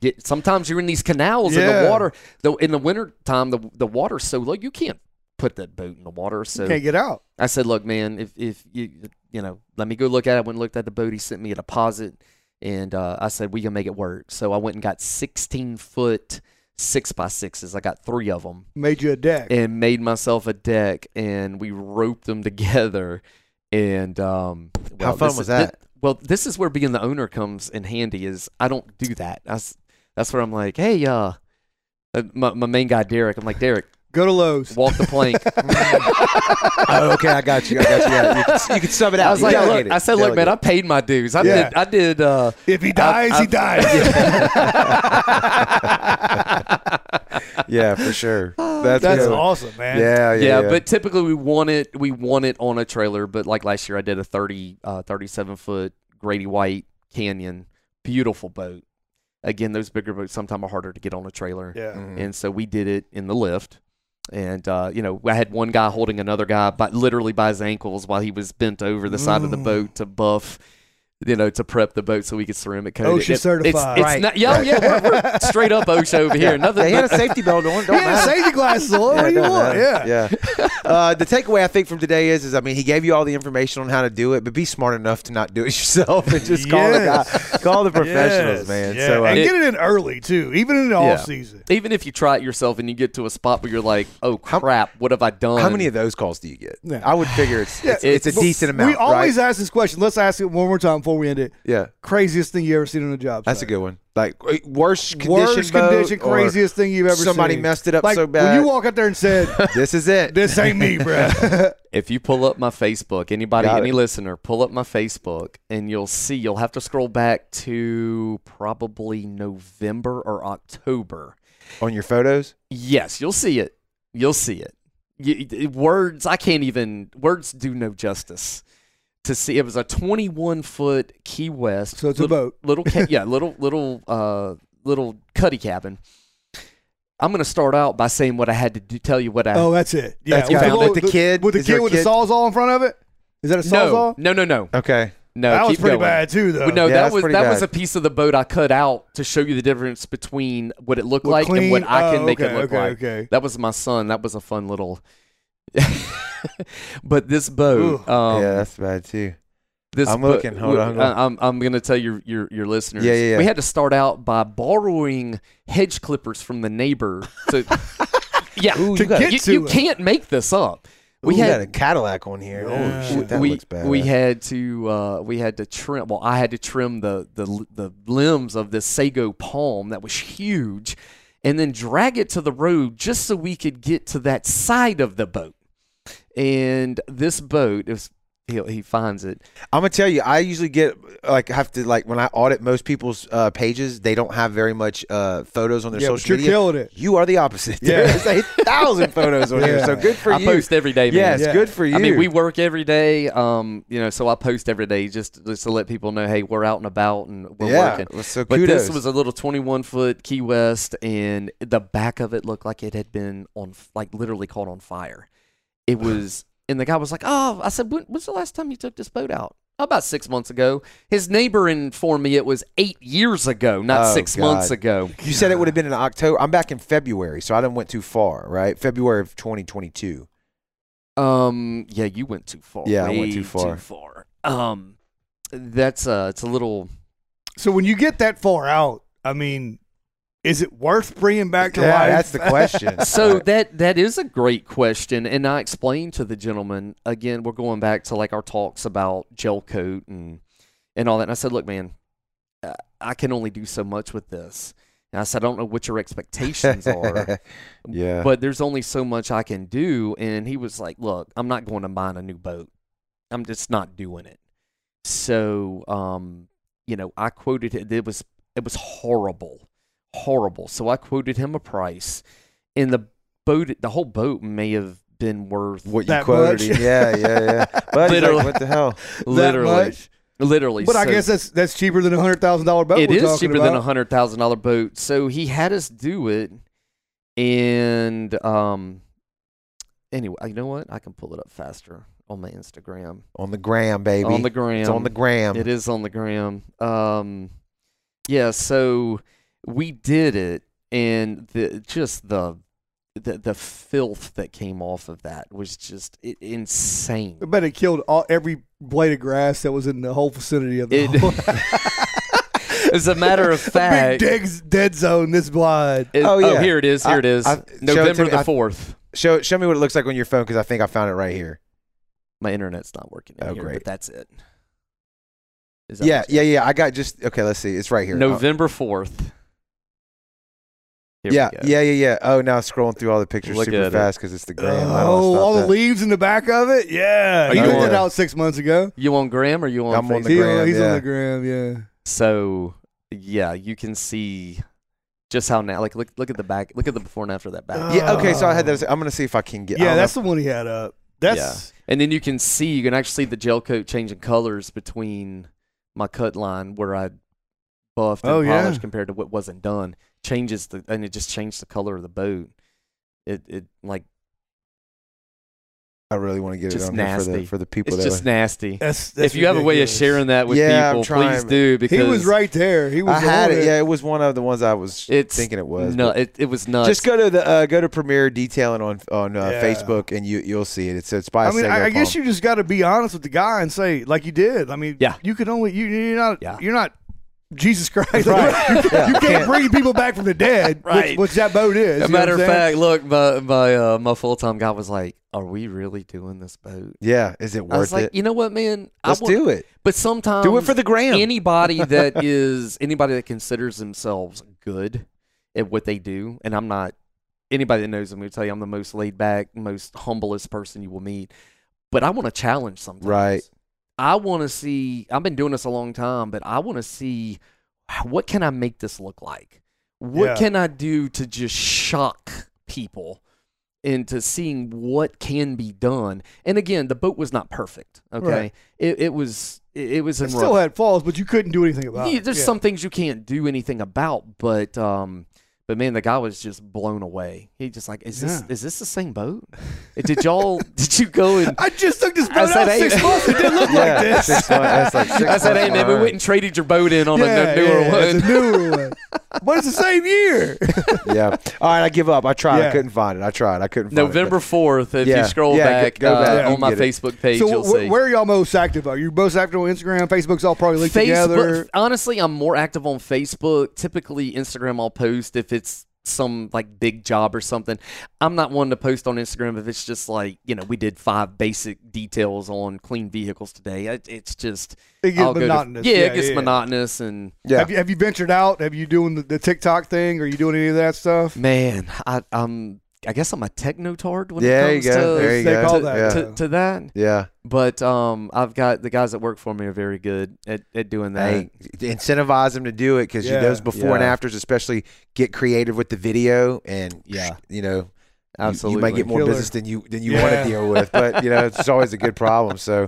S3: get. Sometimes you're in these canals, and
S2: Yeah.
S3: the water, though, in the winter time, the the water's so low, you can't put that boat in the water. So
S2: can't get out.
S3: I said, "Look, man, if if you you know, let me go look at it." I went and looked at the boat. He sent me a deposit, and uh, I said, "We can make it work." So I went and got 16 foot six by sixes. I got three of them
S2: Made you a deck.
S3: and made myself a deck, and we roped them together. And um, well,
S1: fun
S3: this
S1: was
S3: is- thi-
S1: that?
S3: well, this is where being the owner comes in handy. Is I don't do that. That's that's where I'm like, hey, uh, uh, my my main guy Derek. I'm like, Derek,
S2: Go to Lowe's.
S3: walk the plank.
S4: Oh, okay, I got you. I got you. Yeah, you can
S1: you could sum it out.
S3: I was
S1: You
S3: like,
S1: delegate
S3: look,
S1: it.
S3: I said, look, man, I paid my dues. I
S2: Yeah.
S3: did, I did. Uh,
S2: if he dies, he
S3: I've-
S2: dies.
S1: yeah, for sure. Oh, That's,
S2: That's
S1: good.
S2: awesome, man.
S1: Yeah, yeah,
S3: yeah, but typically we want it, we want it on a trailer. But like last year, I did a 30, uh, 37 foot Grady White Canyon, beautiful boat. Again, those bigger boats sometimes are harder to get on a trailer,
S2: Yeah.
S1: Mhm.
S3: and so we did it in the lift. And uh, you know, I had one guy holding another guy, by, literally by his ankles, while he was bent over the side of the
S2: Mm.
S3: boat to buff. You know, to prep the boat so we could ceramic coat it.
S2: OSHA
S3: It's-
S2: certified.
S3: It's, it's
S2: Right.
S3: not, yeah, yeah, we're- we're, straight up OSHA over here. Nothing.
S1: They had
S3: but-
S1: a safety belt on. Don't
S2: He had
S1: matter.
S2: safety glasses on.
S1: Yeah,
S2: what do you
S1: don't
S2: want?
S1: matter.
S2: Yeah.
S1: yeah. Uh, the takeaway I think from today is, is I mean, he gave you all the information on how to do it, but be smart enough to not do it yourself and just call
S2: Yes.
S1: the guy, call the professionals,
S2: Yes.
S1: man.
S2: Yeah.
S1: So uh,
S2: and get it in early too, even in the off season.
S3: Even if you try it yourself and you get to a spot where you're like, "Oh crap, what have I done?"
S1: how many of those calls do you get?
S2: Yeah.
S1: I would figure it's it's, it's a
S2: Well,
S1: decent amount.
S2: We always
S1: right?
S2: ask this question. Let's ask it one more time before we end it.
S1: yeah.
S2: Craziest thing you ever seen on a job?
S1: That's a
S2: site?
S1: good one. Like wait, worst condition,
S2: Worst
S1: boat
S2: condition,
S1: or
S2: craziest thing you've ever
S1: somebody
S2: seen.
S1: messed it up
S2: like,
S1: so bad.
S2: When you walk out there and said,
S1: This is it.
S2: "This ain't me, bro."
S3: If you pull up my Facebook, anybody,
S1: Got
S3: any
S1: it.
S3: listener, pull up my Facebook, and you'll see. You'll have to scroll back to probably November or October.
S1: on your photos.
S3: Yes, you'll see it. You'll see it. Y- y- words, I can't even. Words do no justice. To see, it was a 21 foot Key West.
S2: So it's a
S3: little-
S2: boat.
S3: Little, ca- yeah, little, little, uh, little cuddy cabin. I'm gonna start out by saying what I had to do, tell you what I.
S2: oh, that's it. Yeah,
S1: That's
S2: with
S1: found
S2: little-
S1: it. The kid-
S2: with the
S1: is there
S2: kid
S1: a
S2: with the
S1: kid?
S2: sawzall in front of it. Is that a
S3: no,
S2: sawzall?
S3: no, no, no,
S1: Okay.
S3: no.
S2: that was
S3: keep
S2: pretty
S3: going.
S2: bad too, though.
S3: Well, no,
S1: Yeah,
S3: that
S1: that's
S3: was that
S1: pretty
S3: was
S1: bad.
S3: a piece of the boat I cut out to show you the difference between what it looked
S2: Well,
S3: like and
S2: clean-
S3: what I can
S2: oh,
S3: make it
S2: okay,
S3: look
S2: okay,
S3: like.
S2: Okay,
S3: That was my son. That was a fun little. but this boat, um,
S1: yeah, that's bad too.
S3: this
S1: I'm
S3: boat-
S1: looking. Hold on, hold on.
S3: I- I'm I'm gonna tell your your your listeners.
S1: Yeah, yeah, yeah.
S3: We had to start out by borrowing hedge clippers from the neighbor. To yeah,
S1: Ooh,
S2: To
S1: you got,
S2: get
S3: you,
S2: to
S3: you
S2: it.
S3: can't make this up. We
S1: you
S3: had
S1: got a Cadillac on here.
S2: Yeah.
S1: Oh shit, that
S3: we
S1: looks bad.
S3: we had to uh, we had to trim. Well, I had to trim the the the limbs of this sago palm that was huge, and then drag it to the road just so we could get to that side of the boat. And this boat is he he finds it.
S1: I'm gonna tell you, I usually get like have to like when I audit most people's uh, pages, they don't have very much uh, photos on their
S2: yeah, but
S1: social
S2: you're
S1: media.
S2: killing it.
S1: You are the opposite.
S2: Yeah.
S1: There's a thousand photos on here, so good for
S3: I
S1: you.
S3: post every day. man.
S1: yes,
S2: Yeah.
S1: good for you.
S3: I mean, we work every day. Um, you know, so I post every day just, just to let people know, hey, we're out and about and we're
S1: yeah.
S3: working.
S1: So
S3: But
S1: kudos.
S3: this was a little 21 foot Key West, and the back of it looked like it had been on, like literally caught on fire. It was, and the guy was like, "Oh," I said, when, "When's the last time you took this boat out?" "Oh, About six months ago. His neighbor informed me it was eight years ago, not
S1: Oh,
S3: six months
S1: God.
S3: ago.
S1: you said it would have been in October. I'm back in February, so I didn't went too far, right? February of 2022.
S3: Um, yeah, you went too far.
S1: Yeah, I went
S3: way
S1: too far.
S3: far. Um, that's uh, it's a little.
S2: So when you get that far out, I mean, is it worth bringing back to
S1: yeah,
S2: life?
S1: that's the question.
S3: so that that is a great question and i explained to the gentleman again we're going back to like our talks about gel coat and and all that and i said look man uh, I can only do so much with this. And I said, I don't know what your expectations are,
S1: yeah.
S3: but there's only so much I can do. And he was like, Look, I'm not going to mine a new boat. I'm just not doing it. So, um, you know, I quoted it. It was it was horrible, horrible. So I quoted him a price, and the boat, the whole boat may have been worth
S1: what you
S2: That
S1: quoted
S2: much?
S1: him. Yeah, yeah, yeah. But he's
S3: Literally.
S1: like, what the hell?
S3: literally,
S2: much?
S3: literally.
S2: But I
S3: So-
S2: guess that's that's cheaper than a hundred thousand dollar boat.
S3: It
S2: we're
S3: is
S2: talking
S3: cheaper
S2: about.
S3: than a hundred thousand dollar boat. So he had us do it, and um, anyway, uh, you know what? I can pull it up faster on my Instagram,
S1: On the gram, baby.
S3: on the gram.
S1: It's on the gram.
S3: It is on the gram. Um, yeah. So we did it, and the just the. The, the filth that came off of that was just i insane.
S2: I bet it killed all, every blade of grass that was in the whole vicinity of the
S3: It-
S2: whole
S3: As a matter of
S2: big
S3: fact,
S2: dead, dead zone this wide.
S3: it-
S1: Oh,
S3: oh,
S1: yeah.
S3: here it is. Here
S1: I-
S3: it is.
S1: I- show it to
S3: November
S1: me.
S3: the
S1: I-
S3: fourth.
S1: Show show me what it looks like on your phone because I think I found it right here.
S3: my internet's not working. in
S1: Oh,
S3: here,
S1: great.
S3: But that's it. Is
S1: Yeah,
S3: what's-
S1: yeah, yeah. I got just okay. Let's see. It's right here. Oh,
S3: November fourth. Here
S1: yeah,
S3: we go.
S1: yeah, yeah, yeah. Oh, now scrolling through all the pictures
S3: Look
S1: super
S3: at it.
S1: fast because it's the gram. I don't
S2: Oh,
S1: stop
S2: all the
S1: that.
S2: leaves in the back of it. Yeah,
S3: Are
S2: you
S1: you
S2: did
S1: on-
S2: that out six months ago.
S3: You on Graham or you on
S1: I'm on the
S3: Facebook?
S2: He-
S1: gram,
S2: he's
S1: yeah.
S2: on the gram. Yeah,
S3: So yeah, you can see just how now. Like look, look at the back. Look at the before and after that back.
S1: Yeah. Okay. So I had
S2: Oh.
S1: that. I'm gonna see if I can get. I
S2: yeah.
S1: don't
S2: That's the one he had up. That's
S3: And then you can see you can actually see the gel coat changing colors between my cut line where I buffed and
S2: Oh, yeah.
S3: polished compared to what wasn't done. Changes the and it just changed the color of the boat. It it like
S1: know. I really want to get
S3: Just
S1: it on there for the
S3: nasty.
S1: for the people.
S3: it's
S1: that
S3: just nasty.
S2: that's, that's
S3: if you have a way of
S2: ridiculous.
S3: sharing that with
S1: Yeah, I'm
S3: people,
S1: trying,
S3: please do because
S2: he was right there. He was.
S1: I had
S2: on
S1: it. Yeah, it was one of the ones I was
S3: It's
S1: thinking it was.
S3: No,
S1: but-
S3: it, it was nuts.
S1: just go to the uh, go to Premiere Detailing on on uh,
S2: Yeah.
S1: Facebook and you you'll see it. It's it's by.
S2: I mean, I, I guess you just got to be honest with the guy and say, like you did. I mean,
S3: Yeah.
S2: you can only you, you're not
S3: Yeah.
S2: you're not Jesus Christ.
S1: Right.
S2: you,
S1: Yeah.
S2: you can't bring people back from the dead,
S3: Right.
S2: which, which that boat is.
S3: As a
S2: you know
S3: matter of
S2: what I'm saying?
S3: fact, look, my my uh, my full time guy was like, "Are we really doing this boat?"
S1: Yeah, is it
S3: I was
S1: worth
S3: like,
S1: it?
S3: "You know what, man?
S1: Let's
S3: I want, um,
S1: do it.
S3: But sometimes
S1: Do it for the gram.
S3: anybody that is anybody that considers themselves good at what they do, and I'm not anybody that knows me will tell you I'm the most laid back, most humblest person you will meet. But I want to challenge sometimes.
S1: Right.
S3: I want to see. I've been doing this a long time, but I want to see h- what can I make this look like. What
S2: Yeah.
S3: can I do to just shock people into seeing what can be done? And again, the boat was not perfect. Okay,
S2: Right.
S3: it, it was it, it was in
S2: It
S3: rough
S2: still had falls, but you couldn't do anything about
S3: yeah,
S2: it.
S3: there's
S2: Yeah.
S3: some things you can't do anything about, but um, but man, the guy was just blown away. He just like, is this
S2: Yeah.
S3: is this the same boat? did y'all did you go and
S2: I just took this
S3: I
S2: boat out
S3: said,
S2: six
S3: hey-
S2: months. It didn't look
S1: yeah,
S2: like this.
S1: six months. That's like six
S3: I said, hey
S1: months
S3: man, we
S1: behind.
S3: went and traded your boat in on
S2: yeah,
S3: a newer
S2: yeah,
S3: one.
S2: It's a newer one. But it's the same year.
S1: yeah. All right, I give up. I tried. I
S2: Yeah.
S1: couldn't find it. I tried. I couldn't. Find
S3: November
S1: It,
S3: fourth. If
S1: Yeah,
S3: you scroll
S1: yeah, go-
S3: back,
S1: go
S3: uh,
S1: back, you
S3: on my
S1: can get
S3: Facebook page,
S2: so
S3: you'll
S2: wh-
S3: see.
S2: where are y'all most active? Are you most active on Instagram? Facebook's all probably linked together.
S3: honestly, I'm more active on Facebook. Typically, Instagram I'll post if it's some like big job or something. I'm not one to post on Instagram if it's just like you know we did five basic details on clean vehicles today. It, it's just
S2: It gets
S3: I'll go to-
S2: monotonous.
S3: yeah, it gets monotonous and
S1: Yeah.
S2: Have you have you ventured out? Have you doing the, the TikTok thing? Are you doing any of that stuff?
S3: man, I, I'm I guess I'm a technotard when
S1: There you
S3: it comes
S1: go.
S3: to
S1: There you
S2: they
S1: go.
S2: call
S3: to,
S2: that.
S3: to, to that.
S1: yeah.
S3: But um, I've got the guys that work for me are very good at, at doing that.
S1: Hey, incentivize them to do it because
S2: Yeah.
S1: those before and
S3: Yeah.
S1: afters, especially, get creative with the video and
S3: Yeah.
S1: you know. you-
S3: Absolutely,
S1: You, might get more
S2: Killer.
S1: business than you than you
S2: Yeah.
S1: want to deal with, but you know it's always a good problem. So,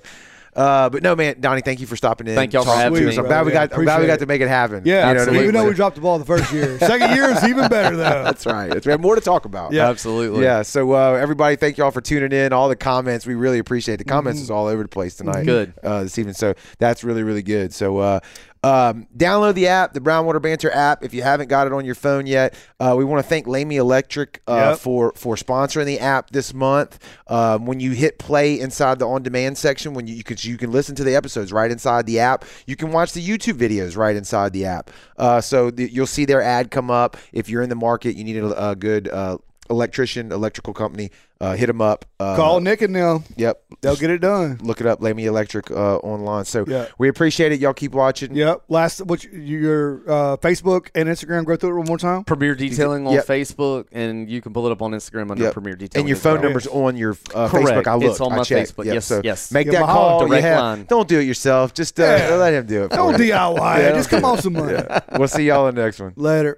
S1: uh, but no, man, Donnie, thank you for stopping in.
S3: Thank y'all for
S1: talking
S3: having
S1: to
S3: me.
S1: us. I'm glad we
S2: Yeah,
S1: got. I'm glad we got
S2: appreciate
S1: to make it happen.
S2: Yeah,
S1: you know what I
S3: absolutely.
S2: even
S1: mean?
S2: though we dropped the ball the first year, second year is even better though.
S1: that's right. That's- We have more to talk about.
S2: Yeah.
S3: absolutely.
S1: Yeah. So uh, everybody, thank y'all for tuning in. All the comments, we really appreciate. The
S2: Mm-hmm.
S1: comments is all over the place tonight.
S3: Good.
S1: uh, this evening. So that's really really good. So uh, um, download the app, the Brownwater Banter app, if you haven't got it on your phone yet. Uh, we want to thank Lamy Electric uh,
S2: Yep.
S1: for for sponsoring the app this month. Um, when you hit play inside the on demand section, when you, you can you can listen to the episodes right inside the app. You can watch the YouTube videos right inside the app. Uh, so the, you'll see their ad come up if you're in the market. You need a, a good. Uh,
S5: electrician, electrical company. Uh, hit them up. Uh,
S2: Call Nick and now.
S5: Yep.
S2: They'll get it done.
S5: Look it up, Lamy Electric uh, online. So
S2: Yeah.
S5: we appreciate it. Y'all keep watching.
S2: Yep. Last, what you- your uh, Facebook and Instagram? Go through it one more time.
S3: Premier Detailing on
S5: Yep.
S3: Facebook, and you can pull it up on Instagram under
S5: Yep.
S3: Premier Detailing.
S5: And your
S3: as
S5: phone
S3: well.
S5: number's on your uh,
S3: Correct.
S5: Facebook. I
S3: It's
S5: looked.
S3: on
S5: I
S3: my
S5: checked.
S3: Facebook.
S5: Yep.
S3: Yes,
S5: So
S3: yes.
S5: Make
S2: Yeah,
S5: that
S2: Mahalo.
S5: call. You
S3: Direct
S5: have-
S3: line.
S5: Don't do it yourself. Just uh,
S2: Yeah.
S5: let him do it.
S2: Don't
S5: for you.
S2: DIY.
S5: Yeah.
S2: it. Just come on some money.
S5: We'll see y'all in the next one.
S2: Later.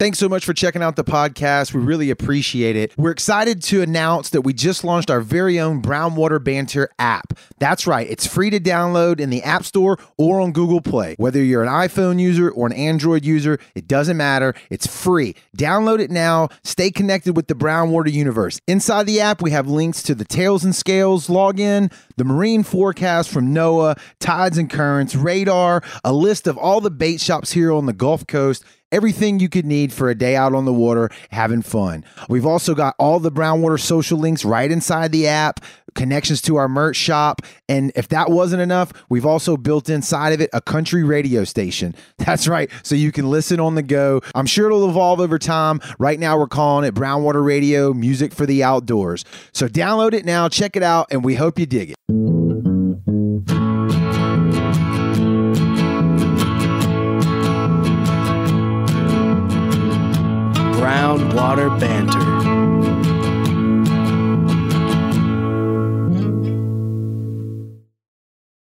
S1: Thanks so much for checking out the podcast. We really appreciate it. We're excited to announce that we just launched our very own Brownwater Banter app. That's right, it's free to download in the App Store or on Google Play. Whether you're an iPhone user or an Android user, it doesn't matter. It's free. Download it now. Stay connected with the Brownwater universe. Inside the app, we have links to the Tails and Scales login, the marine forecast from NOAA, tides and currents, radar, a list of all the bait shops here on the Gulf Coast everything you could need for a day out on the water having fun. We've also got all the Brownwater social links right inside the app, connections to our merch shop. And if that wasn't enough, we've also built inside of it a country radio station. That's right. So you can listen on the go. I'm sure it'll evolve over time. Right now, we're calling it Brownwater Radio Music for the Outdoors. So download it now, check it out, and we hope you dig it.
S6: Brown Water Banter.